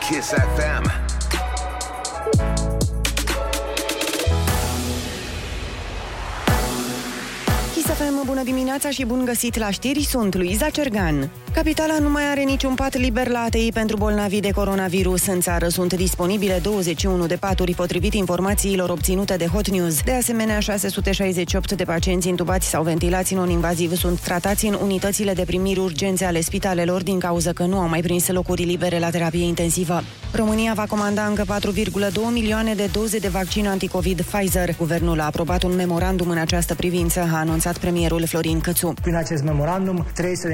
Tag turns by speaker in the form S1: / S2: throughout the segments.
S1: Kiss FM.
S2: Chisafem, bună dimineața și bun găsit la știri, sunt Luiza Cergan. Capitala nu mai are niciun pat liber la ATI pentru bolnavi de coronavirus. În țară sunt disponibile 21 de paturi potrivit informațiilor obținute de Hot News. De asemenea, 668 de pacienți intubați sau ventilați non-invaziv sunt tratați în unitățile de primiri urgențe ale spitalelor din cauză că nu au mai prins locuri libere la terapie intensivă. România va comanda încă 4,2 milioane de doze de vaccin anticovid Pfizer. Guvernul a aprobat un memorandum în această privință, a anunțat premierul Florin Cățu.
S3: Prin acest memorandum,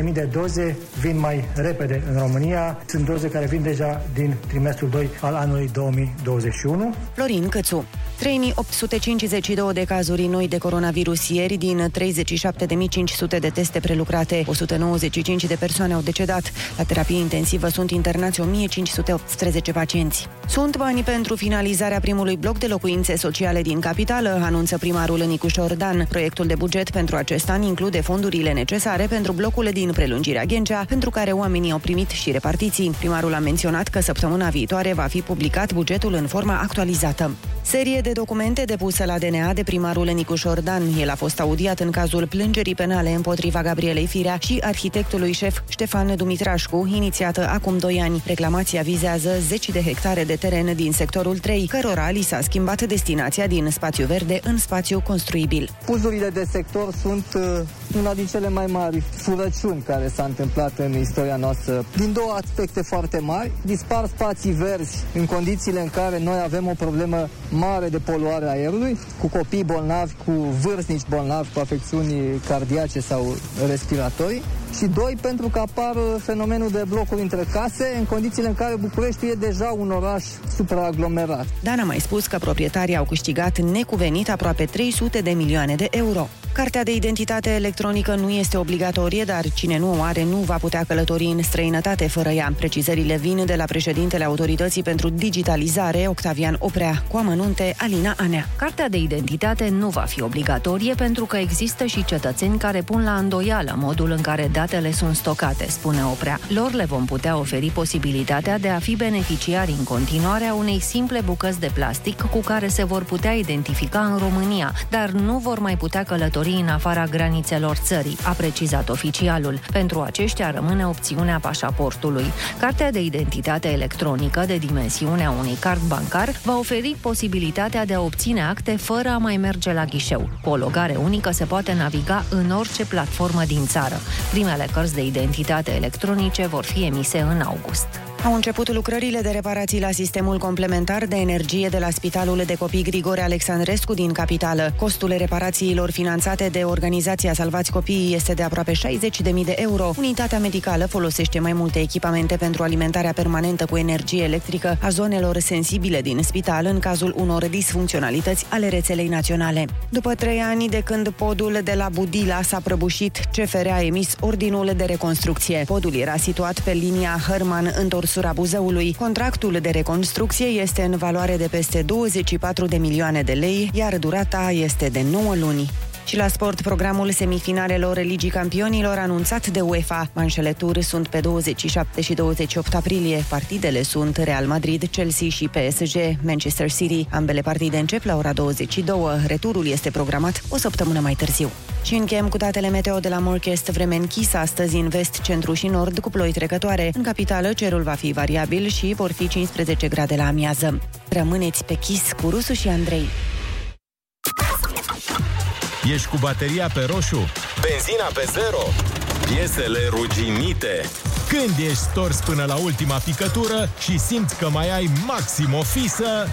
S3: 300.000 de doze vin mai repede în România. Sunt doze care vin deja din trimestrul 2 al anului 2021.
S2: Florin Cățu. 3852 de cazuri noi de coronavirus ieri din 37.500 de teste prelucrate. 195 de persoane au decedat. La terapie intensivă sunt internați 1518 pacienți. Sunt bani pentru finalizarea primului bloc de locuințe sociale din capitală, anunță primarul Nicu Șordan. Proiectul de buget pentru acest an include fondurile necesare pentru blocul din prelungirea Ghencea, pentru care oamenii au primit și repartiții. Primarul a menționat că săptămâna viitoare va fi publicat bugetul în forma actualizată. Serie de de documente depuse la DNA de primarul Nicu Șordan. El a fost audiat în cazul plângerii penale împotriva Gabrielei Firea și arhitectului șef Ștefan Dumitrașcu, inițiată acum 2 ani. Reclamația vizează 10 de hectare de teren din sectorul 3, cărora li s-a schimbat destinația din spațiu verde în spațiu construibil.
S4: Puzurile de sector sunt uh, una din cele mai mari furăciuni care s-a întâmplat în istoria noastră. Din două aspecte foarte mari, dispar spații verzi în condițiile în care noi avem o problemă mare de de poluare a aerului, cu copii bolnavi, cu vârstnici bolnavi, cu afecțiuni cardiace sau respiratorii și doi, pentru că apar uh, fenomenul de blocuri între case în condițiile în care București e deja un oraș supraaglomerat.
S2: Dan a mai spus că proprietarii au câștigat necuvenit aproape 300 de milioane de euro. Cartea de identitate electronică nu este obligatorie, dar cine nu o are nu va putea călători în străinătate fără ea. Precizările vin de la președintele Autorității pentru Digitalizare, Octavian Oprea, cu amănunte Alina Anea.
S5: Cartea de identitate nu va fi obligatorie pentru că există și cetățeni care pun la îndoială modul în care datele sunt stocate, spune Oprea. Lor le vom putea oferi posibilitatea de a fi beneficiari în continuare a unei simple bucăți de plastic cu care se vor putea identifica în România, dar nu vor mai putea călători în afara granițelor țării, a precizat oficialul. Pentru aceștia rămâne opțiunea pașaportului. Cartea de identitate electronică de dimensiunea unui card bancar va oferi posibilitatea de a obține acte fără a mai merge la ghișeu. Cu o logare unică se poate naviga în orice platformă din țară. Primele cărți de identitate electronice vor fi emise în august.
S2: Au început lucrările de reparații la sistemul complementar de energie de la Spitalul de Copii Grigore Alexandrescu din capitală. Costul reparațiilor finanțate de organizația Salvați Copiii este de aproape 60.000 de euro. Unitatea medicală folosește mai multe echipamente pentru alimentarea permanentă cu energie electrică a zonelor sensibile din spital în cazul unor disfuncționalități ale rețelei naționale. După trei ani de când podul de la Budila s-a prăbușit, CFR a emis ordinul de reconstrucție. Podul era situat pe linia Hărman întors cursura Buzăului. Contractul de reconstrucție este în valoare de peste 24 de milioane de lei, iar durata este de 9 luni. Și la sport, programul semifinalelor Ligii Campionilor anunțat de UEFA. Manșele tur sunt pe 27 și 28 aprilie. Partidele sunt Real Madrid, Chelsea și PSG, Manchester City. Ambele partide încep la ora 22. Returul este programat o săptămână mai târziu. Și închem cu datele meteo de la Morchest, vreme închisă astăzi în vest, centru și nord, cu ploi trecătoare. În capitală, cerul va fi variabil și vor fi 15 grade la amiază. Rămâneți pe chis cu Rusu și Andrei.
S6: Ești cu bateria pe roșu?
S1: Benzina pe zero? Piesele ruginite?
S6: Când ești stors până la ultima picătură și simți că mai ai maxim o fisă,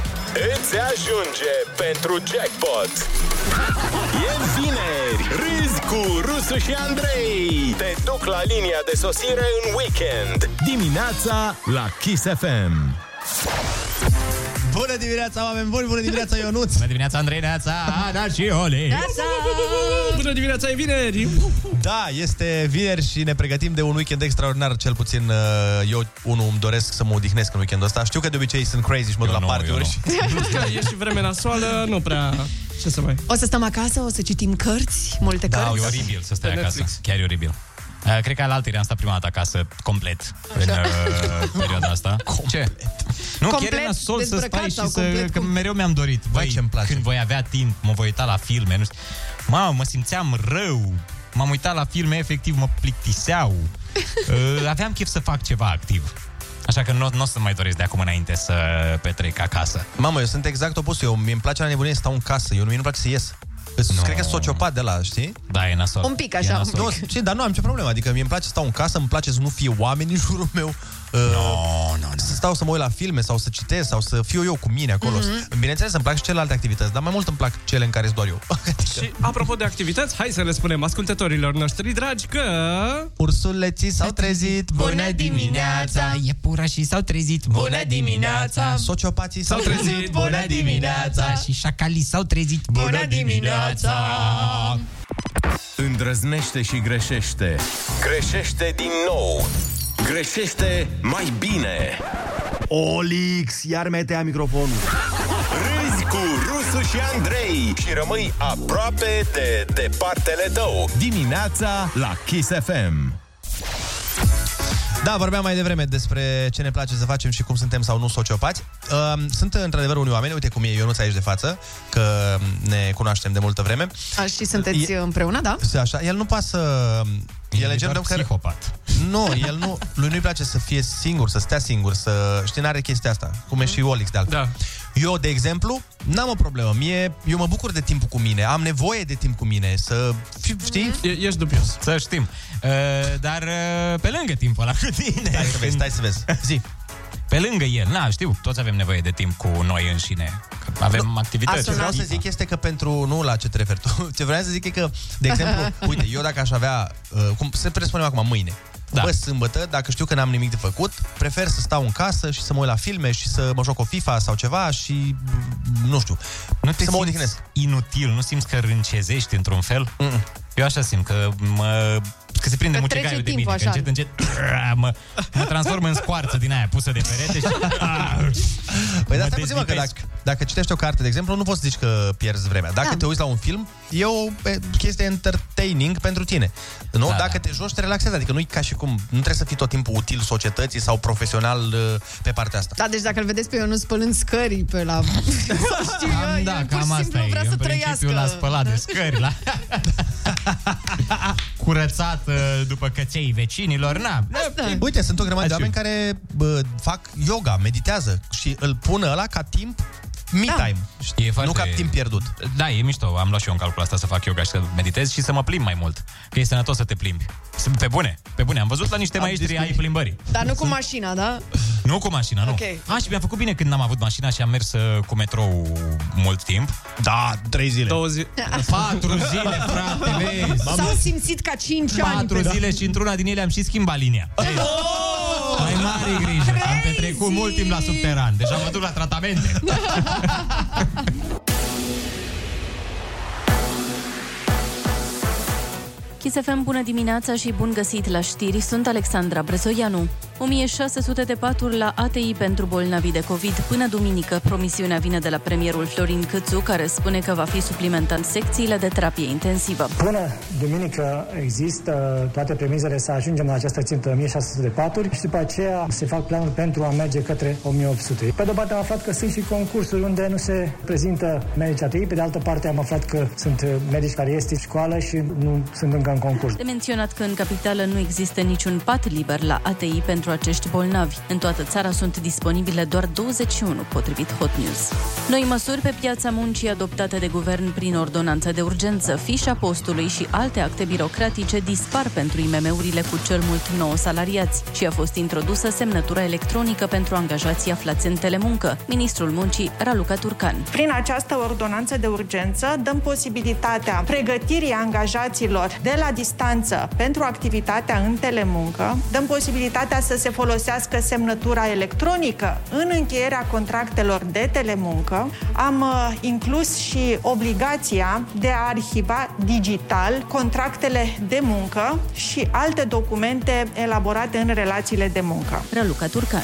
S1: îți ajunge pentru jackpot! E vineri! Râzi cu Rusu și Andrei! Te duc la linia de sosire în weekend!
S6: dimineața la Kiss FM.
S7: Bună dimineața, oameni buni! Bună dimineața, Ionuț!
S8: Bună dimineața, Andrei, neața, Ana și Oli!
S9: Bună dimineața, e vineri!
S7: Da, este vineri și ne pregătim de un weekend extraordinar, cel puțin uh, eu, unul, îmi doresc să mă odihnesc în weekendul ăsta. Știu că de obicei sunt crazy și mă duc la
S8: nu, eu
S7: party-uri
S8: nu.
S7: și...
S9: e și vreme nasoală, nu prea... Ce să mai...
S10: O să stăm acasă, o să citim cărți, multe
S7: Da,
S8: E
S10: cărți.
S8: oribil să stai
S9: Pe
S8: acasă,
S9: Netflix.
S8: chiar e oribil. Uh, Cred că al altăirii am stat prima dată acasă, complet, în uh, perioada asta. Ce? Nu,
S10: complet
S8: chiar e nasol să
S10: dezbrăcat
S8: stai
S10: sau
S8: și să...
S10: complet
S8: Că
S10: cum-
S8: mereu mi-am dorit. Băi, ce-mi place. când voi avea timp, mă voi uita la filme, nu știu. Mamă, mă simțeam rău. M-am uitat la filme, efectiv, mă plictiseau. uh, aveam chef să fac ceva activ. Așa că nu, nu o să mai doresc de acum înainte să petrec acasă.
S7: Mamă, eu sunt exact opusul. Eu, mie îmi place la nebunie să stau în casă. Eu nu mi nu place să ies. No. Cred că sunt sociopat de la, știi?
S8: Da, e nasol.
S10: Un pic așa, E nasol.
S7: Nu,
S10: un
S7: știi, dar nu am nicio problemă. Adică mie îmi place să stau în casă, îmi place să nu fie oameni în jurul meu. No, no, no. Să stau să mă uit la filme sau să citesc sau să fiu eu cu mine acolo.
S9: Mhm.
S7: Mm-hmm. Bineînțeles, îmi plac și celelalte activități, dar mai mult îmi plac cele în care sunt doar eu.
S9: Și apropo de activități, hai să le spunem ascultătorilor noștri dragi că...
S7: Ursuleții s-au trezit,
S9: bună
S8: dimineața! Iepurașii s-au trezit,
S9: bună dimineața!
S7: Sociopații
S8: s-au trezit, bună dimineața! Și șacalii s-au trezit, bună dimineața!
S1: Îndrăznește și greșește. Greșește din nou. Greșește mai bine.
S11: Olix, iar metea microfonul.
S1: Râzi cu Rusu și Andrei și rămâi aproape de departele tău.
S7: Dimineața la Kiss FM. Da, vorbeam mai devreme despre ce ne place să facem și cum suntem sau nu sociopați. Um, Sunt într-adevăr unii oameni, uite cum e Ionuț aici de față, că ne cunoaștem de multă vreme.
S10: A, și sunteți
S7: E-
S10: împreună, da?
S7: Se așa, el nu pasă... El e,
S8: doar
S7: genul de om care...
S8: psihopat.
S7: Nu, el nu, lui nu-i place să fie singur, să stea singur, să... Știi, n-are chestia asta, cum e și Olix de altfel. Da. Eu, de exemplu, n-am o problemă. Mie, eu mă bucur de timpul cu mine, am nevoie de timp cu mine, să... fi- Știi? Ă,
S9: E, ești dubios.
S8: Să știm. Uh, dar uh, pe lângă timpul ăla cu tine... Stai să vezi,
S7: stai să vezi. Zi.
S8: Pe lângă el, na, știu, toți avem nevoie de timp cu noi înșine. Că avem nu, activități. Adică-
S7: Asta vreau să zic este că pentru... Nu la ce te referi tu. Ce vreau să zic e că, de exemplu, uite, eu dacă aș avea... Uh, cum, să presupunem acum, mâine. Da. Bă, sâmbătă, dacă știu că n-am nimic de făcut, prefer să stau în casă și să mă uit la filme și să mă joc o FIFA sau ceva și... m, Nu știu.
S8: Nu te
S7: să mă
S8: simți
S7: odihnesc.
S8: inutil, nu simți că râncezești într-un fel? Mm-mm. Eu așa simt că mă... Că se prinde
S10: Că
S8: mucegaiul
S10: trece
S8: de mine,
S10: timpul
S8: că
S10: așa.
S8: încet, încet mă, mă transform în scoarță din aia pusă de perete și...
S7: Păi da,
S8: Mă
S7: stai puțin, mă, că
S8: dezlipesc.
S7: dacă, dacă citești o carte, de exemplu, nu poți să zici că pierzi vremea. Dacă
S8: Da.
S7: da. te uiți la un film, e o e, chestie entertaining pentru tine. Nu? Da, dacă te joci, te relaxezi. Adică nu e ca și cum... Nu trebuie să fii tot timpul util societății sau profesional uh, pe partea asta.
S10: Da, deci dacă îl vedeți pe Ionuț spălând scării pe la... știu,
S8: Cam, da,
S10: el pur și
S8: cam asta
S10: simplu
S8: e.
S10: vrea
S8: În
S10: să
S8: principiu
S10: trăiască. Da.
S8: la spălat de scări, la... Curățat uh, după căței vecinilor, na.
S7: Da. Uite, sunt o grămadă de
S8: Așa.
S7: oameni care bă, fac yoga, meditează și îl pună ăla ca timp me
S8: Da.
S7: time.
S8: E
S7: Nu
S8: foarte...
S7: ca timp pierdut.
S8: Da, e mișto. Am luat și eu în calcul asta să fac yoga și să meditez și să mă plimb mai mult. Că e sănătos să te plimbi. S- Pe bune, pe bune. Am văzut la niște
S7: Am
S8: maestri
S7: zis
S8: ai schimbării.
S10: Dar nu cu mașina, da?
S8: Nu cu mașina, nu. Okay.
S10: Ok.
S8: A, și mi-a făcut bine când n-am avut mașina și am mers uh, cu metrou mult timp.
S7: Da, trei zile.
S8: Două zile. Patru zile, frate, vezi.
S10: S-au simțit ca 5 ani. Oh!
S8: Patru zile și într-una din ele am și schimbat linia. Mai mare grijă. Am petrecut mult timp la subteran. Deja mă duc la tratamente.
S12: Kiss FM, bună dimineața și bun găsit la știri, sunt Alexandra Brezoianu. 1600 de paturi la ATI pentru bolnavi de COVID. Până duminică, promisiunea vine de la premierul Florin Câțu, care spune că va fi suplimentat secțiile de terapie intensivă.
S3: Până duminică există toate premizele să ajungem la această țintă 1600 de paturi și după aceea se fac planuri pentru a merge către 1800. Pe de o parte am aflat că sunt și concursuri unde nu se prezintă medici ATI, pe de altă parte am aflat că sunt uh, medici care este în școală și nu sunt încă în concurs.
S12: De menționat că în capitală nu există niciun pat liber la ATI pentru acești bolnavi. În toată țara sunt disponibile doar 21, potrivit Hot News. Noi măsuri pe piața muncii adoptate de guvern prin ordonanță de urgență, fișa postului și alte acte birocratice dispar pentru IMM-urile cu cel mult 9 salariați și a fost introdusă semnătura electronică pentru angajații aflați în telemuncă. Ministrul Muncii, Raluca Turcan.
S13: Prin această ordonanță de urgență dăm posibilitatea pregătirii angajaților de la distanță pentru activitatea în telemuncă, dăm posibilitatea să se folosească semnătura electronică în încheierea contractelor de telemuncă, am uh, inclus și obligația de a arhiva digital contractele de muncă și alte documente elaborate în relațiile de muncă.
S12: Raluca Turcan.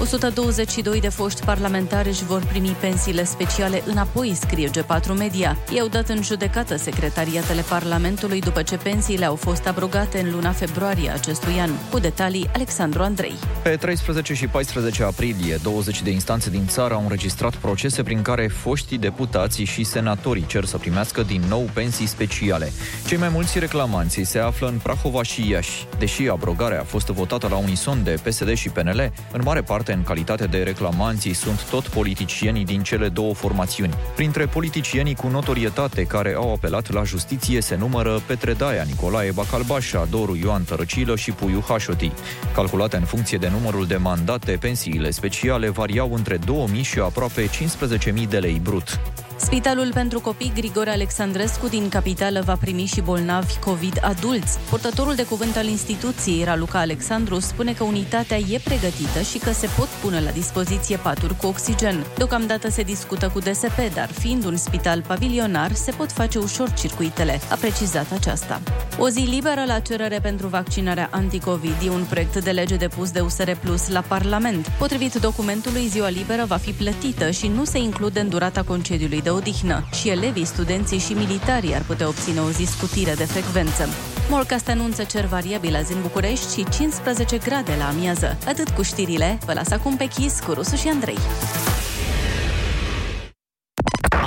S12: 122 de foști parlamentari își vor primi pensiile speciale înapoi, scrie G4 Media. I-au dat în judecată secretariatele Parlamentului după ce pensiile au fost abrogate în luna februarie acestui an. Cu detalii, Alexandru Andrei.
S14: Pe 13 și 14 aprilie, 20 de instanțe din țară au înregistrat procese prin care foștii deputații și senatorii cer să primească din nou pensii speciale. Cei mai mulți reclamanții se află în Prahova și Iași. Deși abrogarea a fost votată la unison de PSD și PNL, în mare parte în calitate de reclamanții sunt tot politicienii din cele două formațiuni. Printre politicienii cu notorietate care au apelat la justiție se numără Petre Daia, Nicolae Bacalbașa, Doru Ioan Tărăcilă și Puiu Hașoti. Calculate în funcție de numărul de mandate, pensiile speciale variau între 2000 și aproape 15.000 de lei brut.
S12: Spitalul pentru copii Grigore Alexandrescu din capitală va primi și bolnavi COVID adulți. Portătorul de cuvânt al instituției, Raluca Alexandru, spune că unitatea e pregătită și că se pot pune la dispoziție paturi cu oxigen. Deocamdată se discută cu DSP, dar fiind un spital pavilionar, se pot face ușor circuitele, a precizat aceasta. O zi liberă la cerere pentru vaccinarea anticovid e un proiect de lege depus de USR Plus la Parlament. Potrivit documentului, ziua liberă va fi plătită și nu se include în durata concediului de odihnă și elevii, studenții și militarii ar putea obține o zi scutire de frecvență. Morcast anunță cer variabil azi în București și 15 grade la amiază. Atât cu știrile, vă las acum pe Chis cu Rusu și Andrei.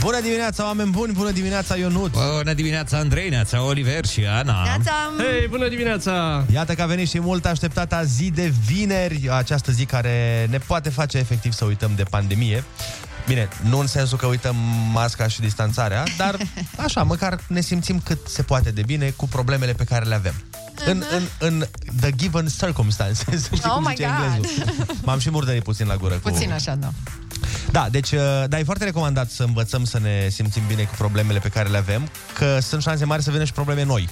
S7: Bună dimineața, oameni buni! Bună dimineața, Ionut!
S15: Bună dimineața, Andrei, neața, Oliver și Ana!
S10: Neața!
S8: Hei, bună dimineața!
S7: Iată că a venit și mult așteptata zi de vineri, această zi care ne poate face efectiv să uităm de pandemie. Bine, nu în sensul că uităm masca și distanțarea, dar așa, măcar ne simțim cât se poate de bine cu problemele pe care le avem. În, în, în the given circumstances, știi
S10: Uh-huh. Oh
S7: cum
S10: my
S7: zice
S10: God.
S7: englezul. M-am și murdărit puțin la gură cu...
S10: Puțin așa, da.
S7: Da, deci, uh, dar e foarte recomandat să învățăm să ne simțim bine cu problemele pe care le avem, că sunt șanse mari să vină și probleme noi.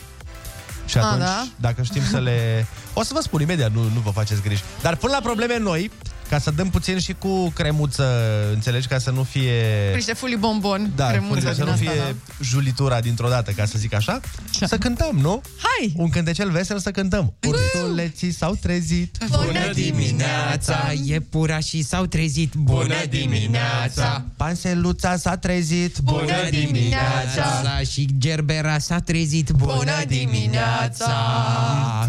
S7: Și
S10: A,
S7: atunci,
S10: da?
S7: dacă știm să le... O să vă spun imediat, nu, nu vă faceți griji. Dar până la probleme noi, ca să dăm puțin și cu cremuță, înțelegi, ca să nu fie...
S10: Cu niște fulii bombon,
S7: Da,
S10: cremuță
S7: cremuță, să
S10: din
S7: nu
S10: asta,
S7: fie
S10: da.
S7: julitura dintr-o dată, ca să zic așa. Să cântăm, nu?
S10: Hai!
S7: Un cântecel vesel să cântăm. Ursuleții s-au trezit.
S16: Bună dimineața, iepurașii s-au trezit Bună dimineața
S7: Panseluța s-a trezit
S16: Bună dimineața La și gerbera s-a trezit Bună dimineața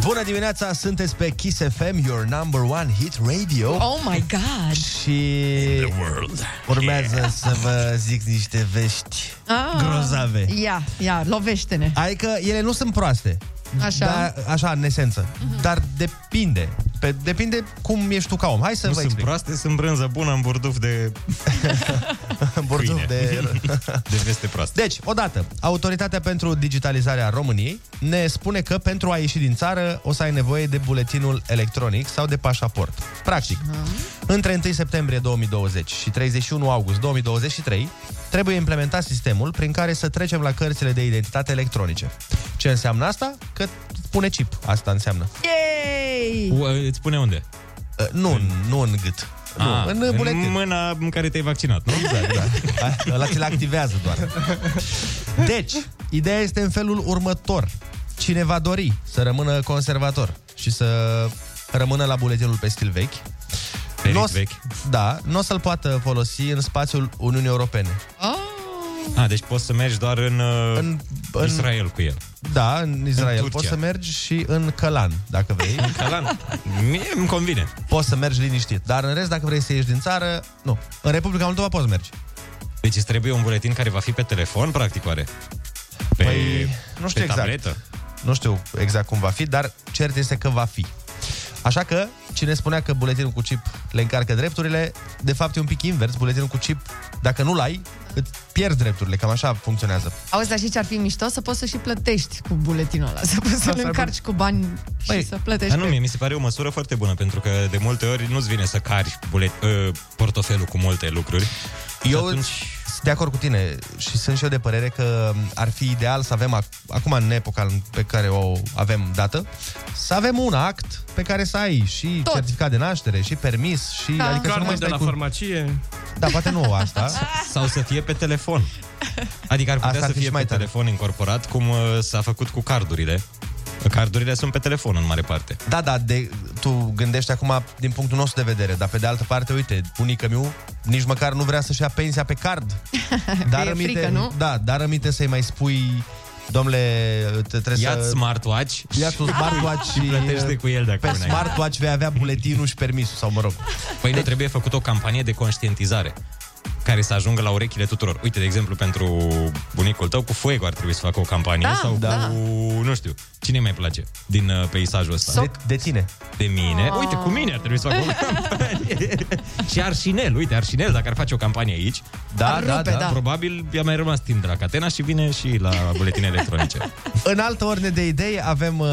S7: Bună dimineața, sunteți pe Kiss FM, your number one hit radio.
S10: Oh my God!
S7: Și urmează yeah. să vă zic niște vești
S10: Ah.
S7: grozave.
S10: Ia, ia, lovește-ne.
S7: Adică ele nu sunt proaste.
S10: Așa. Mhm.
S7: Dar, așa, în esență. Dar depinde. Pe, depinde cum ești tu ca om. Hai să
S15: Nu
S7: vă
S15: sunt
S7: explic.
S15: proaste, sunt brânză bună în burduf de...
S7: În burduf de...
S15: de veste proastă.
S7: Deci, odată, Autoritatea pentru Digitalizarea României ne spune că pentru a ieși din țară o să ai nevoie de buletinul electronic sau de pașaport. Practic, între 1 septembrie 2020 și 31 august 2023 trebuie implementat sistemul prin care să trecem la cărțile de identitate electronice. Ce înseamnă asta? Că pune chip, asta înseamnă.
S10: Yay!
S15: U- Îți spune unde?
S7: Uh, nu, în- nu în gât. Nu,
S15: Ah,
S7: în buletin.
S15: În mâna în care te-ai vaccinat, nu?
S7: Exact, da. A- Ăla ți le activează doar. Deci, ideea este în felul următor. Cine va dori să rămână conservator și să rămână la buletinul pe stil vechi, n-o s-
S15: vechi.
S7: Da, nu o să-l poată folosi în spațiul Uniunii Europene.
S15: A, deci poți să mergi doar în,
S8: uh,
S15: în,
S7: în-
S15: în... Israel cu el.
S7: Da, în Israel.
S15: Turcia.
S7: Poți să mergi și în Călan, dacă vrei. În
S15: Călan? Mie îmi convine.
S7: Poți să mergi liniștit. Dar în rest, dacă vrei să ieși din țară, nu. În Republica Moldova poți mergi.
S8: Deci îți trebuie un buletin care va fi pe telefon, practic, oare? Pe,
S7: Păi, nu știu
S8: pe
S7: exact.
S8: tabletă?
S7: Nu știu exact cum va fi, dar cert este că va fi. Așa că, cine spunea că buletinul cu chip le încarcă drepturile, de fapt e un pic invers. Buletinul cu chip, dacă nu-l ai, îți pierzi drepturile. Cam așa funcționează.
S10: Auzi, dar și ce ar fi mișto? Să poți să și plătești cu buletinul ăla. Să poți
S8: Asta ar
S10: să-l
S8: fi-
S10: încarci cu bani și să plătești.
S8: Dar nu, mie mi se pare o măsură foarte bună, pentru că de multe ori nu-ți vine să cari bulet, uh, portofelul cu multe lucruri.
S7: Eu sunt de acord cu tine și sunt și eu de părere că ar fi ideal să avem, ac- acum în epoca în- pe care o avem dată, să avem un act pe care să ai și Tot. certificat de naștere, și permis, și...
S8: Da.
S7: Adică să nu
S8: Carne
S7: mai
S8: de
S7: stai
S8: la
S7: cu...
S8: farmacie.
S7: Da, poate nu
S10: Ah.
S7: asta.
S8: Sau să fie pe telefon. Adică ar putea
S7: Asta ar
S8: să
S7: fi
S8: fie mai
S7: și mai
S8: pe
S7: tare.
S8: telefon incorporat, cum uh, s-a făcut cu cardurile. Cardurile sunt pe telefon în mare parte.
S7: Da, da, de, tu gândești acum din punctul nostru de vedere, dar pe de altă parte, uite, bunica miu nici măcar nu vrea să-și ia pensia pe card. Dar
S10: e
S7: rămite,
S10: frică, nu?
S7: Da, dar rămite să-i mai spui Domnule, te trebuie
S8: Ia-ți
S7: să...
S8: smartwatch.
S7: Ia tu smartwatch
S8: Și plătește cu el dacă
S7: Pe
S8: n-ai.
S7: smartwatch vei avea buletinul și permisul, sau mă rog.
S8: Păi nu trebuie făcut o campanie de conștientizare care să ajungă la urechile tuturor. Uite, de exemplu, pentru bunicul tău, cu Fuego ar trebui să facă o campanie
S10: Da,
S8: sau
S10: da.
S8: cu, nu știu, cine îi mai place din uh, peisajul ăsta?
S10: Soc.
S7: De tine.
S8: De mine.
S10: Ah.
S8: Uite, cu mine ar trebui să fac o campanie. Și Arșinel, uite, Arșinel, dacă ar face o campanie aici,
S7: Da, Ar da, rupe, da. da.
S8: probabil i-a mai rămas timp de la Catena și vine și la buletine electronice.
S7: În altă ordine de idei avem uh,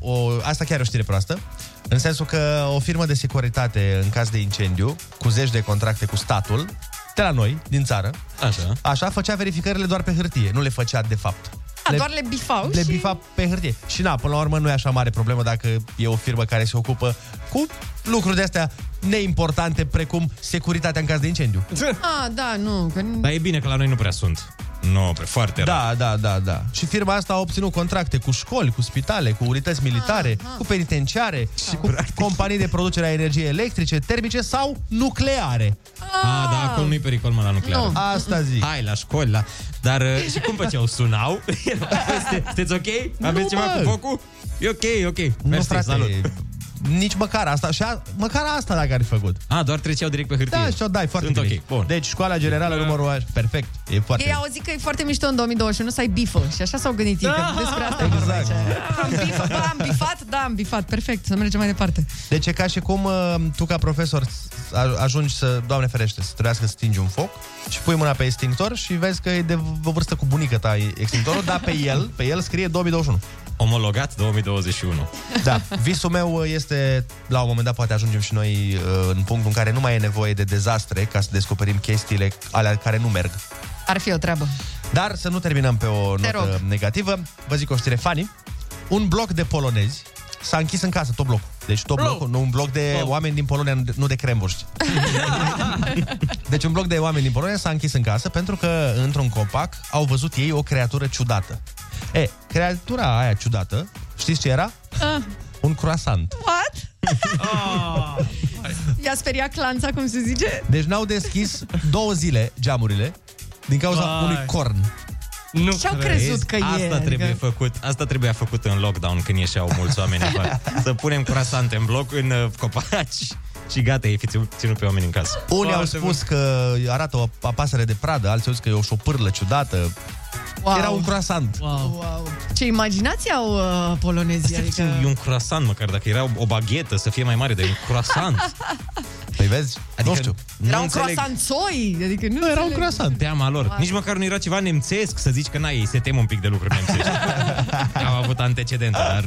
S7: o, asta chiar e o știre proastă, în sensul că o firmă de securitate în caz de incendiu, cu zeci de contracte cu statul, de la noi, din țară,
S8: așa,
S7: așa făcea verificările doar pe hârtie, nu le făcea de fapt.
S10: A, Da, doar le bifau
S7: le
S10: și...
S7: bifa pe hârtie. Și na, până la urmă nu e așa mare problemă dacă e o firmă care se ocupă cu lucruri de astea neimportante precum securitatea în caz de incendiu.
S10: A, da, nu, că... nu-
S8: Dar e bine că la noi nu prea sunt. Nu, pe foarte
S7: Da, da, da, da. Și firma asta a obținut contracte cu școli, cu spitale, cu unități militare,
S10: Ah,
S7: cu penitenciare,
S8: Ah.
S7: cu companii de producere a energiei electrice, termice sau nucleare.
S8: A, da, acolo nu-i pericol, mă, la nucleară.
S7: Nu. Asta zic.
S8: Hai, la școli, la... Dar uh, și cum făceau? Sunau? Ste- Sunteți ok?
S7: Nu,
S8: Aveți ceva
S7: mă.
S8: cu focul? E ok, e ok.
S7: Nu,
S8: Mersi,
S7: frate,
S8: salut.
S7: Nici măcar asta, și a, măcar asta dacă ar fi făcut.
S8: A, doar treceau direct pe hârtie.
S7: Da, și-o dai foarte
S8: Sunt
S7: bine.
S8: ok, Da. bun.
S7: Deci, școala generală numărul ăla, perfect, e foarte
S10: Ei au zis că e foarte mișto în 2021 să ai bifă și așa s-au gândit ei,
S7: Ah!
S10: că despre asta e vorba aici. Am bifă, bă, am bifat, da, am bifat, perfect, să mergem mai departe.
S7: Deci e ca și cum uh, tu ca profesor s- a- ajungi să, Doamne ferește, să trebuiască să stingi un foc și pui mâna pe extintor și vezi că e de v- vârstă cu bunica ta e extintorul, dar pe el, pe el scrie 2021.
S8: Omologat 2021.
S7: Da, visul meu uh, este, la un moment dat poate ajungem și noi uh, în punctul în care nu mai e nevoie de dezastre ca să descoperim chestiile alea care nu merg.
S10: Ar fi o treabă.
S7: Dar să nu terminăm pe o
S10: Te
S7: notă
S10: rog.
S7: negativă. Vă zic o știre funny. Un bloc de polonezi s-a închis în casă, tot blocul. Deci tot
S1: Bloc.
S7: blocul, nu un bloc de oameni din Polonia, nu de- nu de cremburști. deci un bloc de oameni din Polonia s-a închis în casă pentru că într-un copac au văzut ei o creatură ciudată. E, creatura aia ciudată, știți ce era?
S10: Ah,
S7: Un croissant.
S10: what?
S7: Ah!
S10: I-a speriat clanța, cum se zice?
S7: Deci n-au deschis două zile geamurile din cauza
S8: Vai.
S7: unui corn.
S8: Nu
S10: Și-au crezi. crezut că e,
S8: asta
S10: adică-
S8: Trebuie făcut, asta trebuia făcut în lockdown când ieșeau mulți oameni afară. Să punem curasante în bloc, în uh, copaci și gata, e fi ținut ținut pe oameni în casă.
S7: Unii au spus că arată o a- pasăre de pradă, alții au zis că e o șopârlă ciudată.
S10: Wow.
S7: Era un croissant.
S10: Wow. Ce imaginație au uh, polonezii, adică...
S8: E un croissant, măcar dacă era o baghetă să fie mai mare, dar e un croissant.
S7: Păi vezi?
S8: Adică, nu știu.
S10: Era un croissant soi, adică nu, nu era un
S7: Da, croissant.
S8: Teama lor. Nici măcar nu era ceva nemțesc să zici că n-ai ei, se tem un pic de lucruri nemțești. Am avut antecedente, dar...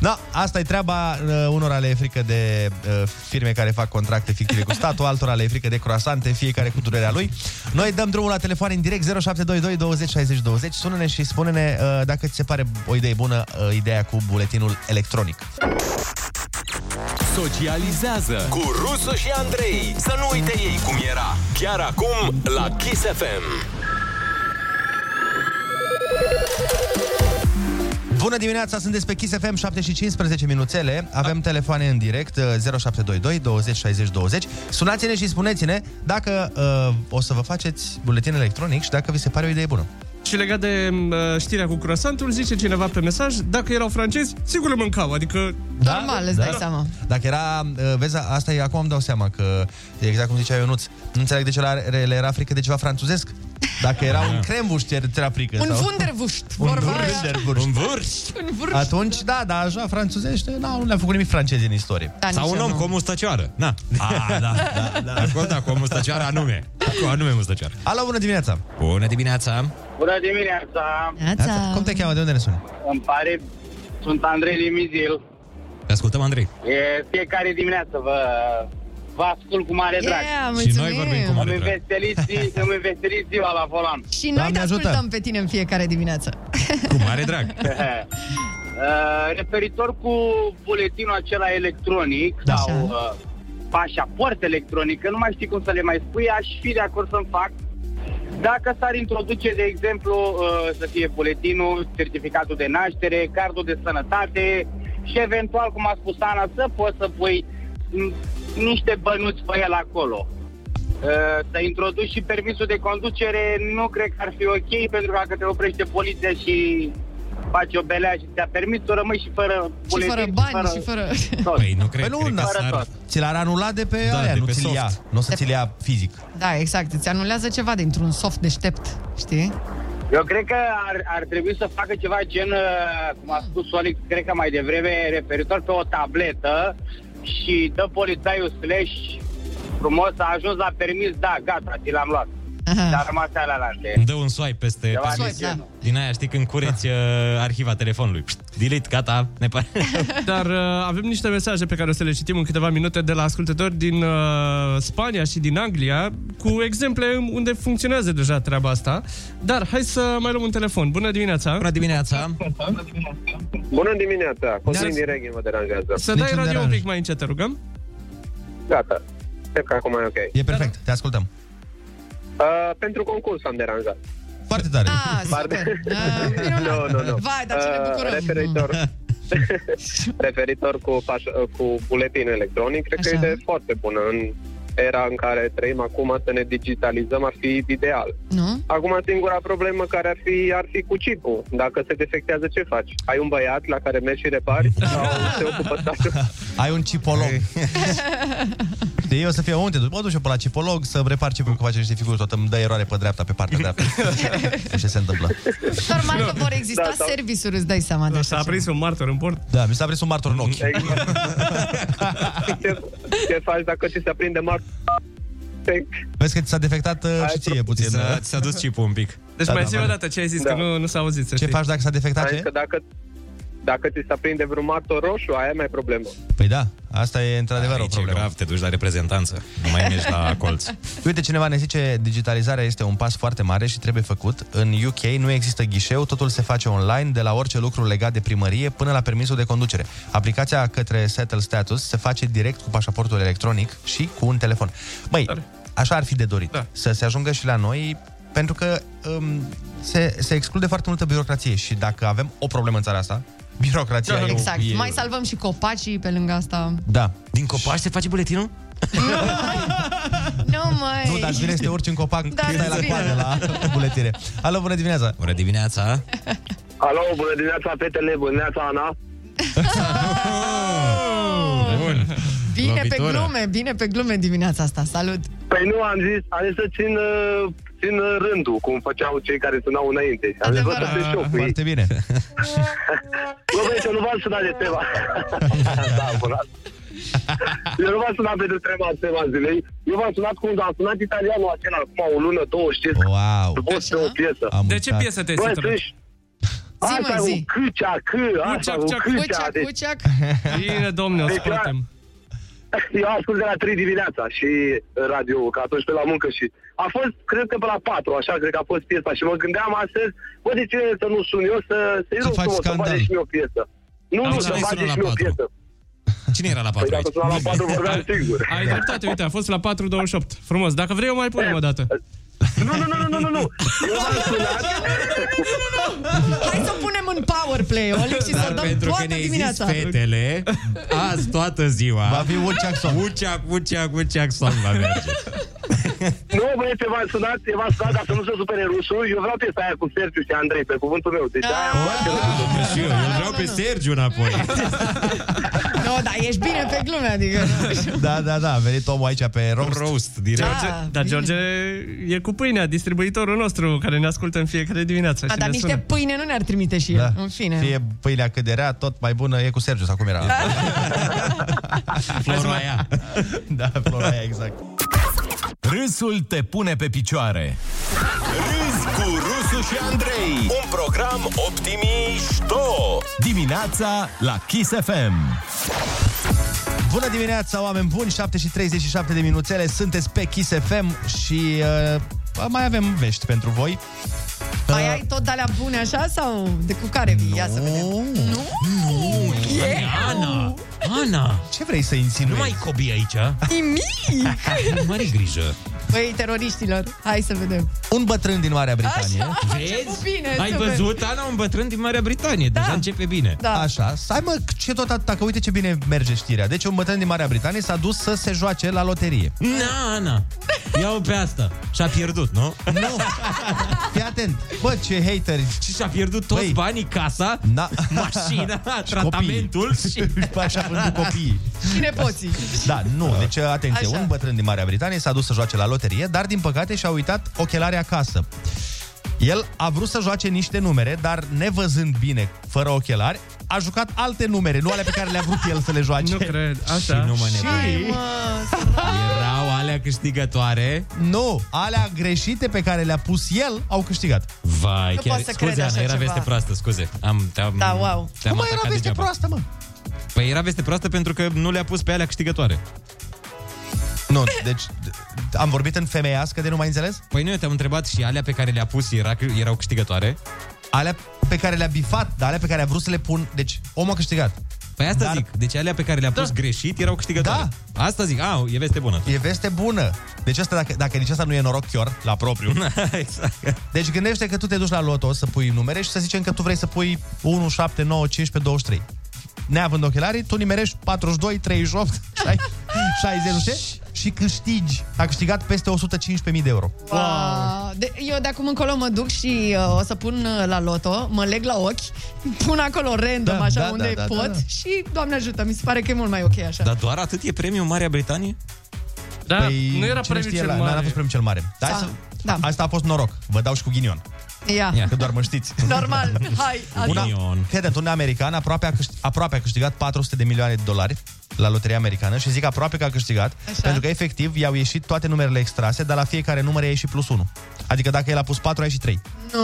S7: Da, asta e treaba. uh, Unora le e frică de uh, firme care fac contracte fictive cu statul, altora le e frică de croasante, fiecare cu durerea lui. Noi dăm drumul la telefon în direct 0722 20 60 20. Sună-ne și spune-ne uh, dacă ți se pare o idee bună uh, ideea cu buletinul electronic.
S1: Socializează cu Rusu și Andrei. Să nu uite ei cum era. Chiar acum la Kiss FM.
S7: Bună dimineața, sunteți pe Kiss FM 7 și 15 minuțele. Avem telefoane în direct uh, 0722 20 60 20. Sunați-ne și spuneți-ne dacă uh, o să vă faceți buletin electronic și dacă vi se pare o idee bună.
S8: Și
S9: Și legat de uh, știrea cu croissantul, zice cineva pe mesaj, dacă erau francezi, sigur le mâncau, adică...
S7: Da?
S10: Normal, îți dai seama.
S7: Dacă era, uh, vezi, a- asta e, acum îmi dau seama că, exact cum zicea Ionuț, nu înțeleg de ce la- le, le era frică de ceva franțuzesc. Dacă era
S10: Ah.
S7: un crembuș, ți era frică.
S10: Un
S7: sau...
S10: wunderwurst,
S7: Un
S10: vorba aia.
S7: wunderwurst. Un vârst.
S10: Un vârf.
S7: Atunci, da, da, așa, franțuzește, na, nu le-a făcut nimic francezi în istorie.
S10: Da, Sau nici un eu om nu. cu
S7: o mustăcioară, na. A, da, da, da. Acolo, da, cu o mustăcioară anume.
S8: Cu anume mustăcioară.
S7: Alo, bună dimineața!
S8: Bună dimineața!
S17: Bună dimineața!
S7: Cum te cheamă? De unde ne suni?
S17: Îmi pare, sunt Andrei Limizil.
S8: Te ascultăm, Andrei.
S17: E, fiecare dimineață vă, vă ascult cu mare drag.
S10: Yeah, mulțumim. Și noi vorbim cu mare
S17: îmi
S10: drag.
S17: Înveseliți, îmi înveseliți ziua la volan.
S10: Și noi te ascultăm pe tine în fiecare dimineață.
S8: Cu mare drag.
S17: Uh, Eh, referitor cu buletinul acela electronic
S10: Da.
S17: sau uh, pașaport electronic, că nu mai știu cum să le mai spui, aș fi de acord să-mi fac. Dacă s-ar introduce, de exemplu, uh, să fie buletinul, certificatul de naștere, cardul de sănătate și eventual, cum a spus Ana, să poți să pui m, niște bănuți pe el acolo. Uh, Să introduci și permisul de conducere nu cred că ar fi ok, pentru că dacă te oprește poliția și faci o belea și ți-a permis, tu rămâi și fără
S10: și
S17: buletin.
S10: fără bani, și fără...
S17: tot.
S8: Păi nu cred,
S7: Păi nu,
S8: cred
S7: n-a-
S8: că s-ar-
S7: ți l-ar anula de pe
S8: Da,
S7: da, alea,
S8: de
S7: nu
S8: pe
S7: ți-l
S8: soft.
S7: ia. Nu o să ți-l ia fizic.
S10: Da, exact. Îți anulează ceva dintr-un soft deștept, știi?
S17: Eu cred că ar, ar trebui să facă ceva gen, uh, cum a spus Olic, cred că mai devreme, referitor pe o tabletă și dă polițaiul slash frumos, a ajuns la permis, da, gata, ți l-am luat. Dar a rămas alea la alte.
S8: Îmi dă un swipe peste...
S17: Ceva
S8: peste-
S17: de genul.
S8: Din aia, știi, când
S7: Da.
S8: cureți uh, arhiva telefonului. Pșt, delete, gata, ne pare.
S9: Dar uh, avem niște mesaje pe care o să le citim în câteva minute de la ascultători din uh, Spania și din Anglia, cu exemple unde funcționează deja treaba asta. Dar hai să mai luăm un telefon. Bună dimineața! Bună
S8: dimineața!
S18: Bună dimineața, Cosmin
S9: Neața.
S18: din Reghin mă deranjează.
S9: Să dai radio un pic mai încet, te rugăm.
S18: Gata, cred că acum e ok.
S7: E perfect, te ascultăm.
S18: Uh, pentru concurs am deranjat.
S7: Foarte tare.
S10: Ah,
S18: super. Nu, nu, nu.
S10: Vai, dar ce ne
S18: Uh,
S10: bucurăm.
S18: Referitor, referitor cu, paș, cu buletin electronic, cred că
S10: Așa.
S18: e de foarte bună în era în care trăim acum să ne digitalizăm ar fi ideal.
S10: Nu?
S18: Acum singura problemă care ar fi ar fi cu chipul. Dacă se defectează, ce faci? Ai un băiat la care mergi și repari sau se ocupă statul?
S7: Ai un cipolog. De eu să fie unde? Mă duc eu pe la cipolog să repar cipul că face niște figuri, tot îmi dă eroare pe dreapta, pe partea dreaptă. Nu știu ce se întâmplă.
S10: Deci, Normal că vor exista da, serviciuri, îți dai seama de
S9: Da, S-a
S10: așa.
S9: aprins un martor în port.
S7: Da, mi s-a prins un martor în ochi.
S18: Exact. ce, ce faci dacă ți se aprinde mar?
S9: Deci
S7: Vezi că ți s-a defectat uh, Da, și ție puțin.
S8: Ți s-a- ți s-a dus chipul un pic.
S9: Deci mai zi o dată ce ai zis, că nu, nu s-a auzit, să
S7: Ce faci dacă s-a defectat
S18: Da. Hai
S7: ce?
S18: că dacă, dacă ți se aprinde vreun martor roșu, aia e mai problemă.
S7: Păi da, asta e într-adevăr o problemă.
S8: grav, te duci la reprezentanță. Nu mai mergi la colț.
S7: Uite, cineva ne zice, digitalizarea este un pas foarte mare și trebuie făcut. În UK nu există ghișeu, totul se face online, de la orice lucru legat de primărie până la permisul de conducere. Aplicația către Settle Status se face direct cu pașaportul electronic și cu un telefon. Băi, așa ar fi de dorit, da. să se ajungă și la noi, pentru că um, se, se exclude foarte multă birocrație și dacă avem o problemă în țara asta,
S8: Da,
S7: birocrația e...
S10: Exact.
S7: e...
S10: Mai salvăm și copacii pe lângă asta.
S7: Da.
S8: Din copaci se face buletinul?
S10: Nu mai.
S7: Nu, dar îți vine să te urci în copac
S10: Da,
S7: da, când stai
S10: îți
S7: la
S10: vine.
S7: coadă la buletire. Alo, bună dimineața!
S8: Bună dimineața!
S18: Alo, bună dimineața, fetele, bună dimineața, Ana.
S8: Bun.
S10: Bine Oh! pe
S18: Lovitură.
S10: glume, bine pe glume dimineața asta. Salut!
S18: Păi nu, am zis, am zis să țin, uh, țin uh, rândul, cum făceau cei care sunau înainte. Și Am zis, vă să te șopui.
S7: Foarte bine.
S18: Bă, băi, că nu v-am sunat de tema. da, bună. Eu nu v-am sunat pentru tema, tema zilei. Eu v-am sunat cum am sunat italianul acela, acum o lună, două, știți?
S7: Wow.
S18: După ce o piesă.
S9: De ce piesă te-ai
S18: Bă,
S9: săturat?
S18: sunt- Asta cu câcea, că, asta cu câcea. deci-
S10: cuceac.
S9: Bine, domne, o
S18: Deci,
S9: scoatem.
S18: Eu ascult de la 3 dimineața și radio, că atunci pe la muncă și... A fost, cred că pe la 4, așa, cred că a fost piesa și mă gândeam astăzi, bă, de ce să nu sun eu să, să-i rog
S7: faci
S18: frumos, să
S7: scandal.
S18: bage și mie o piesă. Nu,
S8: Dar
S18: nu,
S8: cine
S18: să
S8: ai
S18: bage
S8: sunat
S18: și
S8: la
S18: mie o
S8: patru?
S18: piesă.
S8: Cine era la
S18: Păi
S8: patru
S18: dacă
S8: aici?
S18: sunt la 4 vorbeam singur.
S9: Ai dreptate, uite, a fost la 4.28. Frumos, dacă vrei eu mai
S18: Da.
S9: punem o dată.
S18: Nu, nu, nu, nu, nu, nu.
S10: Hai să punem în power play, Olic, și să
S7: Da,
S8: Dar
S10: dăm
S8: pentru că
S10: toată
S8: ne exist
S10: dimineața.
S8: fetele, azi toată ziua...
S7: Va fi Uceac Song.
S8: Uceac, Uceac, Uceac Song va merge.
S18: Nu, băieți, v-am sunat, v-am sunat, dar să nu se supere rusul. Eu vreau piesa aia cu Sergiu și Andrei, pe cuvântul meu. Deci
S19: Ah.
S18: aia îmi place rău.
S8: Și eu, eu vreau pe Sergiu înapoi.
S10: Nu, dar ești bine pe glume, adică...
S7: Da, da, da, a venit omul aici pe roast.
S8: roast
S9: George,
S10: Ah,
S9: dar George e cu pâinea, distribuitorul nostru care ne ascultă în fiecare dimineață.
S10: Da,
S9: și
S10: dar
S9: ne
S10: niște
S9: sună.
S10: pâine nu ne-ar trimite și el. În fine.
S7: Da. Fie pâinea cât de rea, tot mai bună e cu Sergiu sau cum era.
S6: Flora aia.
S7: da, flora aia, exact.
S6: Râsul te pune pe picioare.
S1: Râzi cu Rusu și Andrei Un program optimișto
S6: Dimineața la Kiss FM.
S7: Bună dimineața, oameni buni, 7 și 37 de minuțele, sunteți pe Kiss FM și uh, mai avem vești pentru voi. Uh,
S10: Mai ai tot de alea bune așa sau de cu care vii? Ia să vedem. Nu? Nu!
S8: Ana, Ana.
S7: Ce vrei să insinuezi?
S8: Nu mai cobi aici.
S10: Nimic!
S8: Mare grijă.
S10: Băi, teroriștilor, hai să vedem.
S7: Un bătrân din Marea Britanie.
S10: Așa, a început bine.
S8: Ai
S10: super.
S8: văzut, Ana, un bătrân din Marea Britanie. Deja începe bine.
S10: Da.
S7: Așa, stai mă, ce tot atâta, că uite ce bine merge știrea. Deci un bătrân din Marea Britanie s-a dus să se joace la loterie.
S8: Na, Ana. Ia-o pe asta. Și-a pierdut, nu?
S7: Nu. Fii atent. Bă, ce hateri.
S8: Și și-a pierdut toți banii, casa,
S7: Na.
S8: mașina,
S7: Și
S8: tratamentul și...
S7: Așa a vândut copiii.
S10: Și nepoții.
S7: Da, nu, deci atenție,
S10: Așa.
S7: Așa. un bătrân din Marea Britanie s-a dus să joace la loterie, dar din păcate și-a uitat ochelarii acasă. El a vrut să joace niște numere, dar nevăzând bine, fără ochelari, a jucat alte numere, nu alea pe care le-a vrut el să le joace.
S9: Nu cred, așa.
S8: Și nu mă nebunii.
S7: Erau alea câștigătoare? Nu, alea greșite pe care le-a pus el au câștigat.
S8: Vai,
S7: Nu
S8: chiar...
S7: pot să
S8: Scuze,
S7: cred
S8: Ana,
S7: așa
S8: era
S7: ceva.
S8: veste proastă, scuze. Am, te-am,
S7: Da, wow.
S8: Te-am
S7: Cum mai
S8: atacat
S7: era veste
S8: degeaba.
S7: proastă, mă?
S8: Păi era veste proastă pentru că nu le-a pus pe alea câștigătoare.
S7: Nu, deci am vorbit în femeiască de nu mai înțeles?
S8: Păi nu, eu te-am întrebat și alea pe care le-a pus era, erau câștigătoare?
S7: Alea pe care le-a bifat, dar alea pe care a vrut să le pun... Deci, omul a câștigat.
S8: Păi asta dar... zic, deci alea pe care le-a pus da. greșit erau câștigătoare. Da. Asta zic, a, e veste bună.
S7: E veste bună. Deci asta, dacă, dacă nici asta nu e noroc chiar, la propriu.
S8: exact.
S7: Deci gândește că tu te duci la loto să pui numere și să zicem că tu vrei să pui 1, 7, 9, 15, 23. Neavând ochelarii, tu nimerești 42, 38, 60, nu știu, și câștigi. A câștigat peste 115.000 de euro.
S10: Wow. De, eu de acum încolo mă duc și uh, o să pun uh, la loto, mă leg la ochi, pun acolo random,
S8: Da,
S10: așa
S8: da,
S10: unde
S8: da, da,
S10: pot
S8: da.
S10: și, Doamne ajută, mi se pare că e mult mai ok așa.
S8: Dar doar atât e premiul în Marea Britanie?
S9: Da,
S7: Păi,
S9: nu era
S7: cine
S9: premiul
S7: știe,
S9: cel
S7: la-
S9: mare.
S7: N-a fost premiul cel mare. Da,
S10: Da,
S7: să,
S10: da.
S7: Asta a fost noroc. Vă dau și cu ghinion.
S10: Ia,
S7: Că doar mă știți.
S10: normal, hai,
S7: Una,
S10: asta.
S7: fii atent, un american aproape a, câștig, aproape a câștigat 400 de milioane de dolari la loteria americană și zic aproape că a câștigat,
S10: Așa.
S7: Așa. pentru că efectiv i-au ieșit toate numerele extrase, dar la fiecare număr i-a ieșit plus 1. Adică dacă el a pus 4, a ieșit 3.
S10: Nu.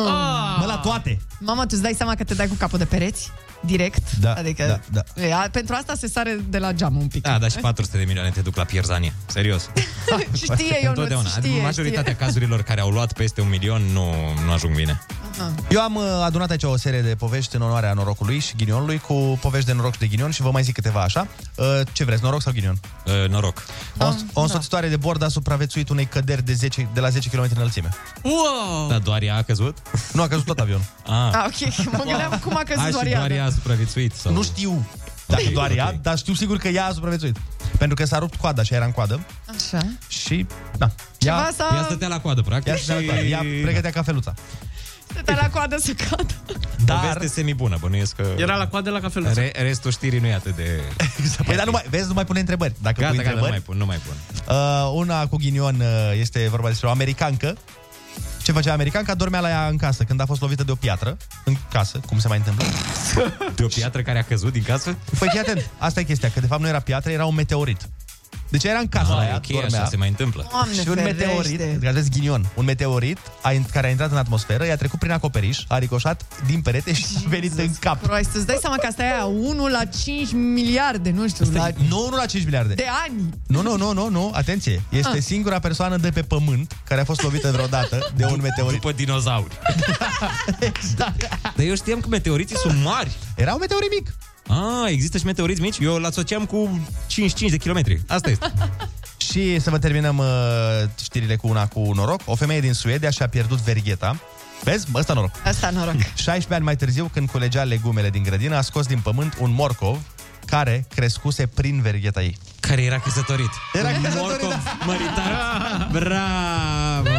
S7: Mă, la toate!
S10: Mama, tu îți dai seama că te dai cu capul de pereți? Direct?
S7: Da,
S10: adică,
S7: da,
S10: da. Ea, pentru asta se sare de la geam un pic.
S8: Da, dar și 400 de milioane te duc la pierzanie. Serios.
S7: Păi,
S10: Și știe, Ionuț,
S8: Întotdeauna.
S10: știe,
S8: Adică
S10: știe.
S8: majoritatea cazurilor care au luat peste un milion nu, nu ajung bine.
S10: Ah.
S7: Eu am uh, adunat aici o serie de povești în onoarea norocului și ghinionului cu povești de noroc și de ghinion și vă mai zic câteva așa. Uh, Ce vreți, noroc sau ghinion?
S8: Uh, noroc.
S7: O, o însoțitoare de bord a supraviețuit unei căderi de, 10, de la 10 km înălțime.
S9: Wow!
S7: Da.
S8: Dar doar ea a căzut?
S7: Nu, a căzut tot avionul.
S8: Ah.
S10: Ah, ok, mă gândeam cum a căzut
S8: a,
S10: doar
S8: și
S10: ea.
S8: doar ea a supraviețuit? Sau...
S7: Nu știu dacă
S8: Ok,
S7: doar ea,
S8: ok.
S7: dar știu sigur că ea a supraviețuit. Pentru că s-a rupt coada și era în coadă
S10: Așa.
S7: și, da.
S10: Ceva
S7: Ea,
S10: s-a- Ea
S8: stătea la coadă, practic.
S7: Ea, stătea la coadă.
S8: și-
S7: ea pregătea cafeluța.
S10: Stătea la coadă să cadă.
S8: Dar... O veste semibună, bănuiesc că...
S9: Era la coadă la cafeluță.
S8: Re- restul știrii nu e atât de...
S7: Păi, dar nu mai, vezi, nu mai pune întrebări. Dacă
S8: Gata,
S7: pui
S8: gata, nu
S7: întrebări,
S8: mai pun, nu mai pun.
S7: Uh, una cu ghinion uh, este vorba despre o americancă. Ce făcea americanca? Dormea la ea în casă când a fost lovită de o piatră. În casă, cum se mai întâmplă.
S8: De o piatră care a căzut din casă?
S7: Păi fii atent, asta e chestia, că de fapt nu era piatră, era un meteorit. Deci era în casă
S8: Ah,
S7: la ea,
S8: ok,
S7: dormea.
S8: așa se mai întâmplă.
S10: Doamne
S7: și un
S10: ferește.
S7: meteorit, adică aveți ghinion, un meteorit a, in- care a intrat în atmosferă, i-a trecut prin acoperiș, a ricoșat din perete și a venit în cap.
S10: Prost, îți dai seama că asta e aia 1 la 5 miliarde, nu știu, la...
S7: Nu, nu la 5 miliarde.
S10: de ani.
S7: Nu, nu, nu, nu, nu, atenție. Este
S10: Ah.
S7: singura persoană de pe pământ care a fost lovită vreodată de un meteorit. Exact.
S8: După dinozauri. Dar eu știam că meteoriții sunt mari.
S7: Era un meteorit mic.
S8: Ah, există și meteoriți mici? Eu îl asociam cu 55 de kilometri. Asta este.
S7: Și să vă terminăm uh, știrile cu una cu noroc. O femeie din Suedia și-a pierdut vergheta. Vezi? Bă, Ăsta noroc.
S10: Asta noroc.
S7: 16 ani mai târziu, când culegea legumele din grădină, a scos din pământ un morcov care crescuse prin vergheta ei.
S8: Care era căsătorit.
S7: Era
S8: Un
S7: căsătorit,
S8: morcov
S7: da.
S8: Măritat. Bravo!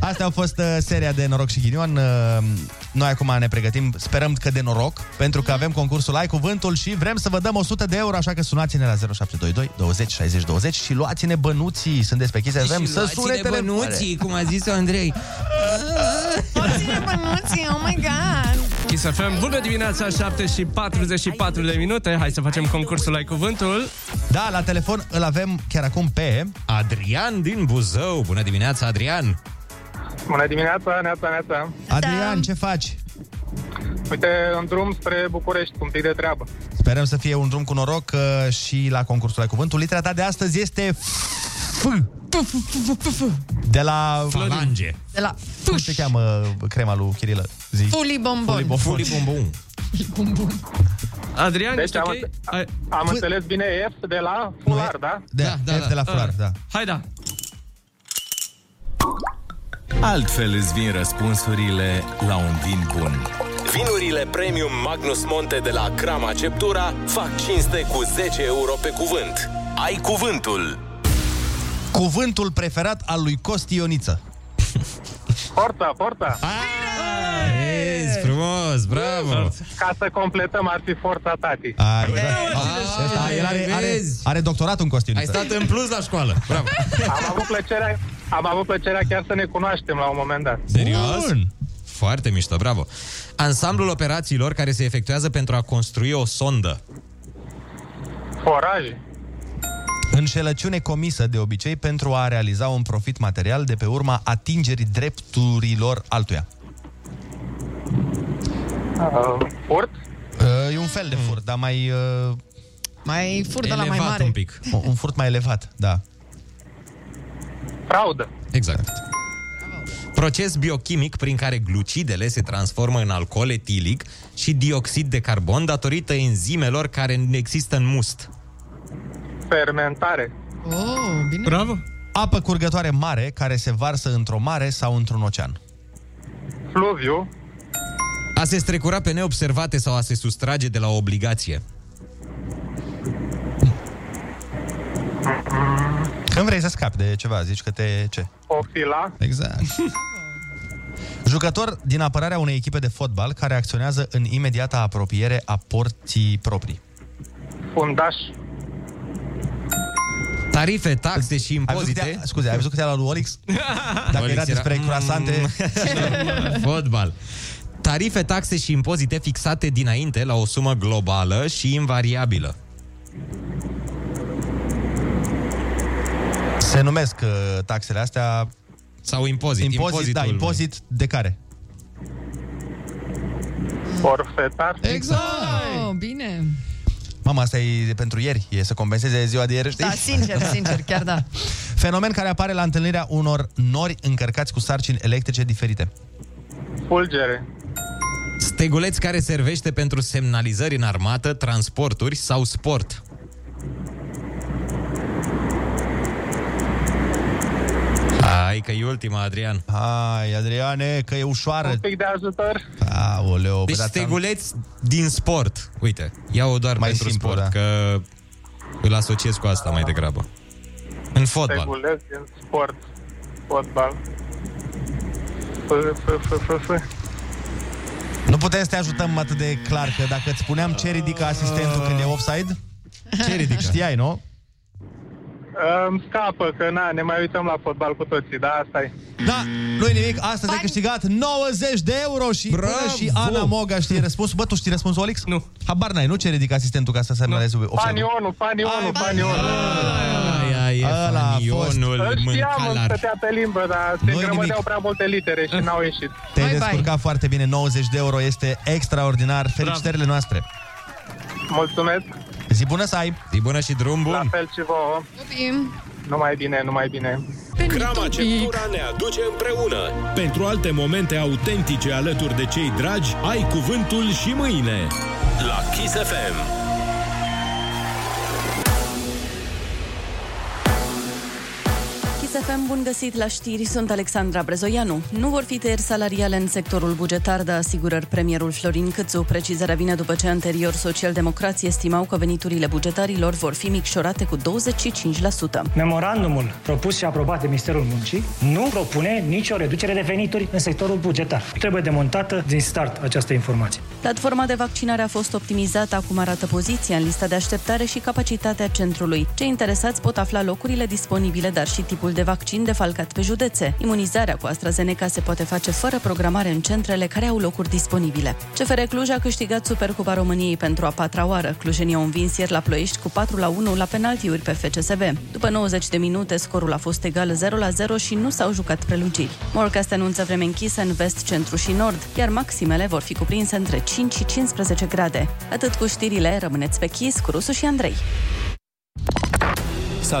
S7: Astea au fost uh, seria de noroc și ghinion. Uh, Noi acum ne pregătim, sperăm că de noroc, pentru că avem concursul Ai Cuvântul și vrem să vă dăm 100 de euro, așa că sunați-ne la 0722 20 60 20 și luați-ne bănuții. Sunteți pe Kiss FM
S8: Și
S7: să
S8: Deci luați-ne
S7: sune
S8: bănuții, cum a zis Andrei.
S10: Orține bănuții, oh my god!
S9: Kiss FM, bună dimineața, 7 și 44 de minute. Hai să facem concursul Ai Cuvântul.
S7: Da, la telefon îl avem chiar acum pe...
S8: Adrian din Buzău. Bună dimineața, Adrian!
S19: Bună dimineața, neața, neața.
S7: Adrian, ce faci?
S19: Uite, în drum spre București, cu un pic de treabă.
S7: Sperăm să fie un drum cu noroc uh, și la concursul Ai Cuvântul. Litera ta de astăzi este F de la... Falange.
S10: De la
S7: Cum se cheamă crema lui Chirilă? Zi.
S10: Fuli bombon.
S7: Fuli bombon. Fuli bombon.
S9: Adrian,
S19: deci
S9: ești
S19: am,
S9: ok?
S19: înțe- am înțeles bine F de la fular, da?
S7: Da, da, da, de la furar, da.
S9: Hai da.
S1: Altfel îți vin răspunsurile la un vin bun. Vinurile Premium Magnus Monte de la Crama Ceptura fac cinste cu 10 euro pe cuvânt. Ai cuvântul!
S7: Cuvântul preferat al lui Costi Ioniță.
S19: Porta, porta.
S7: Ah,
S8: Ești frumos, bravo!
S19: Ca să completăm, ar fi forța tati.
S7: Ai,
S10: Da,
S7: Asta, el are, are, are doctorat în Costi Ioniță.
S8: în plus la școală. Bravo.
S19: Am avut plăcerea, am avut plăcerea chiar să ne cunoaștem la un moment dat.
S8: Serios? Foarte mișto, bravo. Ansamblul operațiilor care se efectuează pentru a construi o sondă.
S19: Foraj.
S7: Înșelăciune comisă de obicei pentru a realiza un profit material de pe urma atingerii drepturilor altuia.
S19: Uh, furt?
S7: Uh, E un fel de furt, dar mai... uh,
S10: Mai fur de la mai
S7: elevat
S10: mare.
S7: un pic. O- Un furt mai elevat, da.
S19: Fraudă.
S8: Exact. Proces biochimic prin care glucidele se transformă în alcool etilic și dioxid de carbon datorită enzimelor care există în must.
S19: Fermentare.
S10: Oh, bine.
S9: Bravo!
S7: Apă curgătoare mare care se varsă într-o mare sau într-un ocean.
S19: Fluviu.
S8: A se strecura pe neobservate sau a se sustrage de la o obligație.
S7: Când vrei să scapi de ceva, zici că te... ce?
S19: Ofila.
S7: Exact. Jucător din apărarea unei echipe de fotbal care acționează în imediata apropiere a porții proprii.
S19: Fundaș.
S8: Tarife, taxe și impozite.
S7: Te... Scuze, ai văzut că te-a luat lui Olix? Dacă
S8: Olix
S7: era despre
S8: era-
S7: croasante...
S8: Mm. Fotbal. Tarife, taxe și impozite fixate dinainte la o sumă globală și invariabilă.
S7: Se numesc uh, taxele astea...
S8: Sau impozit.
S7: Impozit, da,
S8: impozitul,
S7: impozit de care?
S19: Forfetar.
S10: Oh, bine.
S7: Exact. Mama, asta e pentru ieri, e să compenseze ziua de ieri, știi?
S10: Da, sincer, sincer, chiar da.
S7: Fenomen care apare la întâlnirea unor nori încărcați cu sarcini electrice diferite.
S19: Fulgere.
S8: Steguleț care servește pentru semnalizări în armată, transporturi sau sport. Hai că e ultima, Adrian.
S7: Hai, Adriane, că e ușoară. Da.
S19: Un pic de ajutor.
S7: Aoleo,
S8: Deci steguleț din sport. Uite, iau-o doar mai pentru
S7: simplu,
S8: sport,
S7: da.
S8: că îl asociez cu asta mai degrabă. În fotbal.
S19: Regulez din sport. Fotbal. F- f- f- f- f-
S7: Nu putem să te ajutăm atât de clar, că dacă îți spuneam ce ridică asistentul când e offside,
S8: ce ridică?
S7: Știai, nu?
S19: Îmi scapă, că na, ne mai uităm la fotbal cu toții, da, asta e.
S7: Da, nu-i nimic, astăzi ai câștigat 90 de euro și Bravo! până și Ana Moga știe răspunsul. Bă, tu știi răspunsul, Olix? Nu. Habar n-ai, nu ce ridică asistentul ca să semnaleze no. offside
S19: Panionu, panionu, panionu.
S8: Aia e
S7: Ăla a fost.
S8: fanionul
S19: Îl știam, îmi
S8: mâncalar.
S19: stătea pe limbă, dar se
S7: Nu-i
S19: îngrămădeau
S7: nimic.
S19: prea multe litere și n-au ieșit.
S7: Te-ai descurcat foarte bine, 90 de euro este extraordinar. Felicitările noastre!
S19: Mulțumesc,
S7: Zi bună să ai!
S8: Zi bună și drum
S19: la
S8: bun!
S19: fel și vouă. Numai bine, numai bine.
S1: Crama Ceptura ne aduce împreună.
S6: Pentru alte momente autentice alături de cei dragi, ai cuvântul și mâine.
S1: La Kiss FM.
S12: Kiss FM, bun găsit la știri, sunt Alexandra Brezoianu. Nu vor fi tăieri salariale în sectorul bugetar, dar asigurări premierul Florin Cățu. Precizarea vine după ce anterior socialdemocrații estimau că veniturile bugetarilor vor fi micșorate cu 25%.
S3: Memorandumul propus și aprobat de Ministerul Muncii nu propune nicio reducere de venituri în sectorul bugetar. Trebuie demontată din start această informație.
S12: Platforma de vaccinare a fost optimizată, acum arată poziția în lista de așteptare și capacitatea centrului. Cei interesați pot afla locurile disponibile, dar și tipul de vaccin defalcat pe județe. Imunizarea cu AstraZeneca se poate face fără programare în centrele care au locuri disponibile. CFR Cluj a câștigat Supercupa României pentru a patra oară. Clujenii au învins ieri la Ploiești cu 4 la 1 la penaltiuri pe FCSB. După 90 de minute, scorul a fost egal 0 la 0 și nu s-au jucat prelungiri. Morcast anunță vreme închisă în vest, centru și nord, iar maximele vor fi cuprinse între 5 și 15 grade. Atât cu știrile, rămâneți pe chis cu Rusu și Andrei.
S1: S-a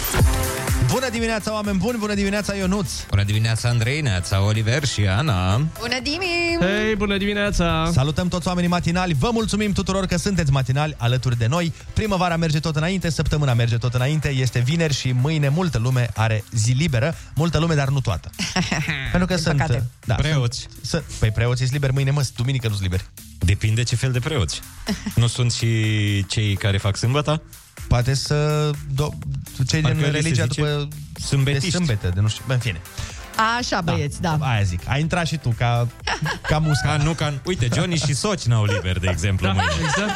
S7: Bună dimineața, oameni buni! Bună dimineața, Ionuț!
S8: Bună dimineața, Andrei, Neața, Oliver și Ana.
S10: Bună, Dimi!
S7: bună dimineața! Salutăm toți oamenii matinali. Vă mulțumim tuturor că sunteți matinali alături de noi. Primăvara merge tot înainte, săptămâna merge tot înainte, este vineri și mâine multă lume are zi liberă. Multă lume, dar nu toată. Pentru că sunt...
S8: păcate.
S7: Da, preoți. Sunt, păi preoții sunt liberi mâine, mă, sunt duminică nu sunt liberi.
S8: Depinde ce fel de preoți. nu sunt și cei care fac sâmbătă?
S7: Poate să... Do- cei din religia după-
S8: Sâmbetiști.
S7: de sâmbătă, de nu știu, în fine.
S10: Așa, băieți, da.
S7: Aia zic, ai intrat și tu ca, ca musca.
S8: Ca, nu, ca, uite, Johnny și Soci n-au liber, de exemplu,
S9: Da,
S8: mâine.
S9: exact.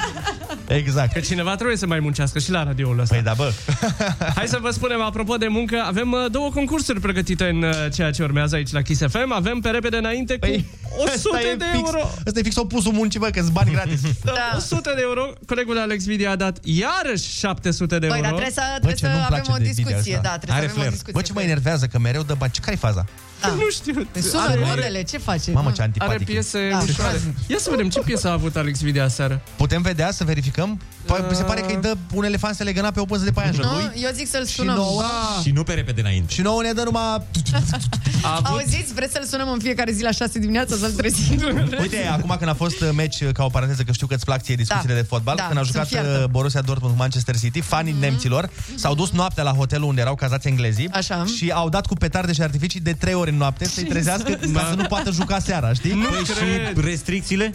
S7: Exact.
S9: Că cineva trebuie să mai muncească și la radioul ăsta. Păi
S7: da, bă.
S9: Hai să vă spunem, apropo de muncă, avem uh, două concursuri pregătite în uh, ceea ce urmează aici la Kiss FM. Avem pe repede înainte
S7: Păi,
S9: cu 100
S7: Asta e
S9: de
S7: fix,
S9: euro.
S7: Asta e fix opusul muncii, bă, că sunt bani gratis.
S9: Da. 100 de euro. Colegul Alex Vidia a dat iarăși 700 de
S10: Băi,
S9: euro.
S10: dar trebuie să- trebuie Bă, ce să nu-mi avem place o de Vidia discuție, asta. da, trebuie să Are avem o flair. discuție.
S7: Bă, ce mă enervează că mereu dă bani. Ce- Care-i faza?
S10: da.
S9: Nu știu.
S10: Te sună
S9: Are-
S10: rudele, ce face?
S7: Mamă, ce antipatic.
S9: Are piese
S10: Da.
S9: ușoare. Ia să vedem ce piesă a avut Alex Vidia seară.
S7: Putem vedea, să verificăm? Pa- Se pare că îi dă un elefant să le gâna pe o păză de paianjă
S10: Nu,
S7: lui.
S10: eu zic să-l
S7: Și
S10: sunăm.
S7: nouă,
S9: Da.
S8: Și nu pe repede înainte.
S7: și nouă ne dă numai...
S10: Auziți, vreți să-l sunăm în fiecare zi la 6 dimineața să-l trezim?
S7: Uite, acum când a fost uh, meci, uh, ca o paranteză, că știu că îți plac ție discuțiile
S10: Da.
S7: de fotbal,
S10: Da,
S7: când a
S10: sunt Mhm.
S7: jucat
S10: fiertă.
S7: uh, Borussia Dortmund cu Manchester City, fanii nemților s-au dus noaptea la hotelul unde erau cazați englezii Așa. și au dat cu petarde și artificii de trei ori în noapte să-i trezească
S10: Da.
S7: ca să nu poată juca seara, știi?
S8: Nu Păi și cred.
S7: restricțiile?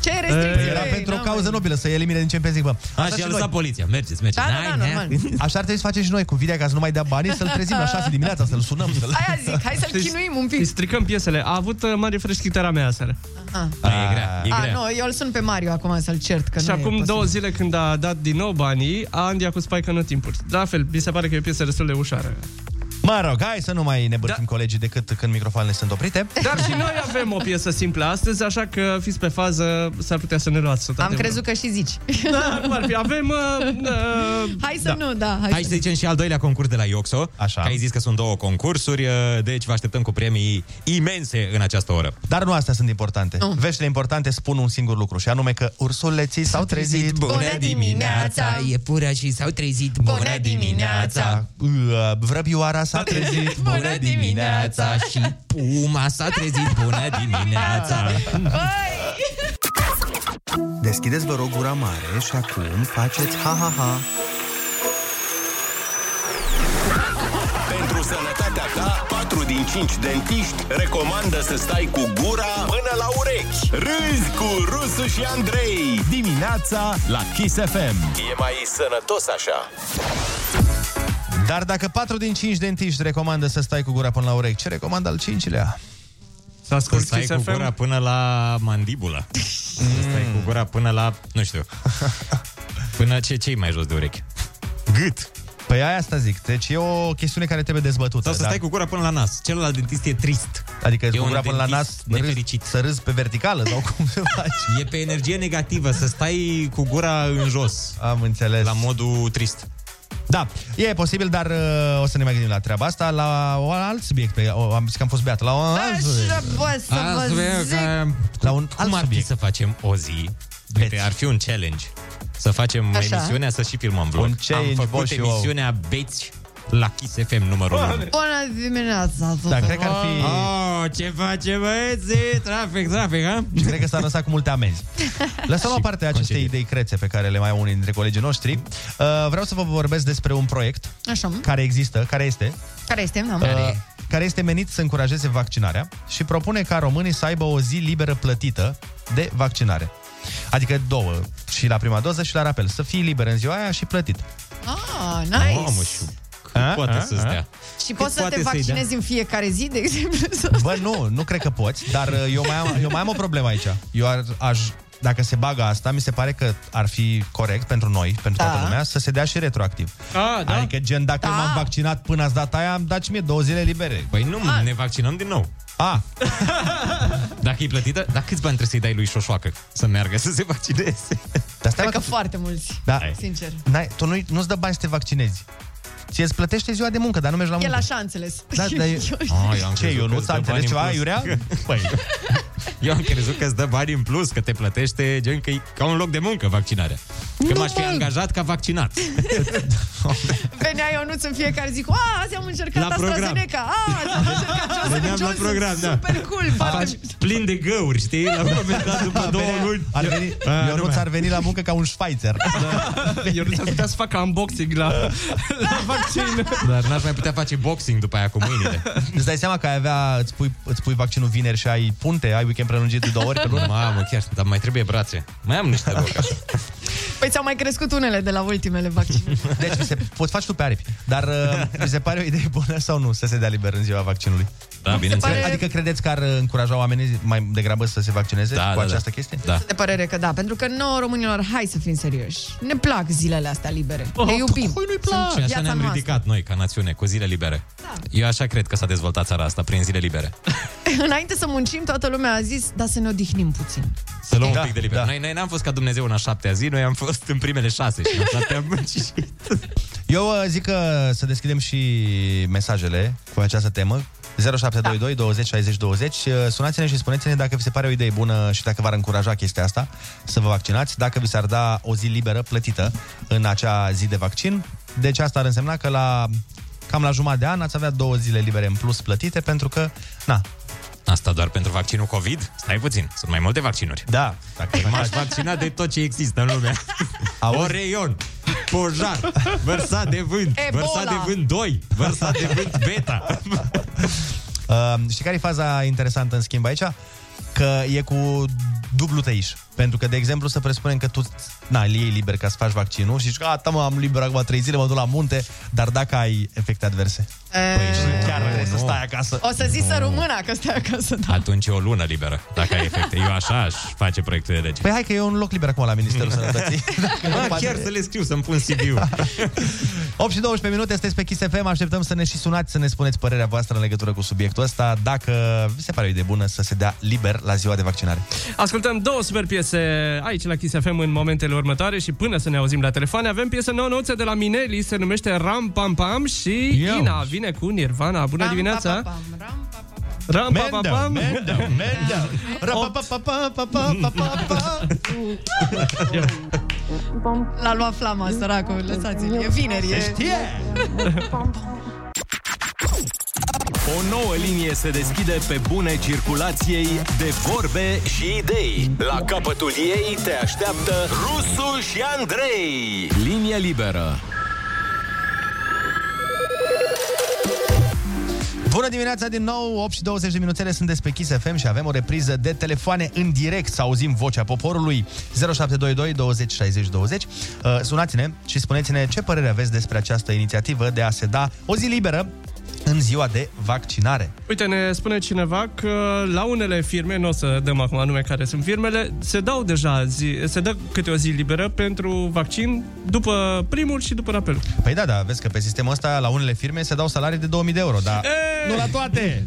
S10: Ce restricții?
S7: Era
S10: Ei,
S7: pentru o
S10: n-am
S7: cauză nobilă, să elimine din Champions League, bă.
S8: A, și a lăsat poliția. Mergeți, mergeți.
S10: Da, da, da, normal.
S7: Așa ar trebui să facem și noi cu Vidia ca să nu mai dea bani, să-l trezim la 6 dimineața, să-l sunăm. Să-l...
S10: Aia zic, hai
S7: Deci
S10: să-l chinuim un
S9: Îi
S10: pic.
S9: stricăm piesele. A avut uh, mare fresh chitara mea seară.
S10: Ah.
S9: e grea,
S10: A, nu, eu îl sun pe Mario acum să-l cert, că
S9: Și
S10: nu e
S9: acum
S10: posibil.
S9: două zile când a dat din nou banii, a Andia cu Spike în timpuri. La fel, mi se pare că e o piesă destul de ușoară. Da.
S7: Mă rog, hai să nu mai ne bârfim colegii decât când microfoanele sunt oprite.
S9: Dar și noi avem o piesă simplă astăzi, așa că fiți pe fază, s-ar putea să ne luați 100
S10: Am crezut că și zici.
S9: Da, cum ar fi. Avem... Uh, uh,
S10: hai să nu, da. Hai,
S8: Hai să zicem și al doilea concurs de la Ioxo. Așa. Că ai zis că sunt două concursuri, uh, deci vă așteptăm cu premii imense în această oră.
S7: Dar nu astea sunt importante. Nu. Veștile importante spun un singur lucru și anume că ursuleții s-au trezit.
S8: pura și s-au trezit.
S7: Bună dimineața! Ua, Vrăbioara s-a trezit. Bună dimineața! Și
S8: puma s-a trezit. Bună dimineața!
S20: Deschideți, vă rog, gura mare și acum faceți ha-ha-ha.
S1: Pentru sănătatea ta, 4 din 5 dentiști recomandă să stai cu gura până la urechi. Râzi cu Rusu și Andrei. Dimineața la Kiss FM. E mai sănătos așa.
S7: Dar dacă 4 din 5 dentiști recomandă să stai cu gura până la urechi, ce recomandă al cincilea?
S9: Să asculti
S8: stai cu gura până la mandibula. Să stai cu gura până la, nu știu, până ce ce mai jos de urechi.
S7: Gât! Păi aia asta zic, deci e o chestiune care trebuie dezbătută.
S8: Sau să stai cu gura până la nas. Celălalt dentist e trist.
S7: Da. Adică
S8: e
S7: cu
S8: un
S7: gura până la
S8: dentist
S7: nas, nefericit. să râzi pe verticală sau cum se face.
S8: E pe energie negativă, să stai cu gura în jos.
S7: Am înțeles.
S8: La modul trist.
S7: Da, e posibil, dar uh, o să ne mai gândim la treaba asta, la un alt subiect. Pe, o, am zis că am fost beat. La un
S10: Da,
S7: alt
S10: Așa, bă, să vă
S8: da.
S10: zic.
S7: La un Deci-
S8: alt Cum ar fi să facem o zi? Uite, ar fi un challenge. Să facem
S10: Așa.
S8: Așa. emisiunea, să și filmăm vlog.
S7: Un challenge,
S8: Am
S7: bă,
S8: făcut
S7: și eu.
S8: emisiunea Beți la Kiss FM numărul 1.
S10: Bună dimineața
S7: Da,
S10: tuturor.
S8: Oh, ce face băieții? Trafic, trafic, ha?
S7: Și cred că s-a lăsat cu multe amenzi. Lăsăm la o parte aceste idei crețe pe care le mai au unii dintre colegii noștri. Uh, vreau să vă vorbesc despre un proiect
S10: Așa, mă.
S7: care există, care este,
S10: Care este? Da.
S7: uh, care este menit să încurajeze vaccinarea și propune ca românii să aibă o zi liberă plătită de vaccinare. Adică două, și la prima doză și la rapel. Să fii liber în ziua aia și plătit.
S10: Ah, nice.
S7: A,
S8: poate
S7: a,
S8: să-ți
S7: a?
S8: dea?
S10: Și poți să te vaccinezi în fiecare zi, de exemplu?
S7: Bă, nu, nu cred că poți, dar uh, eu mai am, eu mai am o problemă aici. Eu ar, aș, dacă se bagă asta, mi se pare că ar fi corect pentru noi, pentru da. toată lumea, să se dea și retroactiv.
S9: A,
S7: da? Adică, gen, dacă da. m-am vaccinat până ați dat aia, am dat și mie două zile libere.
S8: Păi nu, ne vaccinăm din nou.
S7: A.
S8: Dacă e plătită, dar câți bani trebuie să-i dai lui Șoșoacă să meargă să se vaccineze?
S7: Dar
S10: Cred că foarte mulți,
S7: Da.
S10: sincer.
S7: N-ai, tu nu, nu-ți dă bani să te vaccinezi. Ți îți plătește ziua de muncă, dar nu mergi la
S10: El
S7: muncă.
S10: așa a înțeles.
S7: Da, da, eu...
S8: Ah, eu am
S7: Ce,
S8: crezut
S7: eu
S8: că
S7: nu
S8: îți
S7: s-a
S8: dă
S7: înțeles
S8: bani în
S7: ceva,
S8: plus.
S7: Iurea? Păi.
S8: Eu am crezut că îți dă bani în plus, că te plătește, gen că e ca un loc de muncă vaccinarea. Că m-aș fi angajat ca vaccinat.
S10: Venea Ionuț în fiecare zi cu A, azi am încercat
S8: La program.
S10: AstraZeneca, A, azi am încercat Johnson
S8: Veneam la
S10: Johnson.
S8: program, da.
S10: Super cool, foarte
S8: Faci plin de găuri, știi? La un moment dat, da, după două luni... Ah,
S7: Ar veni,
S8: A, nu
S7: eu nu
S8: mai-
S7: ți-ar veni la muncă ca un șvaițer.
S9: Eu nu ți-am Da. putea să facă unboxing la, la vaccin.
S8: Dar n-aș mai putea face boxing după aia cu mâinile.
S7: Îți dai seama că ai avea, îți pui, îți pui vaccinul vineri și ai punte, ai weekend prelungit de două ori pe lună?
S8: Mamă, chiar, dar mai trebuie brațe. Mai am niște loc așa.
S10: Păi ți-au mai crescut unele de la ultimele vaccinuri.
S7: Deci, mi se, poți faci tu pe aripi. Dar uh, mi se pare o idee bună sau nu să se dea liber în ziua vaccinului?
S8: Da, bineînțeles.
S10: pare-
S7: Adică credeți că ar uh, încuraja oamenii mai degrabă să se vaccineze da, cu
S8: da,
S7: această chestie?
S8: Da.
S10: De părere că da, pentru că nouă românilor, hai să fim serioși. Ne plac zilele astea libere.
S8: Oh,
S10: Ne iubim. Păi nu-i
S8: Și așa ne-am ridicat noi ca națiune, cu zile libere. Eu așa cred că s-a dezvoltat țara asta, prin zile libere.
S10: Înainte să muncim, toată lumea a zis, dar să ne odihnim puțin.
S8: Să luăm da, un pic de liber. Da. Noi, noi n-am fost ca Dumnezeu în a șaptea zi, noi am fost în primele șase și am muncit.
S7: Eu uh, zic că să deschidem și mesajele cu această temă. 0722 da. 20 60 20. Uh, Sunați-ne și spuneți-ne dacă vi se pare o idee bună și dacă v-ar încuraja chestia asta să vă vaccinați, dacă vi s-ar da o zi liberă plătită în acea zi de vaccin. Deci asta ar însemna că la cam la jumătate de an ați avea două zile libere în plus plătite pentru că, na,
S8: Asta doar pentru vaccinul COVID? Stai puțin, sunt mai multe vaccinuri.
S7: Da. Dacă
S8: M-aș vaccina de tot ce există în lume. Oreion, pojar, vărsat de vânt,
S10: Ebola.
S8: vărsat de vânt 2, vărsat de vânt beta.
S7: Uh, știi care e faza interesantă în schimb aici? Că e cu dublu tăiș. Pentru că, de exemplu, să presupunem că tu na, îl iei liber ca să faci vaccinul și zici că gata, mă, am liber acum 3 zile, mă duc la munte, dar dacă ai efecte adverse.
S10: Păi,
S7: și chiar trebuie să stai acasă.
S10: O să zici să rumâna că stai acasă, da.
S8: Oh. Atunci e o lună liberă, dacă ai efecte. Eu așa aș face proiectul de lege.
S7: Păi hai că e un loc liber acum la Ministerul
S8: Mm.
S7: Sănătății.
S8: Ah, chiar să le scriu, să-mi pun CV-ul.
S7: 8 și 12 minute, sunteți pe Kiss FM, așteptăm să ne și sunați, să ne spuneți părerea voastră în legătură cu subiectul ăsta, dacă vi se pare o idee bună să se dea liber la ziua de vaccinare.
S9: Ascultăm două super piese aici la Kiss FM în momentele următoare și până să ne auzim la telefoane avem piesă nouă nouță de la Mineli, se numește Ram Pam Pam și
S7: Ia
S9: Ina vine cu Nirvana. Bună dimineața! Ram Pam Pam Pam!
S10: L-a luat flama, săracul, lăsați-l. E vineri, e...
S1: Se știe! O nouă linie se deschide pe bune circulației de vorbe și idei. La capătul ei te așteaptă Rusu și Andrei. Linie liberă.
S7: Bună dimineața din nou, 8 și 20 de minuțele sunteți pe Kiss FM și avem o repriză de telefoane în direct să auzim vocea poporului 0722 20 60 20. Uh, Sunați-ne și spuneți-ne ce părere aveți despre această inițiativă de a se da o zi liberă în ziua de vaccinare.
S9: Uite, ne spune cineva că la unele firme, nu o să dăm acum nume care sunt firmele, se dau deja zi, se dă câte o zi liberă pentru vaccin după primul și după rapel.
S7: Păi da, da, vezi că pe sistemul ăsta la unele firme se dau salarii de 2000 de euro, dar...
S8: Nu la toate!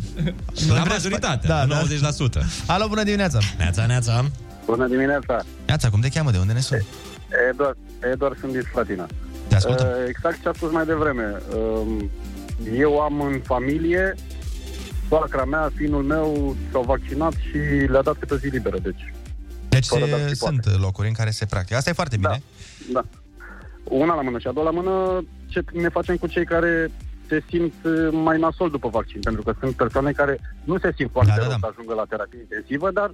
S8: La majoritate,
S7: Da,
S8: da,
S7: da.
S8: 90%.
S7: Alo, bună dimineața!
S8: Neața, neața!
S7: Bună dimineața! Neața, cum te cheamă? De unde ne suni?
S19: Eduard, Eduard sunt din Slatina.
S7: Te ascultăm.
S19: Uh, Exact ce a spus mai devreme. Um, Eu am în familie, soacra mea, finul meu s-au vaccinat și le-a dat câte zi liberă, deci.
S7: Deci
S19: Fără dacă
S7: se, sunt locuri în care se practică. Asta e foarte bine.
S19: Da. Una la mână și a doua la mână ce ne facem cu cei care se simt uh, mai nasol după vaccin, pentru că sunt persoane care nu se simt foarte da, rău da, da. să ajungă la terapie intensivă, dar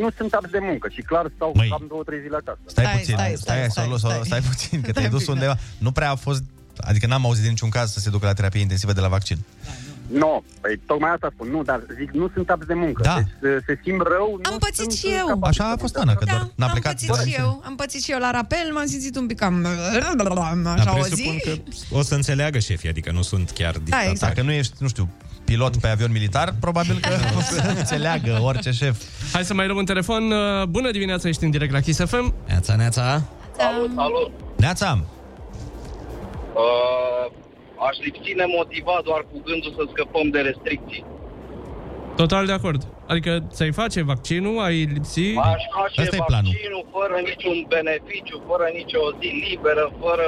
S19: nu sunt abs de muncă și clar stau Măi. cam două, trei zile acasă.
S7: Stai, stai puțin, stai, stai, stai, stai, stai, stai puțin, că te-ai dus undeva. Nu prea a fost, adică n-am auzit de niciun caz să se ducă la terapie intensivă de la vaccin.
S19: Nu, no, păi, tocmai asta spun, nu, dar zic, nu sunt abs de muncă, da. deci se, se simt rău.
S10: Am pățit și eu.
S7: Așa a fost Ana, că
S10: Da.
S7: doar n-a
S10: Am
S7: plecat.
S10: pățit și eu, am pățit și eu la rapel, m-am simțit un pic cam... Așa o zi.
S8: că o să înțeleagă șefii, adică nu sunt chiar dictatori.
S10: exact.
S7: Dacă nu ești, nu știu, pilot pe avion militar, probabil că o să înțeleagă orice șef.
S9: Hai să mai luăm un telefon. Uh, Bună dimineața, ești în direct la Kiss FM.
S8: Neața, neața.
S9: Salut,
S21: salut.
S7: Neața.
S21: Uh, aș lipsi nemotivat doar cu gândul să scăpăm de restricții.
S9: Total de acord. Adică ți-ai face vaccinul, ai lipsi...
S21: Aș face vaccinul fără niciun beneficiu, fără nicio zi liberă, fără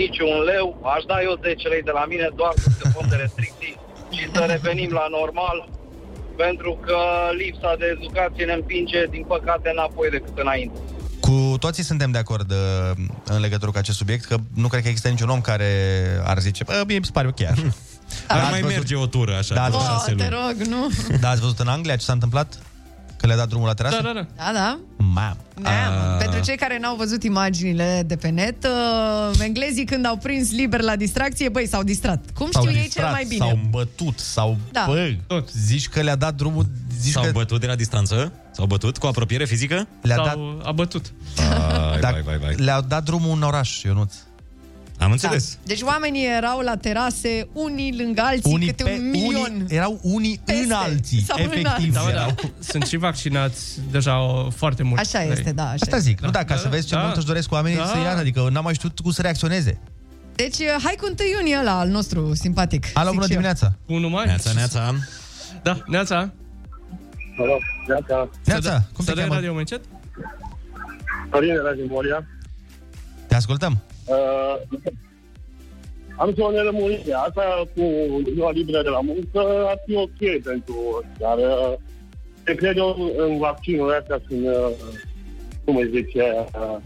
S21: niciun leu. Aș da eu 10 lei de la mine doar să scăpăm de restricții și să revenim la normal, pentru că lipsa de educație ne împinge, din păcate, înapoi decât înainte.
S7: Cu toții suntem de acord uh, în legătură cu acest subiect, că nu cred că există niciun om care ar zice, bă, mie mi se pare ok așa.
S8: Ar mai merge o tură așa,
S7: Da,
S8: da,
S7: ați
S8: da.
S7: văzut-
S10: Oh, te rog, nu.
S7: da, ați văzut în Anglia ce s-a întâmplat? Că le-a dat drumul la terasă?
S9: da.
S10: Da, da.
S7: Mam.
S10: Neam. Pentru cei care n-au văzut imaginile de pe net, uh, englezii când au prins liber la distracție, băi, s-au distrat. Cum știu ei cel mai bine?
S7: S-au bătut, s-au...
S10: Da.
S7: Bă, tot. Zici că le-a dat drumul... Zici
S8: S-au
S7: că...
S8: bătut de la distanță? S-au bătut cu apropiere fizică?
S7: Le-a
S8: Sau
S7: dat...
S9: a bătut.
S8: Vai, vai, vai, vai.
S7: Le-au dat drumul în oraș, Ionuț.
S8: Am
S10: Da. Deci oamenii erau la terase, unii lângă alții,
S7: Unii
S10: câte
S7: pe-
S10: un milion.
S7: unii- erau unii
S10: Peste. în alții, Sau în efectiv alții.
S9: Da, mă,
S10: erau.
S9: da. Sunt și vaccinați deja o, foarte mult.
S10: Așa este, da, așa
S7: Asta
S10: este.
S7: zic, nu? Dacă
S9: da,
S7: să vezi ce
S9: da.
S7: mult își doresc oamenii
S9: Da.
S7: să ia, adică n-am mai știut cum să reacționeze.
S10: Deci uh, hai cu 1 iunie ăla al nostru simpatic.
S7: Alo,
S10: zic
S7: bună
S10: și eu.
S7: dimineața!
S9: Bună mai.
S8: Neața, neața.
S9: Da, neața.
S19: Alo, neața.
S7: Neața, Da, cum te
S9: Să dai
S7: cheamă?
S9: radio mai încet?
S19: Sorin era din Bolia.
S7: Te ascultăm.
S19: Uh, am să o nelămurire. Asta cu ziua liberă de la muncă ar fi ok pentru ori, dar uh, se crede în- în vaccinul ăsta sunt, uh, cum îi zice, uh,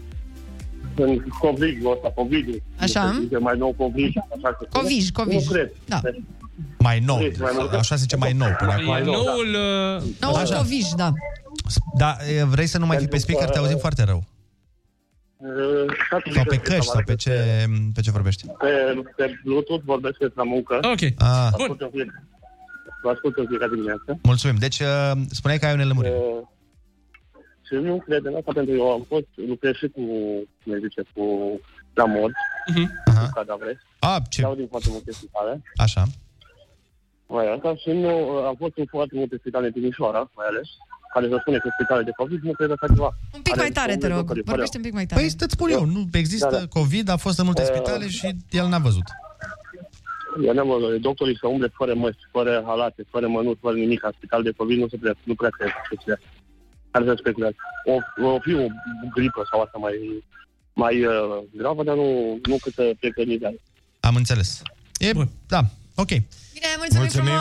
S19: sunt covigul ăsta, covigul.
S10: Așa.
S19: Se zice Mai nou covig, așa că...
S10: Covij, covij.
S19: Nu cred.
S10: Da.
S7: Mai nou. Așa se zice mai nou până acum.
S9: E noul... uh,
S10: Noul
S7: Așa.
S10: Covij, da.
S7: Da, e, vrei să nu mai fii pe speaker, te auzim foarte rău. Sau pe căști, sau pe ce, pe ce vorbești.
S19: Pe, pe Bluetooth vorbesc la muncă.
S9: Ok.
S7: Ah.
S19: Ascult în fiecare- Vă ascult în fiecare dimineață.
S7: Mulțumim. Deci, uh, spuneai că ai o nelămurire.
S19: Uh, Și nu cred în asta pentru că eu am fost, lucrez și cu, cum se zice, cu la mod,
S9: Uh-huh.
S19: cu cadavre.
S7: A, Ah, ce?
S19: Dau din foarte multe spitale.
S7: Așa.
S19: Mai asta și nu, uh, am fost în foarte multe spitale în Timișoara, mai ales, care se spune că spitale de COVID, nu cred așa ceva.
S10: Un pic mai tare, te rog. Vorbește un pic mai tare.
S7: Păi, stă-ți spun eu, nu există
S19: Da, da.
S7: COVID, a fost în multe
S19: Uh,
S7: spitale și el n-a văzut.
S19: Eu n-am văzut, doctorii să umble fără măști, fără halate, fără mănuți, fără nimic, la spital de COVID nu se prea, nu prea cred că se care să speculează. O, o fi o gripă sau asta mai, mai uh, gravă, dar nu, nu cât să precănizează.
S7: Am înțeles. E, da, ok.
S10: Bine, mulțumim,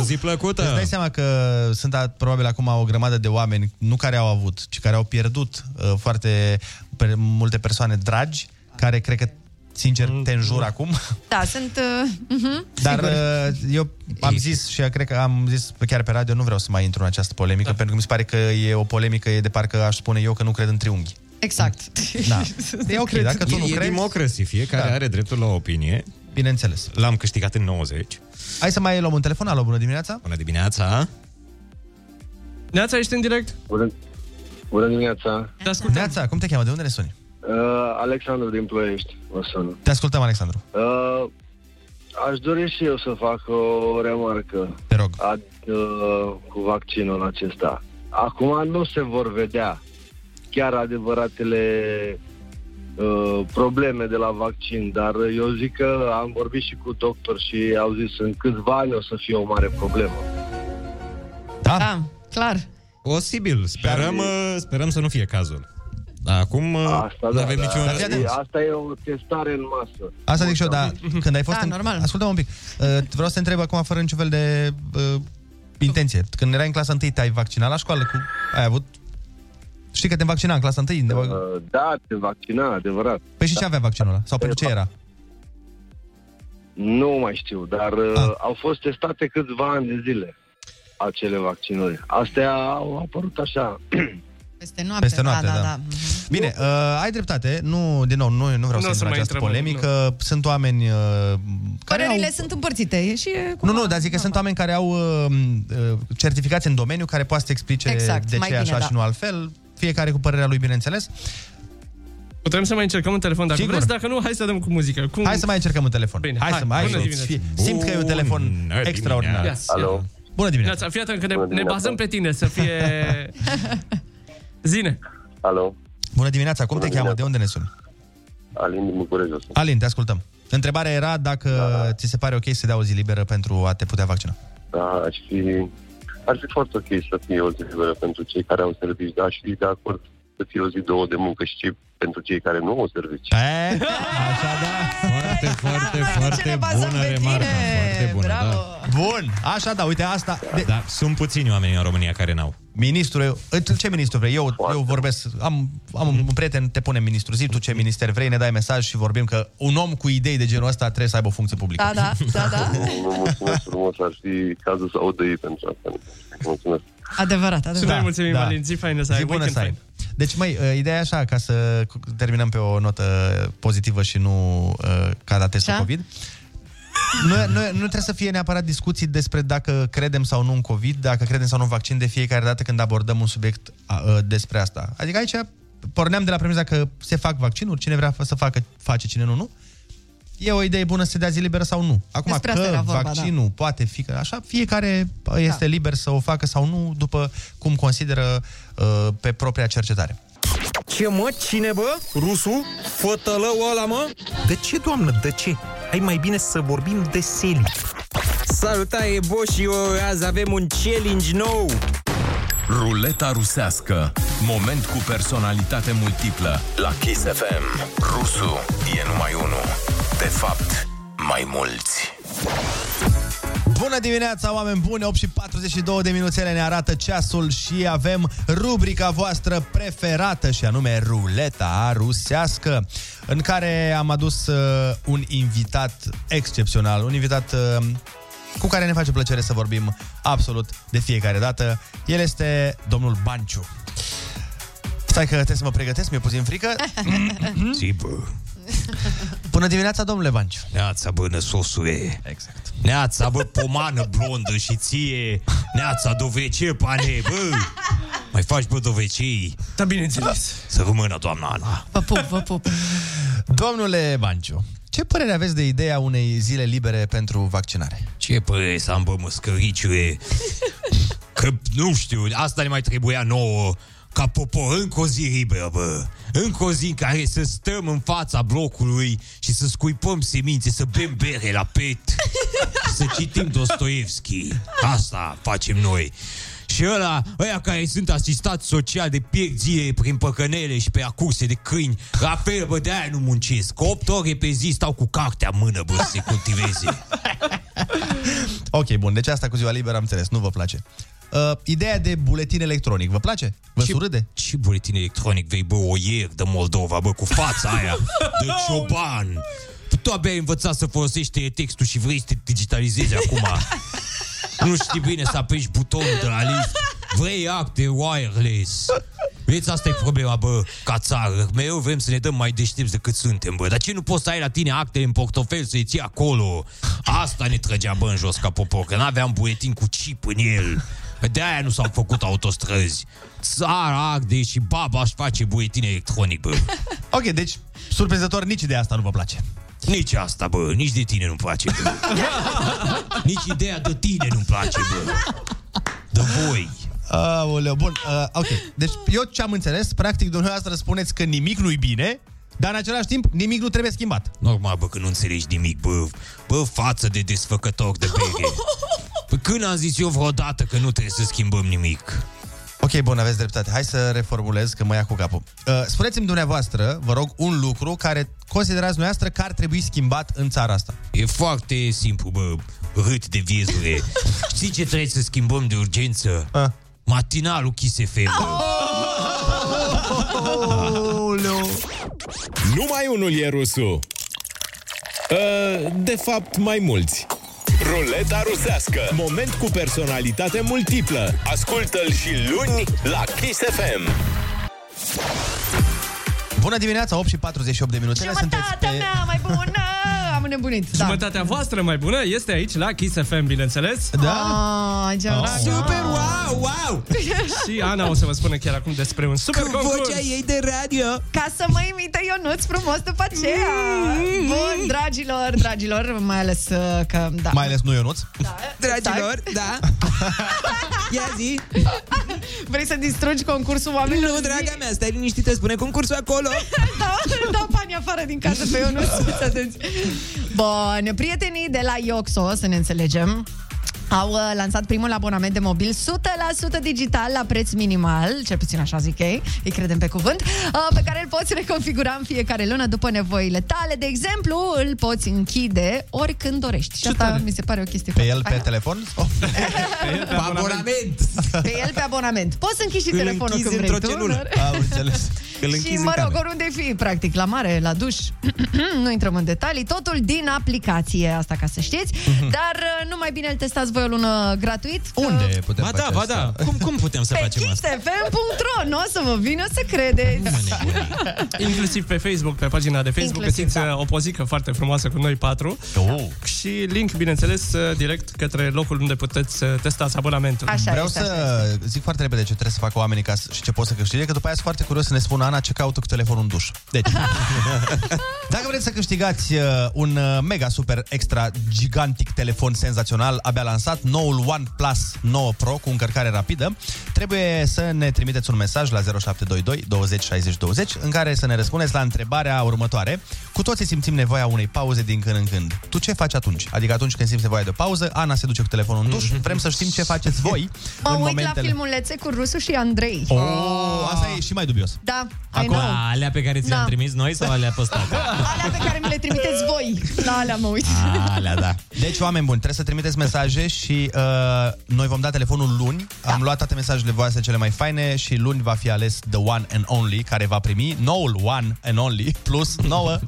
S8: o zi plăcută!
S7: Îți dai seama că sunt a- probabil acum o grămadă de oameni, nu care au avut, ci care au pierdut uh, foarte pe, multe persoane dragi, care cred că, sincer,
S8: Mm.
S7: te înjur acum.
S10: Da, sunt... Uh, uh-huh.
S7: Dar uh, eu am zis și cred că am zis chiar pe radio, nu vreau să mai intru în această polemică, da. pentru că mi se pare că e o polemică, e de parcă aș spune eu că nu cred în triunghi.
S10: Exact.
S7: Da. E ok, dacă tu
S8: e,
S7: nu
S8: e
S7: crezi-
S8: democracy, fiecare
S7: Da.
S8: are dreptul la opinie.
S7: Bineînțeles.
S8: L-am câștigat în 90.
S7: Hai să mai luăm un telefon. Alo, bună dimineața!
S8: Bună dimineața!
S9: Neața, ești în direct?
S22: Bună, bună dimineața!
S9: Te ascultăm.
S7: Neața, cum te cheamă? De unde ne suni?
S22: Uh, Alexandru din Ploiești, vă sun.
S7: Te ascultăm, Alexandru.
S22: Uh, aș dori și eu să fac o remarcă.
S7: Te rog.
S22: Ad, uh, cu vaccinul acesta. Acum nu se vor vedea chiar adevăratele uh, probleme de la vaccin, dar eu zic că am vorbit și cu doctor și au zis în câțiva ani o să fie o mare problemă.
S7: Da.
S10: da, clar.
S8: Posibil. Sperăm, uh, sperăm să nu fie cazul. Acum
S22: Asta,
S18: da,
S8: nu avem niciun
S22: asta, e,
S8: răspuns.
S22: Da, asta e o testare în masă.
S7: Asta zic și eu, dar când ai fost... Da, în... normal. Ascultă un pic. Uh, vreau să te întreb acum, fără niciun fel de uh, intenție. Când erai în clasa 1, te-ai vaccinat la școală? Cu... Ai avut... Știi că te vaccina în clasa 1? Uh,
S22: da, te vaccina, adevărat.
S7: Păi și
S22: da.
S7: ce avea vaccinul ăla? Sau pentru ce era?
S22: Nu mai știu, dar
S7: Ah.
S22: uh, au fost testate câțiva ani de zile acele vaccinuri. Astea au apărut așa.
S10: Peste noapte,
S7: Peste noapte,
S10: da, da,
S7: da.
S10: da.
S7: Bine, uh, ai dreptate. Nu, din nou, nu, nu vreau
S8: o
S7: să
S8: să
S7: intru în
S8: mai
S7: această
S8: întrebăm,
S7: polemică. Sunt oameni uh, care au
S10: Părerile sunt împărțite e și e cu...
S7: Nu, nu, dar zic că sunt oameni care au uh, uh, certificații în domeniu care poate să te explice
S10: Exact,
S7: de ce
S10: mai
S7: e
S10: bine,
S7: așa
S10: da.
S7: și nu altfel. Fiecare cu părerea lui, bineînțeles.
S9: Putem să mai încercăm un telefon dacă
S7: Sigur.
S9: vreți, dacă nu, hai să dăm cu muzică. Cum...
S7: Hai să mai încercăm un telefon.
S9: Bine,
S7: Hai să mai- hai
S9: Bună
S7: să-
S9: dimineața.
S7: simt că e un telefon
S9: Bună
S7: extraordinar.
S9: dimineața.
S7: Alo. Bună dimineața.
S9: Neața, Fii atent că ne,
S7: Bună
S9: ne
S7: dimineața.
S9: bazăm pe tine să fie... Zine.
S4: Alo,
S7: Bună dimineața, cum te cheamă? De unde ne suni?
S4: Alin din București. vă sunt.
S7: Alin, te ascultăm. Întrebarea era dacă ți se pare ok să dea o zi liberă pentru a te putea vaccina.
S4: Da, ar fi, ar fi foarte ok să fie o zi liberă pentru cei care au servici, dar și de acord să fie o zi, două de muncă și ce- pentru cei care nu au servici.
S7: E? Așa da.
S8: Foarte, foarte, foarte bună remarca. Foarte bună, da.
S7: Bun, așa da, uite asta... De...
S8: Da, sunt puțini oameni în România care n-au.
S7: Ministru, eu- îți- ce ministru vrei? Eu, eu vorbesc, am, am un prieten, te pune ministru, zi tu ce minister vrei, ne dai mesaj și vorbim că un om cu idei de genul ăsta trebuie să aibă o funcție publică.
S10: Da, da, da, da.
S4: Vă mulțumesc frumos, ar fi cazul să audă ei pentru asta. Mulțumesc.
S10: Adevărat, adevărat.
S9: Și noi mulțumim, Alin. Zi faină să ai,
S7: Da. Zi bună
S9: weekend
S7: să ai.
S9: fain.
S7: Deci, mai ideea e așa, ca să cu- terminăm pe o notă pozitivă și nu uh, ca la testul
S10: Așa?
S7: COVID. Nu, nu, nu trebuie să fie neapărat discuții despre dacă credem sau nu în COVID, dacă credem sau nu în vaccin de fiecare dată când abordăm un subiect a, uh, despre asta. Adică aici porneam de la premisa că se fac vaccinuri, cine vrea să facă, face, cine nu, nu. E o idee bună să se dea zi liberă sau nu. Acum,
S10: Despre asta
S7: că
S10: era vorba, da.
S7: vaccinul poate fi, că așa, fiecare
S18: Da.
S7: este liber să o facă sau nu, după cum consideră uh, pe propria cercetare.
S16: Ce mă? Cine bă? Rusul? Fătălău ăla mă? De ce, doamnă, de ce? Hai mai bine să vorbim de seli. Salutare, Bo și eu, azi avem un challenge nou.
S1: Ruleta rusească. Moment cu personalitate multiplă. La Kiss FM. Rusu e numai unul. De fapt, mai mulți.
S7: Bună dimineața, oameni buni! 8 și 42 de minuțele ne arată ceasul și avem rubrica voastră preferată și anume ruleta rusească în care am adus uh, un invitat excepțional, un invitat uh, cu care ne face plăcere să vorbim absolut de fiecare dată. El este domnul Banciu. Stai că trebuie să mă pregătesc, mi-e puțin frică. Mm-hmm.
S23: Zi, bă.
S7: Bună dimineața, domnule Banciu!
S23: Neața, bă, năsosule.
S7: Exact.
S23: Neața, bă, pomană blondă și ție. Neața, dovece, pane, bă. Mai faci, bă, dovecei.
S9: Da, bineînțeles.
S23: Să vă mână, doamna Ana.
S10: Vă pup, vă pup.
S7: Domnule Banciu, ce părere aveți de ideea unei zile libere pentru vaccinare?
S23: Ce părere să am, bă, măscăriciule? Că, nu știu, asta ne mai trebuia nouă ca popor încă o zi liberă, bă. Încă o zi în care să stăm în fața blocului și să scuipăm semințe, să bem bere la pet și să citim Dostoevski. Asta facem noi. Și ăla, ăia care sunt asistați social de pierdire prin păcănele și pe acuse de câini, la fel, bă, de-aia nu muncesc. 8 ore pe zi stau cu cartea în mână, bă, să se cultiveze.
S7: Ok, bun, deci asta cu ziua liberă am înțeles, nu vă place. Uh, ideea de buletin electronic, vă place? Vă ce... surâde?
S23: Ce buletin electronic vei, bă, o ieri de Moldova, bă, cu fața aia de cioban. Tu abia ai învățat să folosești textul și vrei să te digitalizezi acum. Nu știi bine să apeși butonul de la lift. Vrei acte wireless. Vezi, asta e problema, bă, ca țară. Mereu vrem să ne dăm mai deștepți decât suntem, bă. Dar ce nu poți să ai la tine acte în portofel să-i ții acolo? Asta ne trăgea, bă, în jos ca popor, că n-aveam buletin cu chip în el. De-aia nu s-au făcut autostrăzi. Țara Agde și baba își face buletin electronic, bă.
S7: Ok, deci, surprinzător, nici de asta nu vă place.
S23: Nici asta, bă, nici de tine nu-mi place, bă. Nici ideea de tine nu-mi place, bă. De voi.
S7: Aoleu, bun, uh, ok. Deci, eu ce am înțeles, practic, dumneavoastră spuneți că nimic nu-i bine, dar în același timp, nimic nu trebuie schimbat.
S23: Normal, bă, că nu înțelegi nimic, bă. Bă, față de desfăcător de bere. Bă, când am zis eu vreodată că nu trebuie să schimbăm nimic?
S7: Ok, bun, aveți dreptate. Hai să reformulez, că mă ia cu capul. Uh, spuneți-mi dumneavoastră, vă rog, un lucru care considerați dumneavoastră că ar trebui schimbat în țara asta.
S23: E foarte simplu, bă, rât de viezule. Știi ce trebuie să schimbăm de urgență?
S7: Ah.
S23: A. Matinalul Kiss FM. bă.
S1: Numai unul e rusul. Uh, De fapt, mai mulți. Ruleta rusească. Moment cu personalitate multiplă. Ascultă-l și luni la Kiss FM.
S7: Bună dimineața, 8 și 48 de minute. Sunteți pe...
S10: Mea mai bună! Am înnebunit, da.
S9: Jumătatea voastră mai bună este aici la Kiss FM, bineînțeles.
S7: Da.
S10: Ah,
S7: Oh.
S10: geam-
S9: Super,
S23: wow, wow!
S9: Și Ana o să vă spună chiar acum despre un super concurs.
S23: ei de radio.
S10: Ca să mă imite Ionuț frumos după aceea. Bun, dragilor, dragilor, mai ales uh, că... Da.
S7: Mai ales nu Ionuț.
S10: Dragilor,
S23: da. Ia zi.
S10: Vrei să distrugi concursul oamenilor?
S23: Nu, draga mea, stai liniștită, spune concursul acolo.
S10: da, dau banii afară din casă pe Ionuț. Fiți atenți. Bun, prietenii de la Ioxo, să ne înțelegem, au uh, lansat primul abonament de mobil 100% digital la preț minimal, cel puțin așa zic ei, îi credem pe cuvânt, uh, pe care îl poți reconfigura în fiecare lună după nevoile tale. De exemplu, îl poți închide oricând dorești. Și asta mi se pare o chestie
S7: Pe
S10: foarte
S7: el pe
S10: faină.
S7: telefon?
S23: Oh. Pe abonament.
S10: Pe el pe abonament. Poți să închizi și
S23: Îl
S10: telefonul
S23: închizi
S10: când vrei
S23: într-o
S10: tu,
S23: celulă.
S10: dar-
S7: Am înțeles. Îl
S10: și mă rog, oriunde ai fi, practic, la mare, la duș, nu intrăm în detalii, totul din aplicație, asta ca să știți, dar uh, nu mai bine îl testați voi o lună gratuit. Unde?
S23: Ba da, ba da. Cum, cum putem să
S10: Pe
S23: facem asta?
S10: kissfm.ro, nu o să vă vină să credeți.
S9: Inclusiv pe Facebook, pe pagina de Facebook,
S10: Inclusiv,
S9: găsiți da. o pozică foarte frumoasă cu noi patru.
S7: Oh.
S9: Și link, bineînțeles, uh, direct către locul unde puteți uh, testați abonamentul.
S7: Vreau să zic foarte repede ce trebuie să facă oamenii ca să, și ce pot să câștige, că după aia sunt foarte curios să ne spună Ana ce caută cu telefonul în duș. Deci, dacă vreți să câștigați uh, un uh, mega super extra gigantic telefon senzațional abia lansat, noul OnePlus 9 Pro cu încărcare rapidă, trebuie să ne trimiteți un mesaj la 0722 20 60 20 în care să ne răspundeți la întrebarea următoare. Cu toții simțim nevoia unei pauze din când în când. Tu ce faci atunci? Adică atunci când simți nevoia de o pauză, Ana se duce cu telefonul în duș. Vrem să știm ce faceți voi
S10: Mă
S7: în
S10: Mm-hmm. uit
S7: momentele...
S10: la filmulețe cu Rusu și Andrei.
S7: Oh,
S8: Ah.
S7: asta e și mai dubios.
S10: Da, I
S8: Acum,
S10: know.
S8: alea pe care ți le-am
S10: Da.
S8: trimis noi sau alea postate?
S10: Alea pe care mi le trimiteți voi. La alea mă uit.
S7: Alea, da. Deci, oameni buni, trebuie să trimiteți mesaje și uh, noi vom da telefonul luni. Da. Am luat toate mesajele voastre cele mai faine și luni va fi ales The One and Only, care va primi noul One and Only plus 9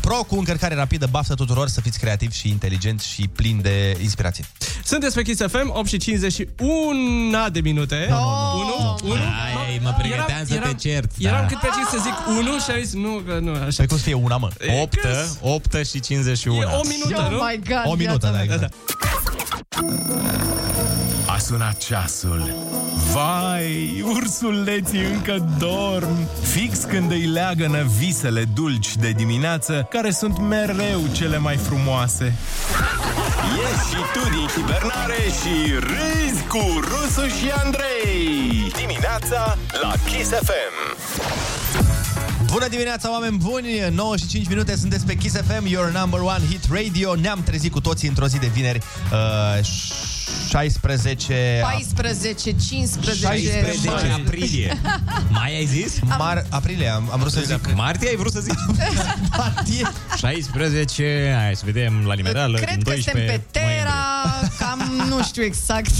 S7: Pro cu încărcare rapidă, baftă tuturor, să fiți creativi și inteligenți și plini de inspirație.
S9: Sunteți pe Kiss FM, 8 și 51 de minute. No, no, no. 1, 1.
S8: Ai, mă pregăteam să te cert.
S9: Eram
S8: da.
S9: cât pe cinci să zic 1 și am zis nu, că nu, așa.
S7: Păi cum să fie una, mă?
S8: 8, 8 și 51.
S9: E o minută,
S10: Oh
S9: nu?
S10: my God,
S7: O minută, da, exact.
S6: A sunat ceasul. Vai, ursuleții încă dorm. Fix când îi leagănă visele dulci de dimineață, care sunt mereu cele mai frumoase.
S1: Ieși și tu din hibernare și râzi cu Rusu și Andrei. Dimineața la Kiss FM.
S7: Bună dimineața, oameni buni! 95 minute, sunteți pe Kiss FM, your number one hit radio. Ne-am trezit cu toții într-o zi de vineri, uh, 16...
S10: 14, 15...
S7: 16 aprilie.
S8: Mai ai zis?
S7: Mar- aprilie, am, am vrut să zic.
S8: Martie ai vrut să zici?
S7: Martie.
S8: 16, hai să vedem Da, la liberală.
S10: Cred că suntem pe Terra, cam nu știu exact.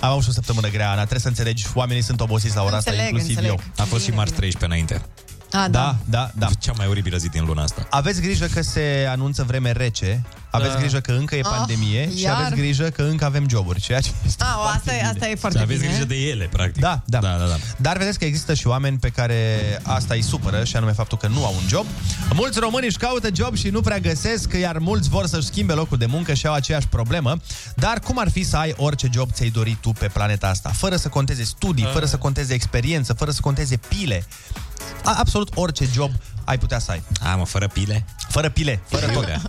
S7: Am avut și o săptămână grea, Ana. Trebuie să înțelegi, oamenii sunt obosiți la ora asta,
S10: Înțeleg,
S7: inclusiv
S10: înțeleg.
S7: eu.
S8: A fost și marți 13 înainte.
S10: A, da.
S7: da, da.
S8: Cea mai oribilă zi din luna asta.
S7: Aveți grijă că se anunță vreme rece, aveți
S8: Da.
S7: grijă că încă e
S10: Ah,
S7: pandemie și
S10: iar.
S7: aveți grijă că încă avem joburi, ceea ce este
S10: A, o, asta, e, asta e foarte
S8: aveți
S10: bine.
S8: grijă de ele, practic.
S7: Da, da. da, da, da. Dar vedeți că există și oameni pe care asta îi supără și anume faptul că nu au un job. Mulți români își caută job și nu prea găsesc, iar mulți vor să-și schimbe locul de muncă și au aceeași problemă. Dar cum ar fi să ai orice job ți-ai dori tu pe planeta asta? Fără să conteze studii, fără să conteze experiență, fără să conteze pile. A, absolut orice job ai putea să ai.
S8: A, mă, fără pile?
S7: Fără pile, fără tot.
S8: Ia,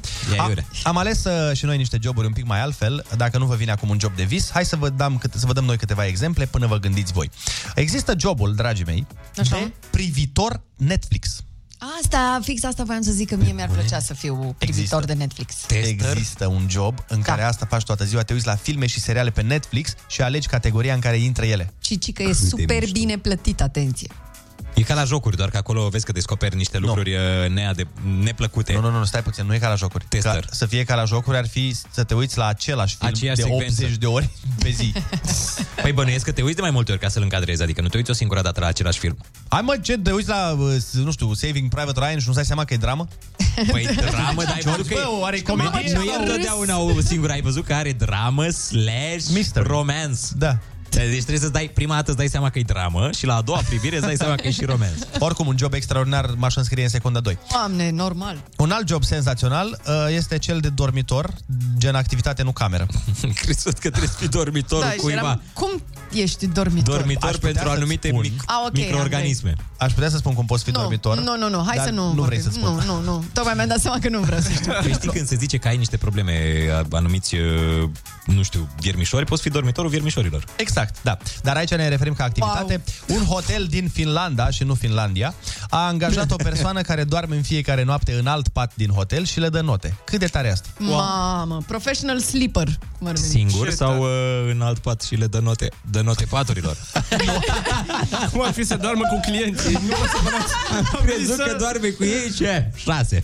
S7: A,
S8: iure.
S7: am ales uh, și noi niște joburi un pic mai altfel. Dacă nu vă vine acum un job de vis, hai să vă, dăm, câte- să vă dăm noi câteva exemple până vă gândiți voi. Există jobul, dragii mei, Așa. de privitor Netflix.
S10: Asta, fix asta voiam să zic că mie mi-ar plăcea să fiu privitor de Netflix.
S7: Există un job în care asta faci toată ziua, te uiți la filme și seriale pe Netflix și alegi categoria în care intră ele.
S10: Și ci că e
S7: Cât de
S10: super bine plătit, atenție.
S8: E ca la jocuri, doar că acolo vezi că descoperi niște lucruri no. neade, neplăcute.
S7: Nu, nu, nu, stai puțin, nu e ca la jocuri. Tester. Ca, să fie ca la jocuri ar fi să te uiți la același film
S8: Aceeași
S7: de
S8: secvență.
S7: 80 de ori pe zi.
S8: Păi bănuiesc că te uiți de mai multe ori ca să-l încadrezi, adică nu te uiți o singură dată la același film.
S7: Hai mă, ce, te uiți la, uh, nu știu, Saving Private Ryan și nu-ți dai seama că e dramă?
S8: Păi dramă, dar ai văzut că
S7: Bă, oare
S8: Mamă,
S7: comedie?
S8: Nu e întotdeauna o singură, ai văzut că are dramă slash Mister. romance.
S7: Da.
S8: Deci trebuie să dai, prima dată îți dai seama că e dramă și la a doua privire îți dai seama că e și romance.
S7: Oricum, un job extraordinar m-aș înscrie în secunda 2.
S10: Doamne, normal.
S7: Un alt job senzațional uh, este cel de dormitor, gen activitate, nu cameră.
S8: Crezut că trebuie să fii dormitorul
S10: Da, și eram, cum ești dormitor?
S7: Aș putea să-ți spun-
S10: A, Ah, ok, microorganisme.
S7: Aș putea să spun cum poți fi dormitor.
S10: Nu, nu, nu, hai
S7: dar
S10: să nu
S7: Nu vrei
S10: vorbim.
S7: să spun.
S10: Nu, nu, nu. Tocmai mi-am dat seama că nu vreau să știu.
S8: Păi știi când se zice că ai niște probleme a- anumiți, uh, nu știu, viermișori, poți fi dormitorul viermișorilor.
S7: Exact, da. Dar aici ne referim ca activitate. Wow. Un hotel din Finlanda și nu Finlandia a angajat o persoană care doarme în fiecare noapte în alt pat din hotel și le dă note. Cât de tare e asta?
S10: Mamă, professional sleeper. cum ar veni.
S8: Singur sau uh, în alt pat și le dă note, dă note paturilor.
S9: Cum ar fi să doarmă cu clienții? Nu o să vă
S8: Am crezut că doarme cu ei ce? Șase.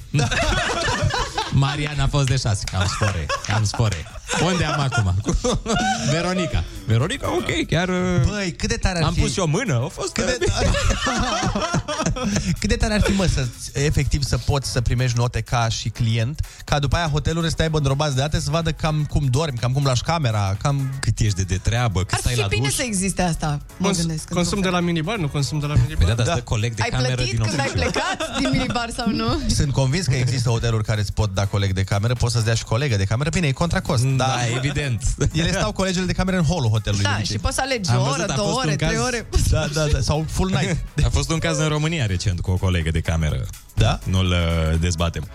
S8: Marian a fost de șase. Am spore, am spore. Unde am acum? Cu Veronica. Veronica, ok, chiar... uh,
S7: Băi, cât de tare ar
S8: Am
S7: fi?
S8: pus și o mână, a fost... Cât de
S7: Cât de tare ar fi, mă, să, efectiv să poți să primești note ca și client, ca după aia hotelurile să te aibă îndrobați de date, să vadă cam cum dormi, cam cum lași camera, cam...
S8: Cât ești de de treabă, cât
S10: Ar fi bine să existe asta, mă gândesc. într-un
S9: Consum de la minibar, nu consum de la minibar. Păi
S8: da, da, da. coleg
S10: fel. Ai plătit când ai plecat din minibar sau nu?
S7: Sunt convins că există hoteluri care îți pot da coleg de cameră, poți să-ți dea și colegă de cameră. Bine, e contra cost. Da,
S8: evident.
S7: Ele stau colegele de cameră în holul hotelului. de
S10: Da,
S7: obicei.
S10: și poți să alegi o oră, două ore, trei ore.
S7: Da, da, da, sau full night.
S8: A fost un caz în România recent cu o colegă de cameră.
S7: Da?
S8: Nu-l uh, dezbatem.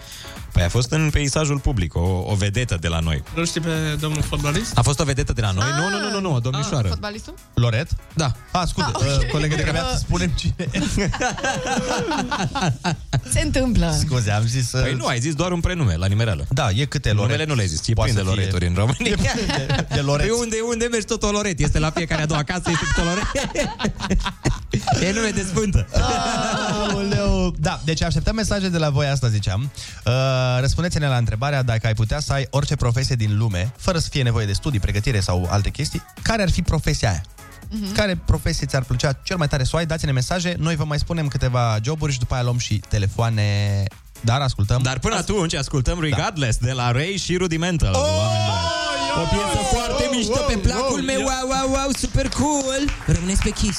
S8: Păi a fost în peisajul public, o, o vedetă de la noi.
S9: Nu știi pe domnul fotbalist?
S8: A fost o vedetă de la noi? Nu, nu, nu, nu, nu, o
S7: Ah,
S8: domnișoară.
S10: Ah, Fotbalistul?
S7: Loret?
S8: Da.
S7: A, scuze,
S10: Ah, ok.
S7: uh, colegă de cameră,
S10: Uh.
S7: să spunem cine.
S10: Se întâmplă.
S7: Scuze, am zis... uh,
S8: Păi nu, ai zis doar un prenume la nimerelă.
S7: Da, e câte Loret.
S8: Numele nu le-ai zis, e plin de Loreturi în România.
S7: De, de Loret.
S8: Păi unde, unde mergi tot o Loret? Este la fiecare a doua casă, este tot o Loret. e nume de sfântă.
S7: Aoleu. Da, deci așteptăm mesaje de la voi, asta ziceam. Uh, răspundeți-ne la întrebarea dacă ai putea să ai orice profesie din lume, fără să fie nevoie de studii, pregătire sau alte chestii, care ar fi profesia aia?
S4: Hmm?
S7: Mm-hmm. Care profesie ți-ar plăcea cel mai tare să o ai? Dați-ne mesaje, noi vă mai spunem câteva joburi și după aia luăm și telefoane, dar ascultăm.
S8: Dar până atunci ascultăm
S7: Da.
S8: Regardless de la Ray și
S7: Oh!
S8: Rudimental. oameni buni. O piesă foarte mișto pe placul meu. Wow, wow, wow, super cool. Rămâneți pe Kiss.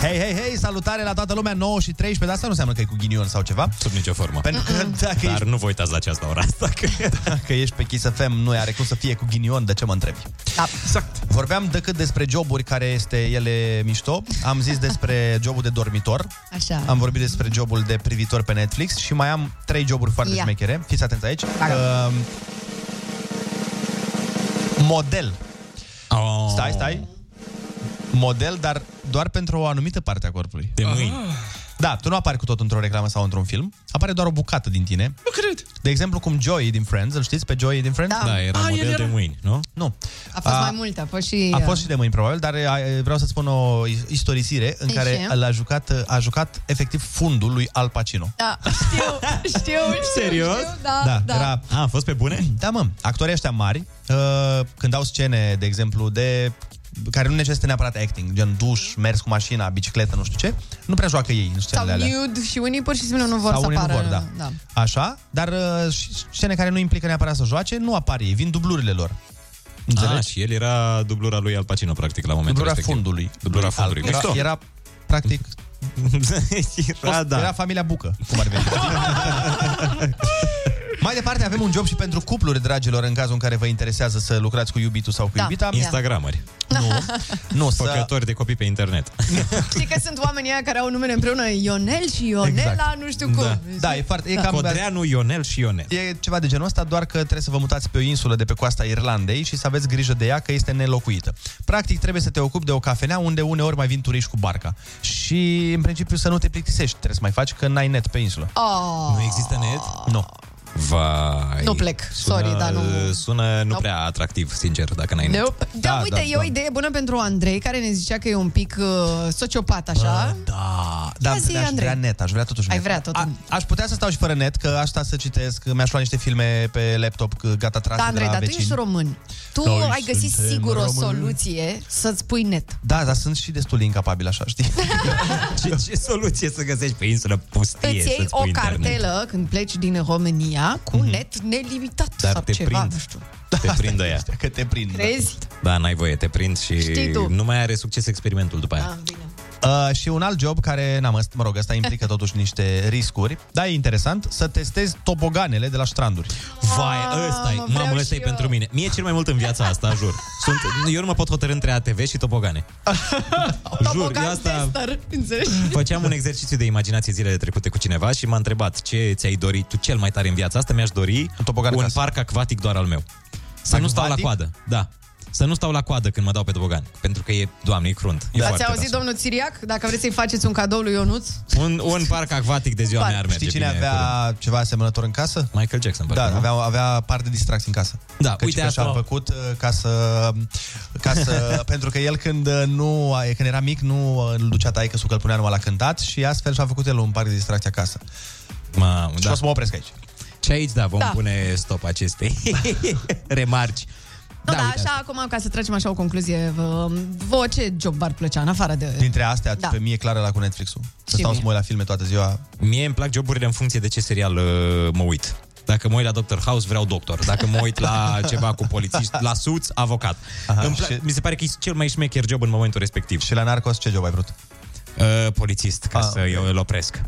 S7: Hei, hei, hei, salutare la toată lumea, 9 și 13, dar asta nu înseamnă că e cu ghinion sau ceva.
S8: Sub nicio formă.
S7: Pentru că dacă
S8: Dar
S7: ești
S8: nu vă uitați la această ora asta. Că...
S7: Dacă ești pe Kiss FM, nu are cum să fie cu ghinion, de ce mă întrebi?
S10: Da.
S7: Exact. Vorbeam decât despre joburi care este ele mișto, am zis despre jobul de dormitor,
S10: Așa.
S7: am vorbit despre jobul de privitor pe Netflix și mai am trei joburi foarte
S10: Ia. da.
S7: șmechere. Fiți atenți aici. Uh, model.
S8: Oh.
S7: Stai, stai. Model, dar doar pentru o anumită parte a corpului.
S8: De mâini.
S7: Da, tu nu apari cu tot într-o reclamă sau într-un film, apare doar o bucată din tine.
S9: Nu cred.
S7: De exemplu, cum Joey din Friends, îl știți pe Joey din Friends?
S10: Da. Da, era Ah, model el era- de
S8: mâini, nu?
S7: Nu.
S10: A fost mai mult, a fost și...
S7: A fost și de mâini, probabil, dar eh, vreau să-ți spun o is- istorisire în
S10: Ei,
S7: care
S10: ce?
S7: l-a jucat, a jucat efectiv fundul lui Al Pacino.
S10: Da, știu, știu, știu. știu, Da, da.
S7: Era...
S8: A, fost pe bune?
S7: Da, mă. Actorii ăștia mari, uh, când au scene, de exemplu, de care nu necesită neapărat acting, gen duș, mers cu mașina, bicicletă, nu știu ce, nu prea joacă ei
S10: Sau
S7: în scenele alea.
S10: nude și unii pur și simplu nu vor
S7: Sau
S10: să
S7: unii nu
S10: apară.
S7: vor, da.
S10: da.
S7: Așa, dar uh, și scene care nu implică neapărat să joace, nu apar ei, vin dublurile lor. Înțelegi?
S8: Ah, și el era dublura lui Al Pacino, practic, la momentul
S7: Dublura
S8: respectiv.
S7: fundului.
S8: Dublura fundului.
S7: Era,
S8: Mișto.
S7: era practic...
S8: era, da.
S7: era familia Bucă, cum ar veni. Mai departe avem un job și pentru cupluri, dragilor, în cazul în care vă interesează să lucrați cu iubitul sau cu
S10: Da.
S7: iubita.
S10: Instagramări. Nu.
S7: Nu,
S8: Făcători de copii pe internet.
S10: Știi că sunt oamenii aia care au numele împreună Ionel și Ionela,
S7: Exact.
S10: nu știu cum.
S7: Da, da e foarte... E
S8: Da.
S7: cam
S8: Codreanu, Ionel și Ionel.
S7: E ceva de genul ăsta, doar că trebuie să vă mutați pe o insulă de pe coasta Irlandei și să aveți grijă de ea că este nelocuită. Practic trebuie să te ocupi de o cafenea unde uneori mai vin turiști cu barca. Și în principiu să nu te plictisești, trebuie să mai faci că n-ai net pe insulă.
S10: Oh.
S8: Nu există net?
S7: Nu.
S8: Vai.
S10: Nu plec, sorry, dar nu-
S8: Sună nu
S10: Nope.
S8: prea atractiv, sincer, dacă n-ai net.
S10: Nope. Da, da, uite, e o idee bună pentru Andrei, care ne zicea că e un pic uh, sociopat, așa.
S7: Da,
S10: Ia
S7: dar
S10: zi,
S7: aș
S10: Andrei.
S7: vrea net, aș vrea totuși
S10: Ai
S7: net.
S10: vrea totuși.
S7: A, aș putea să stau și fără net, că aș sta să citesc, mi-aș lua niște filme pe laptop, că gata trase
S10: Da, Andrei,
S7: de la
S10: dar tu
S7: vecini.
S10: ești român. Tu
S7: Noi
S10: ai găsit
S7: suntem
S10: sigur o
S7: români.
S10: soluție să-ți pui net.
S7: Da, dar sunt și destul de incapabil așa, știi?
S8: ce, ce soluție să găsești pe insulă pustie?
S10: Îți iei
S8: să-ți
S10: o
S8: pui internet?
S10: cartelă când pleci din România cu
S7: Mhm.
S10: net nelimitat
S8: Dar
S10: sau
S8: te
S10: ceva,
S8: prind.
S10: nu știu.
S8: Te prind ăia.
S7: Că te prind.
S10: Crezi?
S8: Da, n-ai voie, te prind și
S10: Știi tu. Da.
S8: nu mai are succes experimentul după aia.
S7: Uh, și un alt job care, n-am, ăst- mă rog, ăsta implică totuși niște riscuri, dar e interesant, să testezi toboganele de la stranduri.
S10: Ah,
S8: Vai, ăsta e, mamă, ăsta e pentru mine. Mie e cel mai mult în viața asta, jur. Sunt, eu nu mă pot hotărâ între ATV și tobogane. jur, eu asta...
S10: Dar, înțelegi?
S7: da,
S8: Făceam un exercițiu de imaginație zilele trecute cu cineva și m-a întrebat ce ți-ai dorit tu cel mai tare în viața asta, mi-aș dori un, un parc acvatic doar al meu. Să nu stau la
S7: Acvatic?
S8: coadă, da. Să nu stau la coadă când mă dau pe tobogan, pentru că e, doamne, e crunt.
S7: Da.
S8: E
S10: Ați
S8: foarte
S10: auzit,
S8: tare.
S10: domnul Țiriac? Dacă vreți să-i faceți un cadou lui Ionuț?
S8: Un, un parc acvatic de ziua
S10: Parc.
S8: mea ar merge
S7: Știi cine
S8: bine
S7: avea
S8: cu-
S7: ceva asemănător în casă?
S8: Michael Jackson.
S7: Da, avea, avea parte de distracții în casă.
S8: Da,
S7: Căci
S8: uite
S7: că
S8: asta-
S7: și-a făcut uh, ca să... Ca să pentru că el când uh, nu, a- când era mic nu uh, îl ducea taică că îl punea numai la cântat și astfel și-a făcut el un parc de distracție acasă.
S8: Mamă,
S7: și
S8: da.
S7: o să mă opresc aici.
S8: Și aici, da, vom
S10: Da.
S8: da. pune stop acestei remarci.
S10: Nu,
S8: Da,
S10: da,
S8: uite
S10: așa, acum, ca să tragem așa o concluzie, vă, vă ce job v-ar plăcea, în afară de...
S7: Dintre astea,
S10: Da.
S7: da. pe mie clar la cu Netflix-ul.
S10: Și
S7: Să stau
S10: mie.
S7: să mă uit la filme toată ziua.
S8: Mie îmi plac joburile în funcție de ce serial uh, mă uit. Dacă mă uit la Doctor House, vreau doctor. Dacă mă uit la ceva cu polițiști, la suți, avocat. Aha, îmi plac, și... Mi se pare că e cel mai șmecher job în momentul respectiv.
S7: Și la Narcos ce job ai vrut? Ah, Da.
S8: Uh, polițist, ca să eu îl opresc.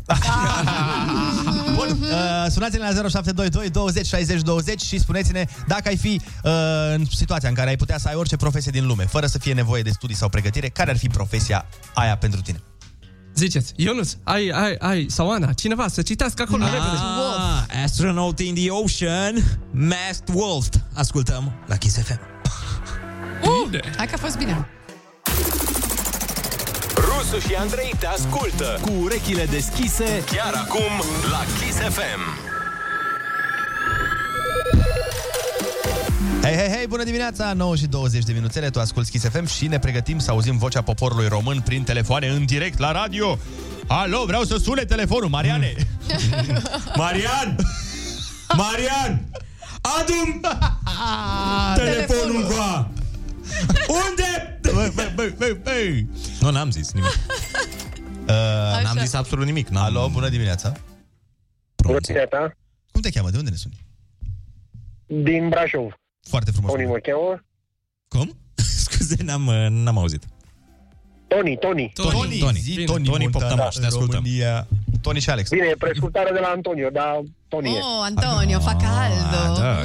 S7: Bun, uh, sunați-ne la 0722 20 60 20 și spuneți-ne dacă ai fi uh, în situația în care ai putea să ai orice profesie din lume, fără să fie nevoie de studii sau pregătire, care ar fi profesia aia pentru tine?
S9: Ziceți, Ionuț, ai, ai, ai, sau Ana, cineva să citească acolo
S8: Ah,
S9: repede.
S8: Astronaut in the Ocean, Masked Wolf. Ascultăm la Kiss FM.
S10: Uh, hai că a fost bine.
S1: Rusu și Andrei te ascultă cu urechile deschise chiar acum la Kiss FM.
S7: Hei, hei, hei, bună dimineața! 9 și 20 de minuțele, tu asculti Kiss FM și ne pregătim să auzim vocea poporului român prin telefoane în direct la radio. Alo, vreau să sune telefonul, Mariane!
S8: Marian! Marian! Adu-mi
S10: telefonul
S8: goa! Unde?
S7: Bă, bă, bă, bă, bă.
S8: Nu, n-am zis
S7: Ah.
S8: nimic.
S7: Uh,
S8: n-am zis absolut nimic. N-am...
S7: Alo, bună dimineața!
S8: Bună
S18: dimineața!
S7: Cum te cheamă? De unde ne suni?
S18: Din Brașov.
S7: Foarte frumos.
S18: Tony mă cheamă.
S8: Cum? Scuze, n-am, uh, n-am auzit.
S18: Tony, Tony.
S8: Toni, Toni, Toni, Toni, Toni Poptamaș, te ascultăm.
S7: România. Toni și Alex.
S18: Bine, prescurtare de la Antonio, dar Tony e.
S10: Oh, Antonio, fa
S7: Ah,
S10: caldo.
S18: da.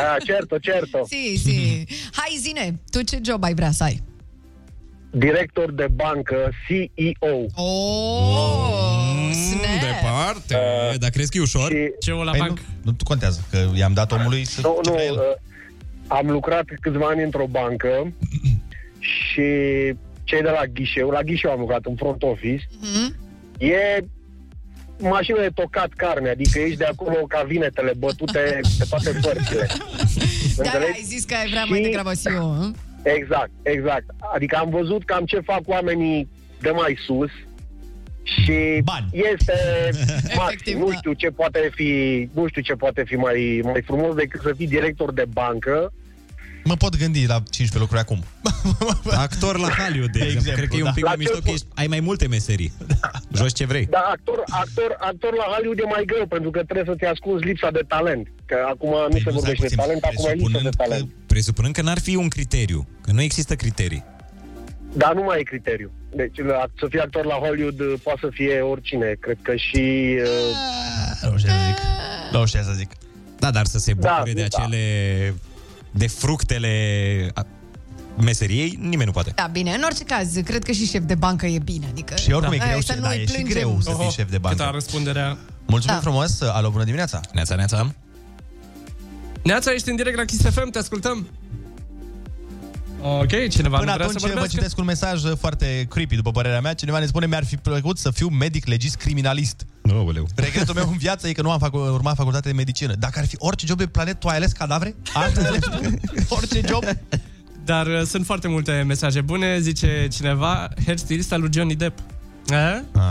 S18: Ah, certo, certo.
S10: Si,
S7: Hm.
S10: si. Hai, zine, tu ce job ai vrea să ai?
S18: Director de bancă, CEO.
S10: Oh,
S8: Departe, uh, dar crezi că e ușor?
S9: Eh. Ce la
S7: Păi nu, nu contează, că i-am dat omului să...
S18: Nu, nu, uh, am lucrat câțiva ani într-o bancă și cei de la ghișeu, la ghișeu am lucrat în front office,
S10: Mhm.
S18: e mașină de tocat carne, adică ești de acolo ca vinetele bătute pe toate părțile.
S10: Da, da,
S18: Înțelegi?
S10: ai zis că ai vrea mai
S18: Și-
S10: degrabă eu. hm? hă?
S18: Exact, exact. Adică am văzut cam ce fac oamenii de mai sus și Bani. este maxim, nu știu ce poate fi, nu știu ce poate fi mai, mai frumos decât să fii director de bancă.
S7: Mă pot gândi la 15 lucruri acum.
S8: Actor la Hollywood, de, de exemplu. Cred
S7: da.
S8: că e un pic mai mișto că ești, ai mai multe meserii. Joci ce vrei.
S7: Da,
S18: Dar actor, actor, actor la Hollywood e mai greu pentru că trebuie să te ascunzi lipsa de talent. Că acum Păi nu se vorbește de talent, acum e lipsă de talent.
S8: Presupunând că n-ar fi un criteriu, că nu există criterii.
S18: Dar nu mai e criteriu. Deci la- să fii actor la Hollywood uh, poate să fie oricine. Cred că și... Uh,
S7: Da, Nu știu ce să zic.
S10: Ah.
S18: Nu știu ce să zic.
S8: Da, dar să se bucure da, de acele... de fructele a- meseriei, nimeni nu poate.
S10: Da, bine, în orice caz, cred că și șef de bancă e bine. Adică,
S7: Și oricum
S10: da.
S7: e greu,
S10: să
S7: să,
S10: nu
S7: da,
S10: îi
S7: e și
S10: plângem.
S7: greu să fii
S10: Oho.
S7: șef de bancă.
S9: Câta răspunderea.
S7: Mulțumim
S9: Da.
S7: frumos, alo, bună dimineața.
S8: Neața, neața.
S9: Neața, ești în direct la Kiss FM, te ascultăm. Ok, cineva
S7: Până
S9: nu vrea
S7: atunci
S9: să
S7: vă
S9: vorbească?
S7: citesc un mesaj foarte creepy, după părerea mea. Cineva ne spune, mi-ar fi plăcut să fiu medic legist criminalist.
S8: Aoleu.
S7: Regretul meu în viață e că nu am fac, urmat facultate de medicină. Dacă ar fi orice job pe planetă, tu ai ales cadavre? Asta ai ales orice job?
S9: Dar uh, sunt foarte multe mesaje bune, zice cineva, hairstylista lui Johnny Depp. Eh?
S8: Ah.
S9: Ah.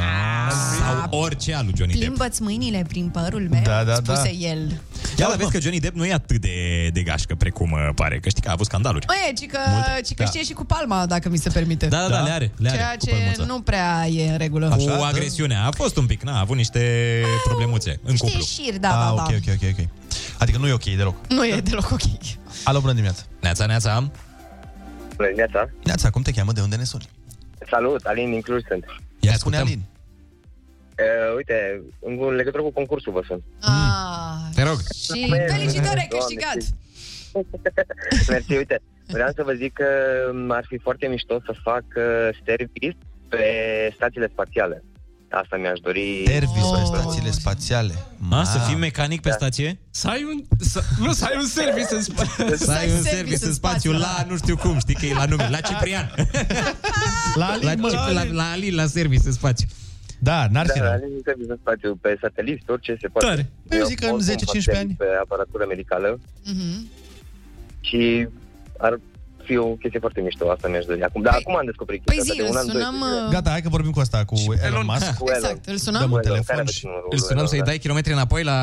S9: A?
S8: Sau orice al lui Johnny Depp.
S10: Plimbă-ți mâinile prin părul meu,
S8: Da, da,
S10: spuse
S8: da.
S10: el.
S8: Ia la vezi că Johnny Depp nu e atât de, de gașcă precum uh, pare, că știi că a avut scandaluri.
S10: Măi, ci că,
S8: Multe.
S10: ci că
S8: Da.
S10: știe și cu palma, dacă mi se permite.
S8: Da, da, da, le are, le are,
S10: Ceea
S8: cu palmuța. da.
S10: ce nu prea e în regulă.
S8: Cu agresiunea. A fost un pic, na, a avut niște problemuțe în
S10: Știi
S8: cuplu. Ah,
S10: șir, da, da, da.
S7: ok, ok, ok, ok. Adică nu e ok deloc.
S10: Nu e deloc ok.
S8: Mm.
S7: Alo, bună dimineața.
S8: Neața, neața.
S2: Bună dimineața.
S7: Neața, cum te cheamă? De unde ne suni?
S2: Salut, Alin din Cluj sunt.
S7: Ia spune Alin.
S2: Uh, uite, în legătură cu concursul vă sunt.
S8: Te rog.
S10: Ah, Și felicitări, ai câștigat!
S2: Mersi, uite, vreau să vă zic că mm, ar fi foarte mișto să fac uh, service pe stațiile spațiale. Asta mi-aș dori.
S7: Service pe stațiile spațiale.
S8: Ma, să fii mecanic pe stație?
S9: Să ai un... Să, nu, să ai un service în spațiu.
S8: Să ai un service în spațiu
S9: da.
S8: la nu știu cum, știi că e la nume, la Ciprian.
S7: La
S8: la, la, la, la Ali, la service în spațiu.
S7: Da, n-ar
S2: Da, Alin, service în spațiu pe satelit, orice se poate.
S8: Tare.
S7: Păi Eu zic că în
S2: oricum
S7: 10-15
S2: fac
S7: ani.
S2: Pe aparatură medicală.
S10: Mhm.
S2: și ar fi o chestie foarte mișto, asta mi-aș dori. Acum, dar acum am descoperit
S10: păi
S2: chestia
S10: zi,
S2: asta Exact, de
S10: îl
S2: un an,
S10: sunăm,
S2: doi, de zile.
S10: uh,
S7: Gata, hai că vorbim cu asta, cu Elon, Musk.
S2: Cu Elon.
S10: Exact, îl sunăm?
S7: Dăm un
S2: Elon,
S7: telefon
S2: care
S7: și...
S2: aveți numărul
S8: Îl sunăm
S2: lui
S8: să-i
S2: Elon?
S8: dai kilometri înapoi la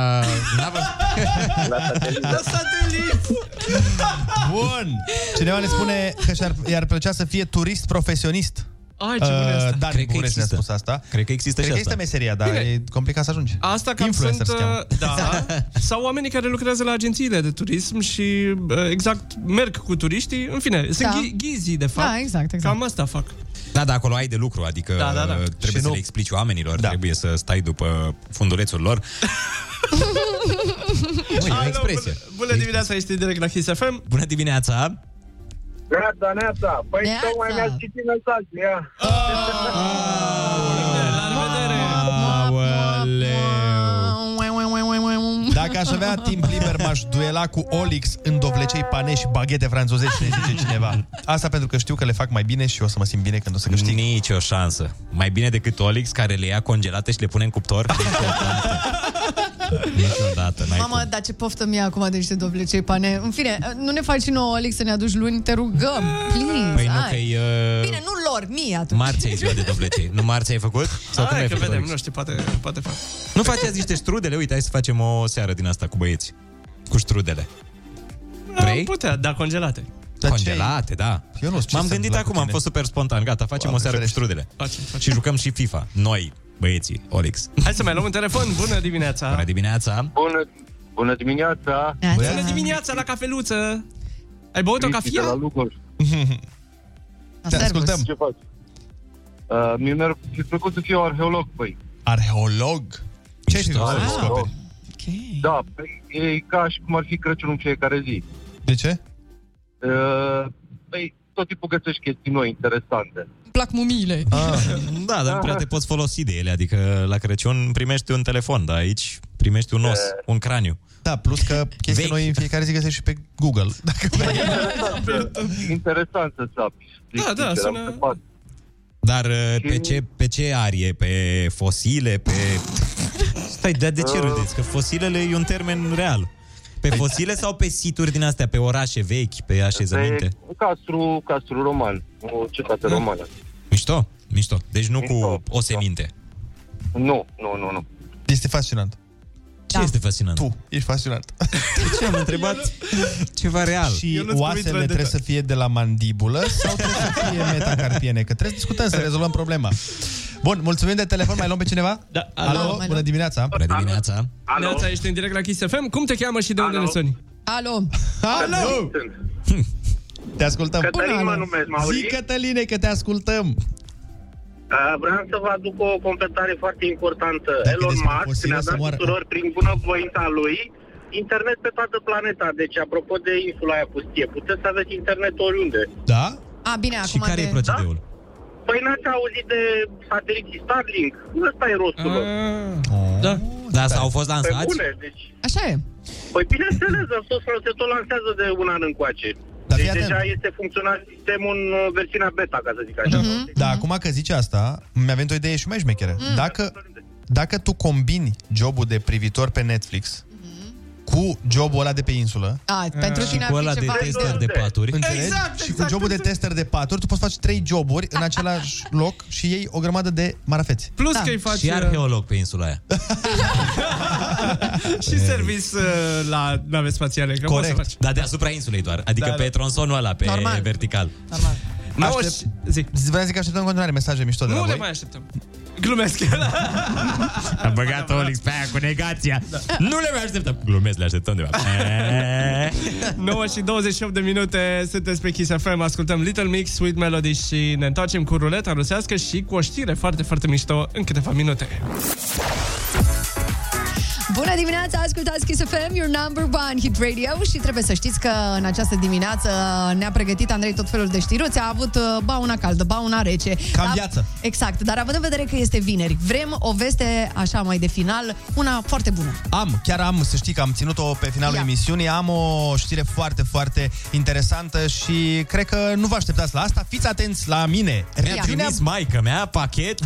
S8: navă?
S2: La satelit.
S9: La satelit!
S7: Bun! Cineva ne spune că și-ar, i-ar plăcea să fie turist profesionist.
S9: Ai, ce bună
S8: Uh,
S9: asta.
S7: Da,
S9: Cred că
S7: București ne-a
S9: există.
S7: spus asta.
S8: Cred că există
S7: Cred
S8: și
S7: că
S8: asta.
S7: există meseria, dar
S9: Bine.
S7: e complicat să ajungi.
S9: Asta cam
S7: Influencer
S9: sunt,
S7: se cheamă.
S9: uh, da, sau oamenii care lucrează la agențiile de turism și uh, exact merg cu turiștii, în fine, sunt
S10: Da.
S9: ghi- ghizii de fapt.
S10: Da, exact, exact.
S9: Cam asta fac.
S8: Da, da, acolo ai de lucru, adică
S9: Da, da, da.
S8: trebuie
S9: Și
S8: să
S9: nu- Da.
S8: le explici oamenilor, trebuie să stai după fundulețul lor. Măi, e o expresie.
S9: Bună, bună dimineața, ești direct la Kiss FM.
S8: Bună dimineața!
S18: Neața, neața. Păi neața. tocmai mi-ați citit mesajul, ia.
S7: Dacă aș avea timp liber, m-aș duela cu Olix în dovlecei pane și baghete franțuzești, ne zice cineva. Asta pentru că știu că le fac mai bine și o să mă simt bine când o să câștig.
S8: Nici o șansă. Mai bine decât Olix care le ia congelate și le pune în cuptor. Niciodată, n-ai
S10: Mamă, dar ce poftă mie acum de niște dovlecei pane. În fine, nu ne faci și nouă, Olic, să ne aduci luni, te rugăm. Please,
S8: cum. Păi nu
S10: hai.
S8: că e...
S10: Bine, nu lor, mie atunci.
S8: Marțea e ziua de dovlecei. Nu marțea ai făcut? Sau cum
S9: Hai
S8: ai
S9: că
S8: făcut,
S9: vedem,
S8: Olix?
S9: Păi, nu știu, poate, poate fac.
S8: Nu faceți niște strudele? Uite, hai să facem o seară din asta cu băieți. Cu strudele. Vrei?
S9: Putea, da, congelate.
S8: Congelate, da.
S7: Eu nu știu ce
S8: M-am
S7: se
S8: gândit
S7: întâmplă
S8: acum,
S7: cu
S8: am
S7: tine.
S8: fost super spontan. Gata, facem o
S7: Doamne
S8: seară cu strudele. Și jucăm și FIFA. Noi, băieții, Olix.
S9: Hai să mai luăm un telefon. Bună dimineața!
S8: Bună dimineața!
S18: Bună, bună dimineața.
S9: Bună dimineața la cafeluță! Ai băut o
S18: Cristi
S9: cafea?
S18: de la Lugoj.
S7: Te ascultăm.
S18: Ce faci? Uh, mi-e mi-ar fi plăcut să fiu arheolog, păi.
S7: Arheolog? Ce ai fi vrut să descoperi?
S18: Da, păi, e ca și cum ar fi Crăciunul în fiecare zi.
S7: De ce?
S18: Uh, păi, tot timpul găsești chestii noi interesante.
S10: Îmi plac mumiile.
S8: Da,
S10: Ah,
S8: dar nu prea te poți folosi de ele. Adică la Crăciun primești un telefon, dar aici primești un os,
S18: Eh.
S7: E.
S8: un craniu.
S7: Da, plus că chestii
S8: Vechi.
S7: noi în fiecare zi găsești și pe Google. Da, Dacă vrei.
S18: Interesant să sapi.
S9: Da, da,
S18: sincer, am
S9: sună-
S18: scăpat.
S8: Dar uh, pe ce, pe ce arie? Pe fosile? Pe... Stai, dar de ce râdeți? Că fosilele e un termen real. Pe fosile sau pe situri din astea? Pe orașe vechi? Pe așezăminte?
S18: Pe un castru, castru roman, o cetate
S8: Da.
S18: romană.
S8: Mișto? Mișto. Deci nu cu oseminte.
S18: Nu, nu, nu, nu.
S7: Este fascinant.
S8: Ce este fascinant?
S7: Tu, ești fascinant.
S8: De ce am întrebat ceva real?
S7: Și oasele trebuie să fie de la mandibulă sau trebuie să fie metacarpiene? Că trebuie să discutăm, să rezolvăm problema. Bun, mulțumim de telefon. Mai luăm pe cineva? Da.
S9: alo,
S7: Alo,
S9: mai luăm.
S7: bună dimineața.
S8: Bună dimineața.
S9: Alo. Neața, ești în direct la Kiss FM. Cum te cheamă și de unde ne suni?
S10: Alo.
S7: Alo! Te ascultăm.
S2: Cătălin Bună, mă alo. numesc, m-auzi?
S7: Zi, Cătăline, că te ascultăm.
S2: Uh, Vreau să vă aduc o completare foarte importantă.
S7: Dacă
S2: Elon
S7: despre
S2: Musk
S7: fosilă
S2: ne-a
S7: să
S2: dat
S7: moară-
S2: tuturor prin bunăvoința lui
S17: internet pe toată planeta. Deci, apropo de insula aia pustie, puteți să aveți internet oriunde.
S8: Da?
S10: A, bine, acum
S8: Și care
S10: de...
S8: e procedeul?
S17: Păi n-ați auzit de sateliții Starlink? Ăsta e rostul lor.
S8: Da. Da, s-au fost
S17: Pe
S8: lansați?
S17: bune, deci.
S10: Așa e.
S17: Păi bineînțeles, dar tot se tot lansează de un an încoace. Deci deja este funcțional sistemul în uh, versiunea beta, ca să zic așa.
S10: Mhm.
S7: Da, acum că zici asta, mi-a venit o idee și mai șmecheră.
S17: Mm.
S7: Dacă, dacă tu combini jobul de privitor pe Netflix cu jobul ăla de pe insulă,
S10: Mm-hmm. A,
S8: Ah.
S10: pentru tine ar fi ceva.
S8: paturi.
S7: Înțelegi?
S10: Exact,
S7: și cu jobul de tester de paturi, tu poți face trei joburi în același loc și iei o grămadă de marafeți.
S9: Plus Da. că îi faci-
S8: Și arheolog pe insula aia.
S9: și service uh, la nave spațiale. Că poți să faci.
S8: Corect. Dar deasupra insulei doar. Adică
S9: Da,
S8: pe
S9: da.
S8: tronsonul ăla, pe
S9: Normal.
S8: vertical.
S7: Aștept... Zic. Vreau să zic că așteptăm în continuare mesaje mișto de la
S9: Nu
S7: voi.
S9: le mai așteptăm. Glumesc. Da,
S8: A băgat Olix pe aia cu negația. Nu le mai așteptăm. Glumesc, le așteptăm de fapt.
S9: 9 și 28 de minute sunteți pe Kiss FM, ascultăm Little Mix, Sweet Melody și ne întoarcem cu ruleta rusească și cu o știre foarte, foarte mișto în câteva minute.
S10: Bună dimineața, ascultați Kiss FM, your number one hit radio și trebuie să știți că în această dimineață ne-a pregătit Andrei tot felul de știruțe, a avut uh, ba una caldă, ba una rece.
S7: Cam
S10: Dar-
S7: viață.
S10: Exact, dar având în vedere că este vineri, vrem o veste așa mai de final, una foarte bună.
S7: Am, chiar am, să știi că am ținut-o pe finalul
S10: Ia.
S7: emisiunii, am o știre foarte, foarte interesantă și cred că nu vă așteptați la asta. Fiți atenți la mine.
S8: Mi-a trimis maica mea pachet.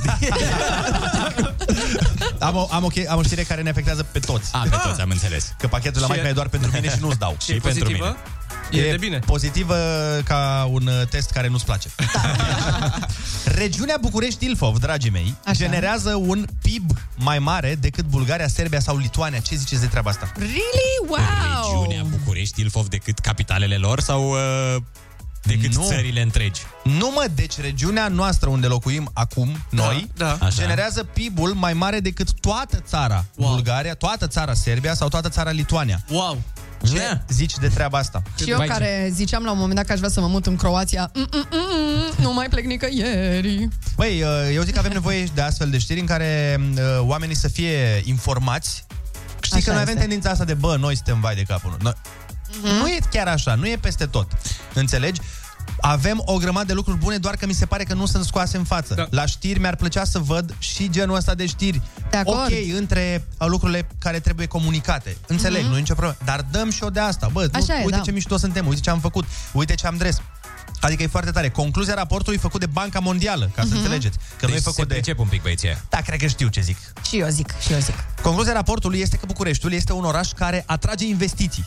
S7: Am o, am, o, che- am o știre care ne afecteață pe toți.
S8: A, Ah, pe toți, am înțeles.
S7: Că pachetul la
S8: Și-
S7: maică e doar pentru mine și nu-ți dau.
S8: Și Și e pentru pozitivă?
S9: mine. E de bine.
S7: pozitivă ca un uh, test care nu-ți place. Regiunea București-Ilfov, dragii mei,
S10: Așa.
S7: generează un PIB mai mare decât Bulgaria, Serbia sau Lituania. Ce ziceți de treaba asta?
S10: Really?
S9: Oh.
S10: Wow!
S8: Regiunea București, Ilfov, decât capitalele lor sau uh, decât
S7: Nu.
S8: țările întregi?
S7: Nu mă, deci regiunea noastră unde locuim acum, noi,
S8: da. Așa.
S7: generează PIB-ul mai mare decât toată țara Bulgaria, toată țara Serbia sau toată țara Lituania.
S9: Wow!
S7: Ce zici de treaba asta?
S10: Și eu care ziceam la un moment dat că aș vrea să mă mut în Croația, Mm-mm-mm, nu mai plec nicăieri.
S7: Băi, uh, eu zic că avem nevoie de astfel de știri în care uh, oamenii să fie informați. Știi
S10: Așa
S7: că noi avem
S10: este. Mhm.
S7: tendința asta de, bă, noi suntem vai de capul. Noi... Nu e chiar așa, nu e peste tot. Înțelegi? Avem o grămadă de lucruri bune, doar că mi se pare că nu sunt scoase în față. Da. La știri mi-ar plăcea să văd și genul ăsta de știri.
S10: De acord.
S7: Ok, între uh, lucrurile care trebuie comunicate. Înțeleg, mm-hmm. nu e nicio problemă. Dar dăm și o de asta. Bă,
S10: Mhm. Așa
S7: nu,
S10: e,
S7: uite
S10: da.
S7: ce mișto suntem, uite ce am făcut, uite ce am dres. Adică e foarte tare. Concluzia raportului e făcut de Banca Mondială, ca să
S10: Mhm.
S7: înțelegeți. Că nu e
S8: Deci
S7: făcut
S8: se
S7: de...
S8: pricep un pic, băieții
S7: Da, cred că știu ce zic.
S10: Și eu zic, și eu zic.
S7: Concluzia raportului este că Bucureștiul este un oraș care atrage investiții,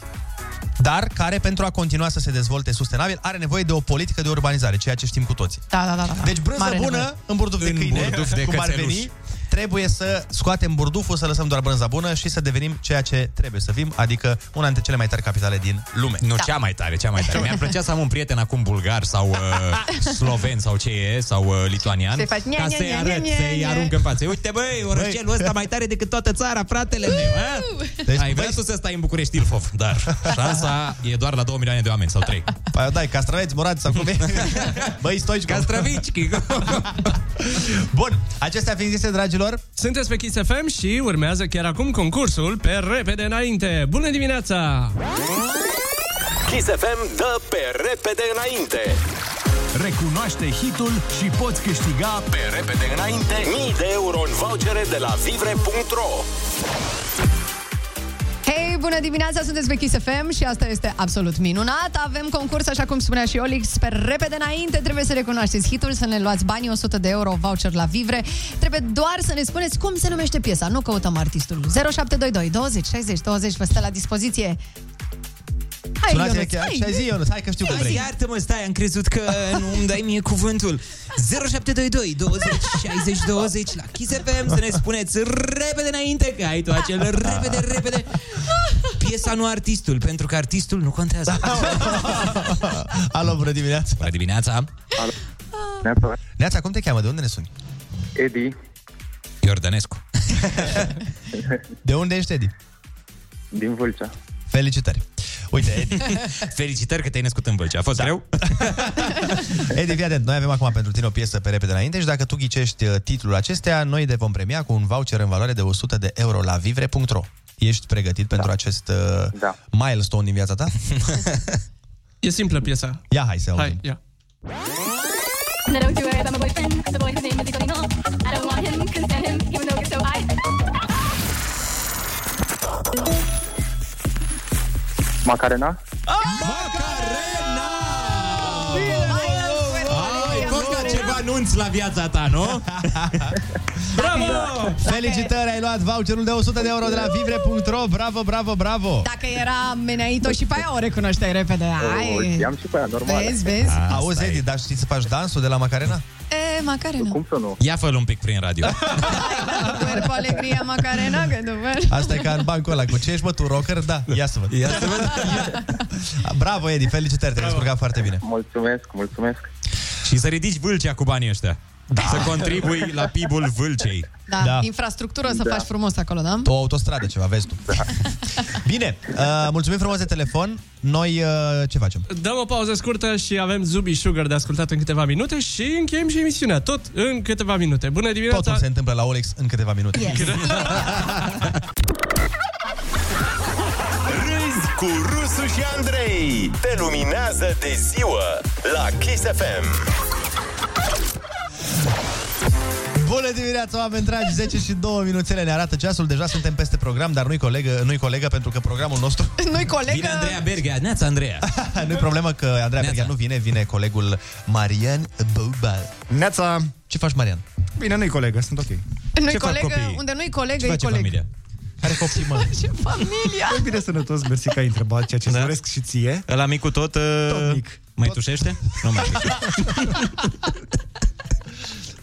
S7: dar care, pentru a continua să se dezvolte sustenabil, are nevoie de o politică de urbanizare, ceea ce știm cu toții.
S10: Da, da, da. da.
S7: Deci brânză
S10: Mare
S7: bună
S10: nevoie.
S7: în burduf de
S8: În
S7: câine,
S8: burduf de
S7: cum ar
S8: cățeluș.
S7: veni, trebuie să scoatem burduful, să lăsăm doar brânza bună și să devenim ceea ce trebuie să fim, adică una dintre cele mai tari capitale din lume.
S10: Da.
S8: Nu, cea mai tare, cea mai tare. Mi-ar plăcea să am un prieten acum bulgar sau uh, sloven sau ce e, sau uh, lituanian,
S10: Să-i faci nia,
S8: ca
S10: nia,
S8: să-i
S10: nia,
S8: arăt,
S10: nia,
S8: să-i
S10: nia.
S8: arunc în față. Uite, băi, orășelul ăsta mai tare decât toată țara, fratele meu. a?
S7: Deci,
S8: Ai vrea tu să stai în București, Ilfov, dar șansa e doar la 2 milioane de oameni sau 3.
S7: Păi dai, castraveți, morați sau cum e. Băi, stoici,
S8: Castravici,
S7: Bun, acestea fiind zise, dragilor,
S9: Sunteți pe Kiss FM și urmează chiar acum concursul pe repede înainte. Bună dimineața!
S1: Kiss FM dă pe repede înainte.
S6: Recunoaște hitul și poți câștiga
S1: Pe repede înainte, mii de euro în vouchere de la vivre.ro.
S10: Hei, bună dimineața, sunteți pe Kiss FM și asta este absolut minunat. Avem concurs, așa cum spunea și Olix, pe repede înainte trebuie să recunoașteți hitul, să ne luați banii, 100 de euro, voucher la Vivre. Trebuie doar să ne spuneți cum se numește piesa, nu căutăm artistul. 0722 20 60 20 vă stă la dispoziție. Hai,
S7: Sunați-ne
S10: Ionuț,
S7: chiar
S10: hai.
S7: și ai zi, Ionuț, hai că știu că vrei.
S8: Iartă-mă, stai, am crezut că nu îmi dai mie cuvântul. 0722 20 60 20 la Kiss FM să ne spuneți repede înainte că ai tu acel repede, repede. Piesa nu artistul, pentru că artistul nu contează.
S7: Alo, bună dimineața!
S8: Bună dimineața!
S7: Neața. Neața, cum te cheamă? De unde ne suni?
S24: Edi,
S8: Iordănescu.
S7: De unde ești, Edi?
S24: din Vâlcea.
S7: Felicitări! Uite, Edi.
S8: Felicitări că te-ai născut în Vâlcea. A fost da. greu?
S7: Edi, fii atent, noi avem acum pentru tine o piesă pe repede înainte și dacă tu ghicești uh, titlul acestea, noi te vom premia cu un voucher în valoare de 100 de euro la vivre.ro. Ești pregătit pentru acest uh, milestone din viața ta?
S9: E simplă piesa.
S7: Ia hai să
S9: Hai, ia.
S13: And I don't do it about my boyfriend. The boy whose name is Nicole Nicole. I don't want him, couldn't stand him, even though he's so high.
S24: Macarena?
S8: Ai fost ca ceva anunț la viața ta, nu?
S9: Bravo!
S7: Da. Felicitări, ai luat voucherul de 100 de euro de la vivre.ro. Bravo, bravo, bravo!
S10: Dacă era meneito și pe aia o recunoșteai repede.
S7: Oh,
S10: Ai.
S7: și pe aia,
S10: normal. Vezi, vezi?
S7: Auzi, Edi, dar știi să faci dansul de la Macarena?
S10: E, Macarena.
S7: Cum să nu? Ia fă un pic prin radio.
S10: Cuerpo alegria Macarena, că după...
S7: Asta e ca în bancul ăla. Cu ce ești, mă, tu rocker? Da, ia să văd. Ia să văd. Bravo, Edi, felicitări, te-ai descurcat foarte bine.
S24: Mulțumesc, mulțumesc.
S8: Și să ridici vâlcea cu banii ăștia. Da. Să contribui la PIB-ul vâlcei.
S10: Da, da. infrastructură să
S7: Da.
S10: faci frumos acolo, da?
S7: O autostradă ceva, vezi tu. Bine, uh, mulțumim frumos de telefon. Noi uh, ce facem?
S9: Dăm o pauză scurtă și avem Zubi Sugar de ascultat în câteva minute și încheiem și emisiunea, tot în câteva minute. Bună dimineața! Tot
S7: se întâmplă la Olex în câteva minute.
S9: Yes.
S1: Râzi cu Rusu și Andrei. Te luminează de ziua la Kiss FM.
S7: Bună dimineața, oameni dragi! 10 și 2 minuțele ne arată ceasul. Deja suntem peste program, dar nu-i colegă, nu-i colegă pentru că programul nostru...
S10: Noi
S8: Vine
S10: colegă...
S8: Andreea Berghea. Neața, Andreea.
S7: nu-i problemă că Andreea Berghia nu vine, vine colegul Marian Boba. Neața! Ce faci, Marian?
S14: Bine, nu-i colegă, sunt ok.
S10: Nu-i
S14: Ce fac
S10: colegă,
S14: copiii?
S10: unde nu-i colegă, e coleg.
S7: Care copii, mă?
S10: Ce familia!
S14: E bine sănătos, mersi că ai întrebat ceea ce da. doresc și ție.
S8: La micul tot... Uh, tot mic. Mai tușește? Nu mai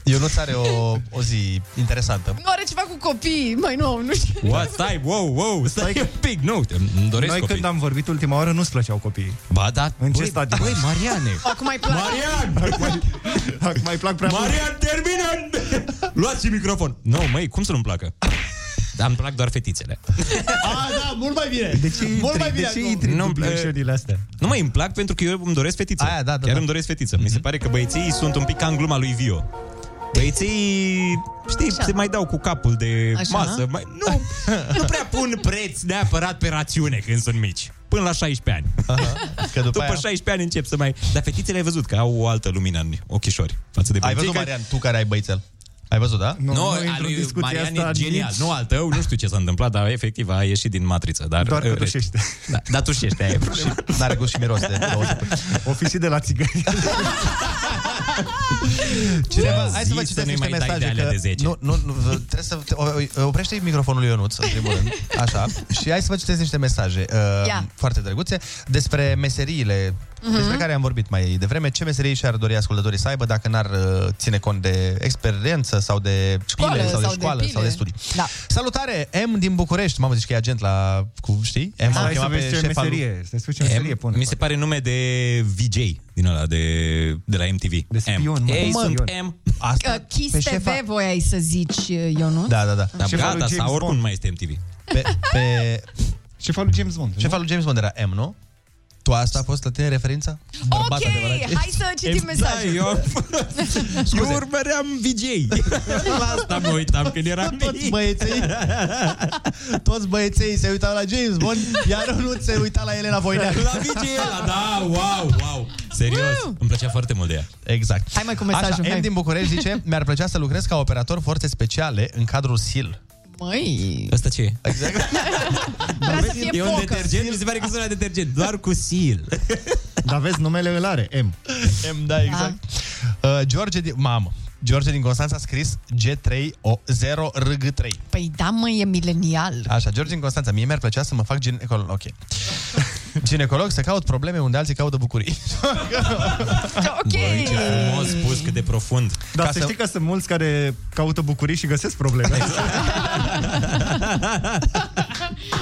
S7: Eu nu are o, o zi interesantă.
S10: Nu are ceva cu copii, mai nou, nu știu.
S8: What? Stai, wow, wow, stai, stai un pic, nu, te- îmi doresc
S14: Noi
S8: copii.
S14: când am vorbit ultima oară nu-ți plăceau copiii.
S8: Ba, da.
S14: În ce
S8: Băi,
S14: stadiu?
S8: băi, Mariane.
S10: Acum mai plac.
S14: Marian! Acum mai plac prea
S8: Marian, termină! Luați microfon. Nu, no, măi, cum să nu-mi placă? Dar îmi plac doar fetițele.
S7: A, da, mult mai bine!
S14: De ce
S7: mult mai bine! acum.
S8: Nu-mi
S14: în
S8: plă-
S14: plăcerile astea?
S8: Nu mai îmi plac pentru că eu îmi doresc fetiță. Aia, da, da, Chiar
S14: da.
S8: îmi doresc fetiță. Mi se pare că băieții sunt un pic ca în gluma lui Vio. Băieții, știi,
S15: Așa.
S8: se mai dau cu capul de
S15: Așa, da?
S8: masă.
S15: na?
S8: Mai, nu, nu prea pun preț neapărat pe rațiune când sunt mici. Până la 16 ani.
S7: Că după
S8: după
S7: aia-
S8: 16 ani încep să mai... Dar fetițele ai văzut că au o altă lumină în ochișori față de
S7: Ai
S8: băieții
S7: văzut,
S8: care-
S7: Marian, tu care ai băițel? Ai văzut, da?
S8: Nu, nu, a lui Marian e genial. Nu al tău, nu știu ce s-a întâmplat, dar efectiv a ieșit din matriță. Dar,
S14: Doar că
S8: în rest-
S14: tușește.
S8: Da, da tușește, aia e problema.
S7: N-are gust și miros de
S14: O fi și de la țigări.
S7: Cineva, hai să
S8: Zi
S7: vă
S8: să
S7: citesc
S8: nu-i
S7: niște
S8: mai dai de
S7: mesaje
S8: alea
S7: că...
S8: de 10.
S7: Nu, nu, nu, vă- trebuie să... o- o- Oprește microfonul lui Ionuț, în primul rând. Așa. Și hai să vă citesc niște mesaje uh,
S10: Ia.
S7: foarte drăguțe despre meseriile
S10: Mhm.
S7: despre care am vorbit mai devreme, ce meserii și-ar dori ascultătorii să aibă dacă n-ar uh, ține cont de experiență sau de
S10: Școală
S7: pile,
S10: sau
S7: sau, de
S10: de
S7: școală
S10: pile.
S7: sau de studii.
S10: Da.
S7: Salutare, M din București. Mamă, zici că e agent la... Cu, știi? M
S14: Da. Hai să vezi ce
S7: șefa lui-
S14: meserie. Să spui ce meserie pune.
S8: Mi se pare nume de VJ din ăla de, de la MTV. De
S14: spion,
S8: M.
S14: mă,
S8: Ei,
S14: mă,
S8: sunt
S14: spion.
S8: M.
S10: Că Kiss TV voiai să zici, Ionut?
S7: Da, da, da.
S8: Dar gata, sau oricum nu mai este MTV.
S7: Pe, pe...
S14: Șefa lui James Bond.
S7: Șefa lui James Bond era M, nu? Tu asta a fost la tine referința? Bărbat
S10: Ok,
S7: adevărat.
S10: hai să citim
S7: Da,
S10: mesajul.
S7: eu-
S8: Exact. Eu urmăream VJ. La asta mă uitam când eram
S7: Toți băieții, toți băieții se uitau la James Bond, iar nu se uita la Elena Voineac.
S8: La VJ ăla, da, wow, wow. Serios, îmi plăcea foarte mult de ea.
S7: Exact.
S10: Hai mai cu
S7: Așa,
S10: mesajul.
S7: M
S10: hai.
S7: din București zice, mi-ar plăcea să lucrez ca operator forțe speciale în cadrul SIL.
S10: Măi...
S8: Asta ce e?
S7: Exact.
S10: Vrea să fie
S8: E un
S10: focă.
S8: detergent, mi se pare că sună la detergent, doar cu sil.
S14: Dar vezi, numele îl are, M. Da.
S7: M, da, exact. Uh, George din... Mamă. George din Constanța a scris G3O0RG3.
S10: Păi da, mă, e milenial.
S7: Așa, George din Constanța, mie mi-ar plăcea să mă fac ginecolog. Ok. Ginecolog să caut probleme unde alții caută bucurii.
S10: ok.
S8: Băi, ce frumos spus, cât de profund.
S7: Da,
S14: Dar să știi că sunt mulți care caută bucurii și găsesc probleme.
S7: Exact.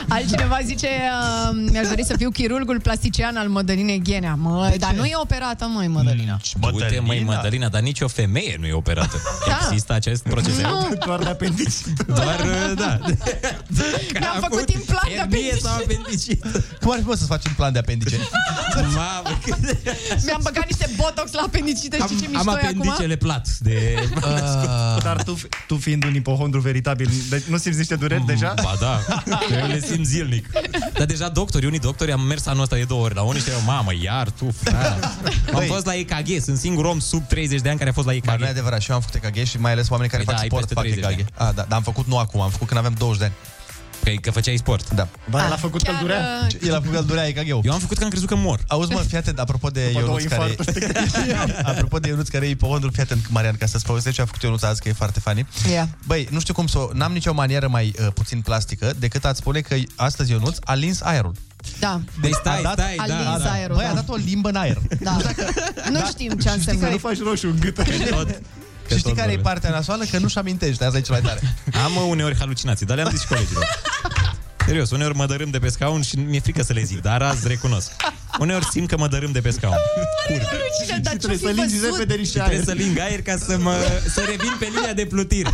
S10: Altcineva zice, uh, mi-aș dori să fiu chirurgul plastician al Mădălinei Ghenea.
S7: Păi
S10: Mă, dar nu e operată, măi, Mădălina.
S8: Mădălina. Uite, măi, Mădălina, dar nici o femeie nu e operată.
S10: Da.
S8: Există acest proces.
S10: Nu.
S14: Doar de apendicit.
S8: Doar, uh, da.
S10: Mi-am făcut implant de apendicit.
S8: apendicit.
S7: Cum ar fi fost să-ți faci un plan de apendice?
S8: Mamă, cât
S10: Mi-am băgat niște botox la apendicită, știi ce
S8: am
S10: mișto e acum?
S8: apendicele plat de...
S7: Ah.
S14: Dar tu, tu fiind un ipohondru veritabil, deci nu simți niște dureri deja?
S8: Ba Mm, da, eu le simt zilnic. Dar deja doctori, unii doctori, am mers anul ăsta de două ori la unii și eu, mamă, iar tu, frate. Am fost la EKG, sunt singur om sub 30 de ani care a fost la EKG. Dar nu e
S7: adevărat, și eu am făcut EKG și mai ales oamenii care
S8: Păi
S7: fac
S8: da, ai
S7: sport
S8: peste
S7: fac
S8: 30 de
S7: EKG. A, da, dar am făcut nu acum, am făcut când aveam 20 de ani.
S8: Că, că făceai sport.
S7: Da.
S14: Ba, l-a făcut
S10: Chiar,
S14: căldurea.
S10: uh,
S7: El a făcut al durea EKG. Eu
S8: am făcut că am crezut că mor.
S7: Auzi, mă, fii atent, apropo de
S14: După două
S7: Ionuț care... apropo de Ionuț care e ipocondru, fii atent, Marian, ca să-ți povestesc ce a făcut Ionuț azi, că e foarte funny.
S10: Ia.
S7: Băi, nu știu cum să... o- N-am nicio manieră mai uh, puțin plastică decât ați spune că astăzi Ionuț a lins aerul.
S10: Da.
S7: Deci stai, A dat- stai,
S10: A
S7: da,
S10: lins
S7: da.
S10: aerul,
S7: Băi,
S10: da.
S7: a dat o limbă în aer.
S10: Da. Nu știm ce a însemnat.
S7: roșu în gât. Și știi
S8: tot
S7: care e
S8: vorbești.
S7: partea nasoală? Că nu-și amintește, asta e cel mai tare.
S8: Am uh, uneori halucinații, dar le-am zis și colegilor. Serios, uneori mă dărâm de pe scaun și mi-e frică să le zic, dar azi recunosc. Uneori simt că mă dărâm de pe scaun.
S10: rușine, dar ce-o fi văzut?
S8: și trebuie să ling aer ca să, mă, să revin pe linia de plutire.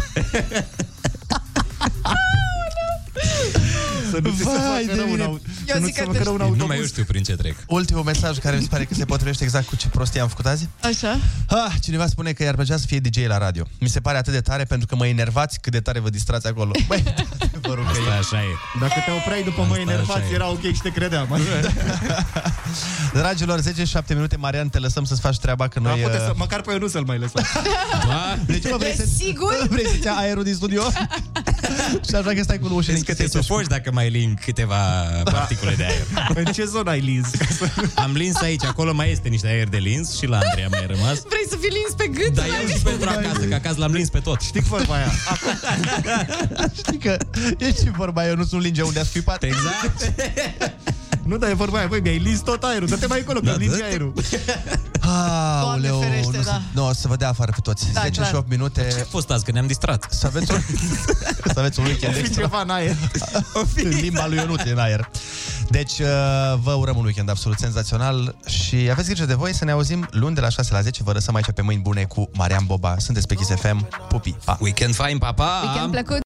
S14: Să nu ți se
S7: Vai
S14: facă
S7: de
S14: rău un
S7: mine.
S14: au-
S7: Eu
S14: să nu
S7: zic
S14: ți se
S7: că
S14: facă rău un autobuz.
S8: Nu mai eu știu prin ce trec.
S7: Ultimul mesaj care mi se pare că se potrivește exact cu ce prostie am făcut azi.
S10: Așa.
S7: Ah, cineva spune că i-ar plăcea să fie DJ la radio. Mi se pare atât de tare pentru că mă enervați cât de tare vă distrați acolo. Băi, vă rog că e.
S8: Așa e.
S14: Dacă te opreai după mă enervați, era ok și te credeam.
S7: Dragilor, 10 și 7 minute, Marian, te lăsăm să-ți faci treaba că
S14: Da,
S7: noi...
S14: poate
S7: uh,
S14: să, măcar pe eu nu să-l mai lăsa.
S7: Deci, mă, vrei să...
S10: Sigur?
S7: Vrei să-ți ia aerul din studio? și aș vrea că stai cu ușile
S8: Deci că te sufoci dacă mai ling câteva particule de aer.
S14: În ce zonă ai lins?
S8: Am lins aici, acolo mai este niște aer de lins și la Andrei a mai rămas.
S10: Vrei să fii lins pe gât?
S8: Dar eu și pentru acasă, că acasă l-am lins pe tot.
S14: Știi vorba aia?
S7: Știi că e și vorba eu, nu sunt linge unde a scuipat.
S8: Exact.
S14: Nu, dar e vorba aia, băi, mi-ai lins tot aerul, dă-te mai încolo, că
S7: Da,
S14: am lins
S7: dă-te.
S14: aerul.
S7: Aoleu,
S14: Doamne ferește,
S7: nu,
S14: da.
S7: da. nu, o să vă dea afară pe toți.
S14: Da,
S7: 10 și
S14: clar.
S7: 8 minute. Ce a
S8: fost azi, că ne-am distrat?
S7: Să aveți un, să aveți un weekend
S14: Fi
S7: extra.
S14: ceva în aer.
S7: În limba lui Ionut e în aer. Deci, uh, vă urăm un weekend absolut senzațional și aveți grijă de voi să ne auzim luni de la 6 la 10. Vă lăsăm aici pe mâini bune cu Marian Boba. Sunteți pe Kiss FM. Pupi, pa!
S8: Weekend fain, pa, pa!
S7: Păi
S10: Weekend plăcut.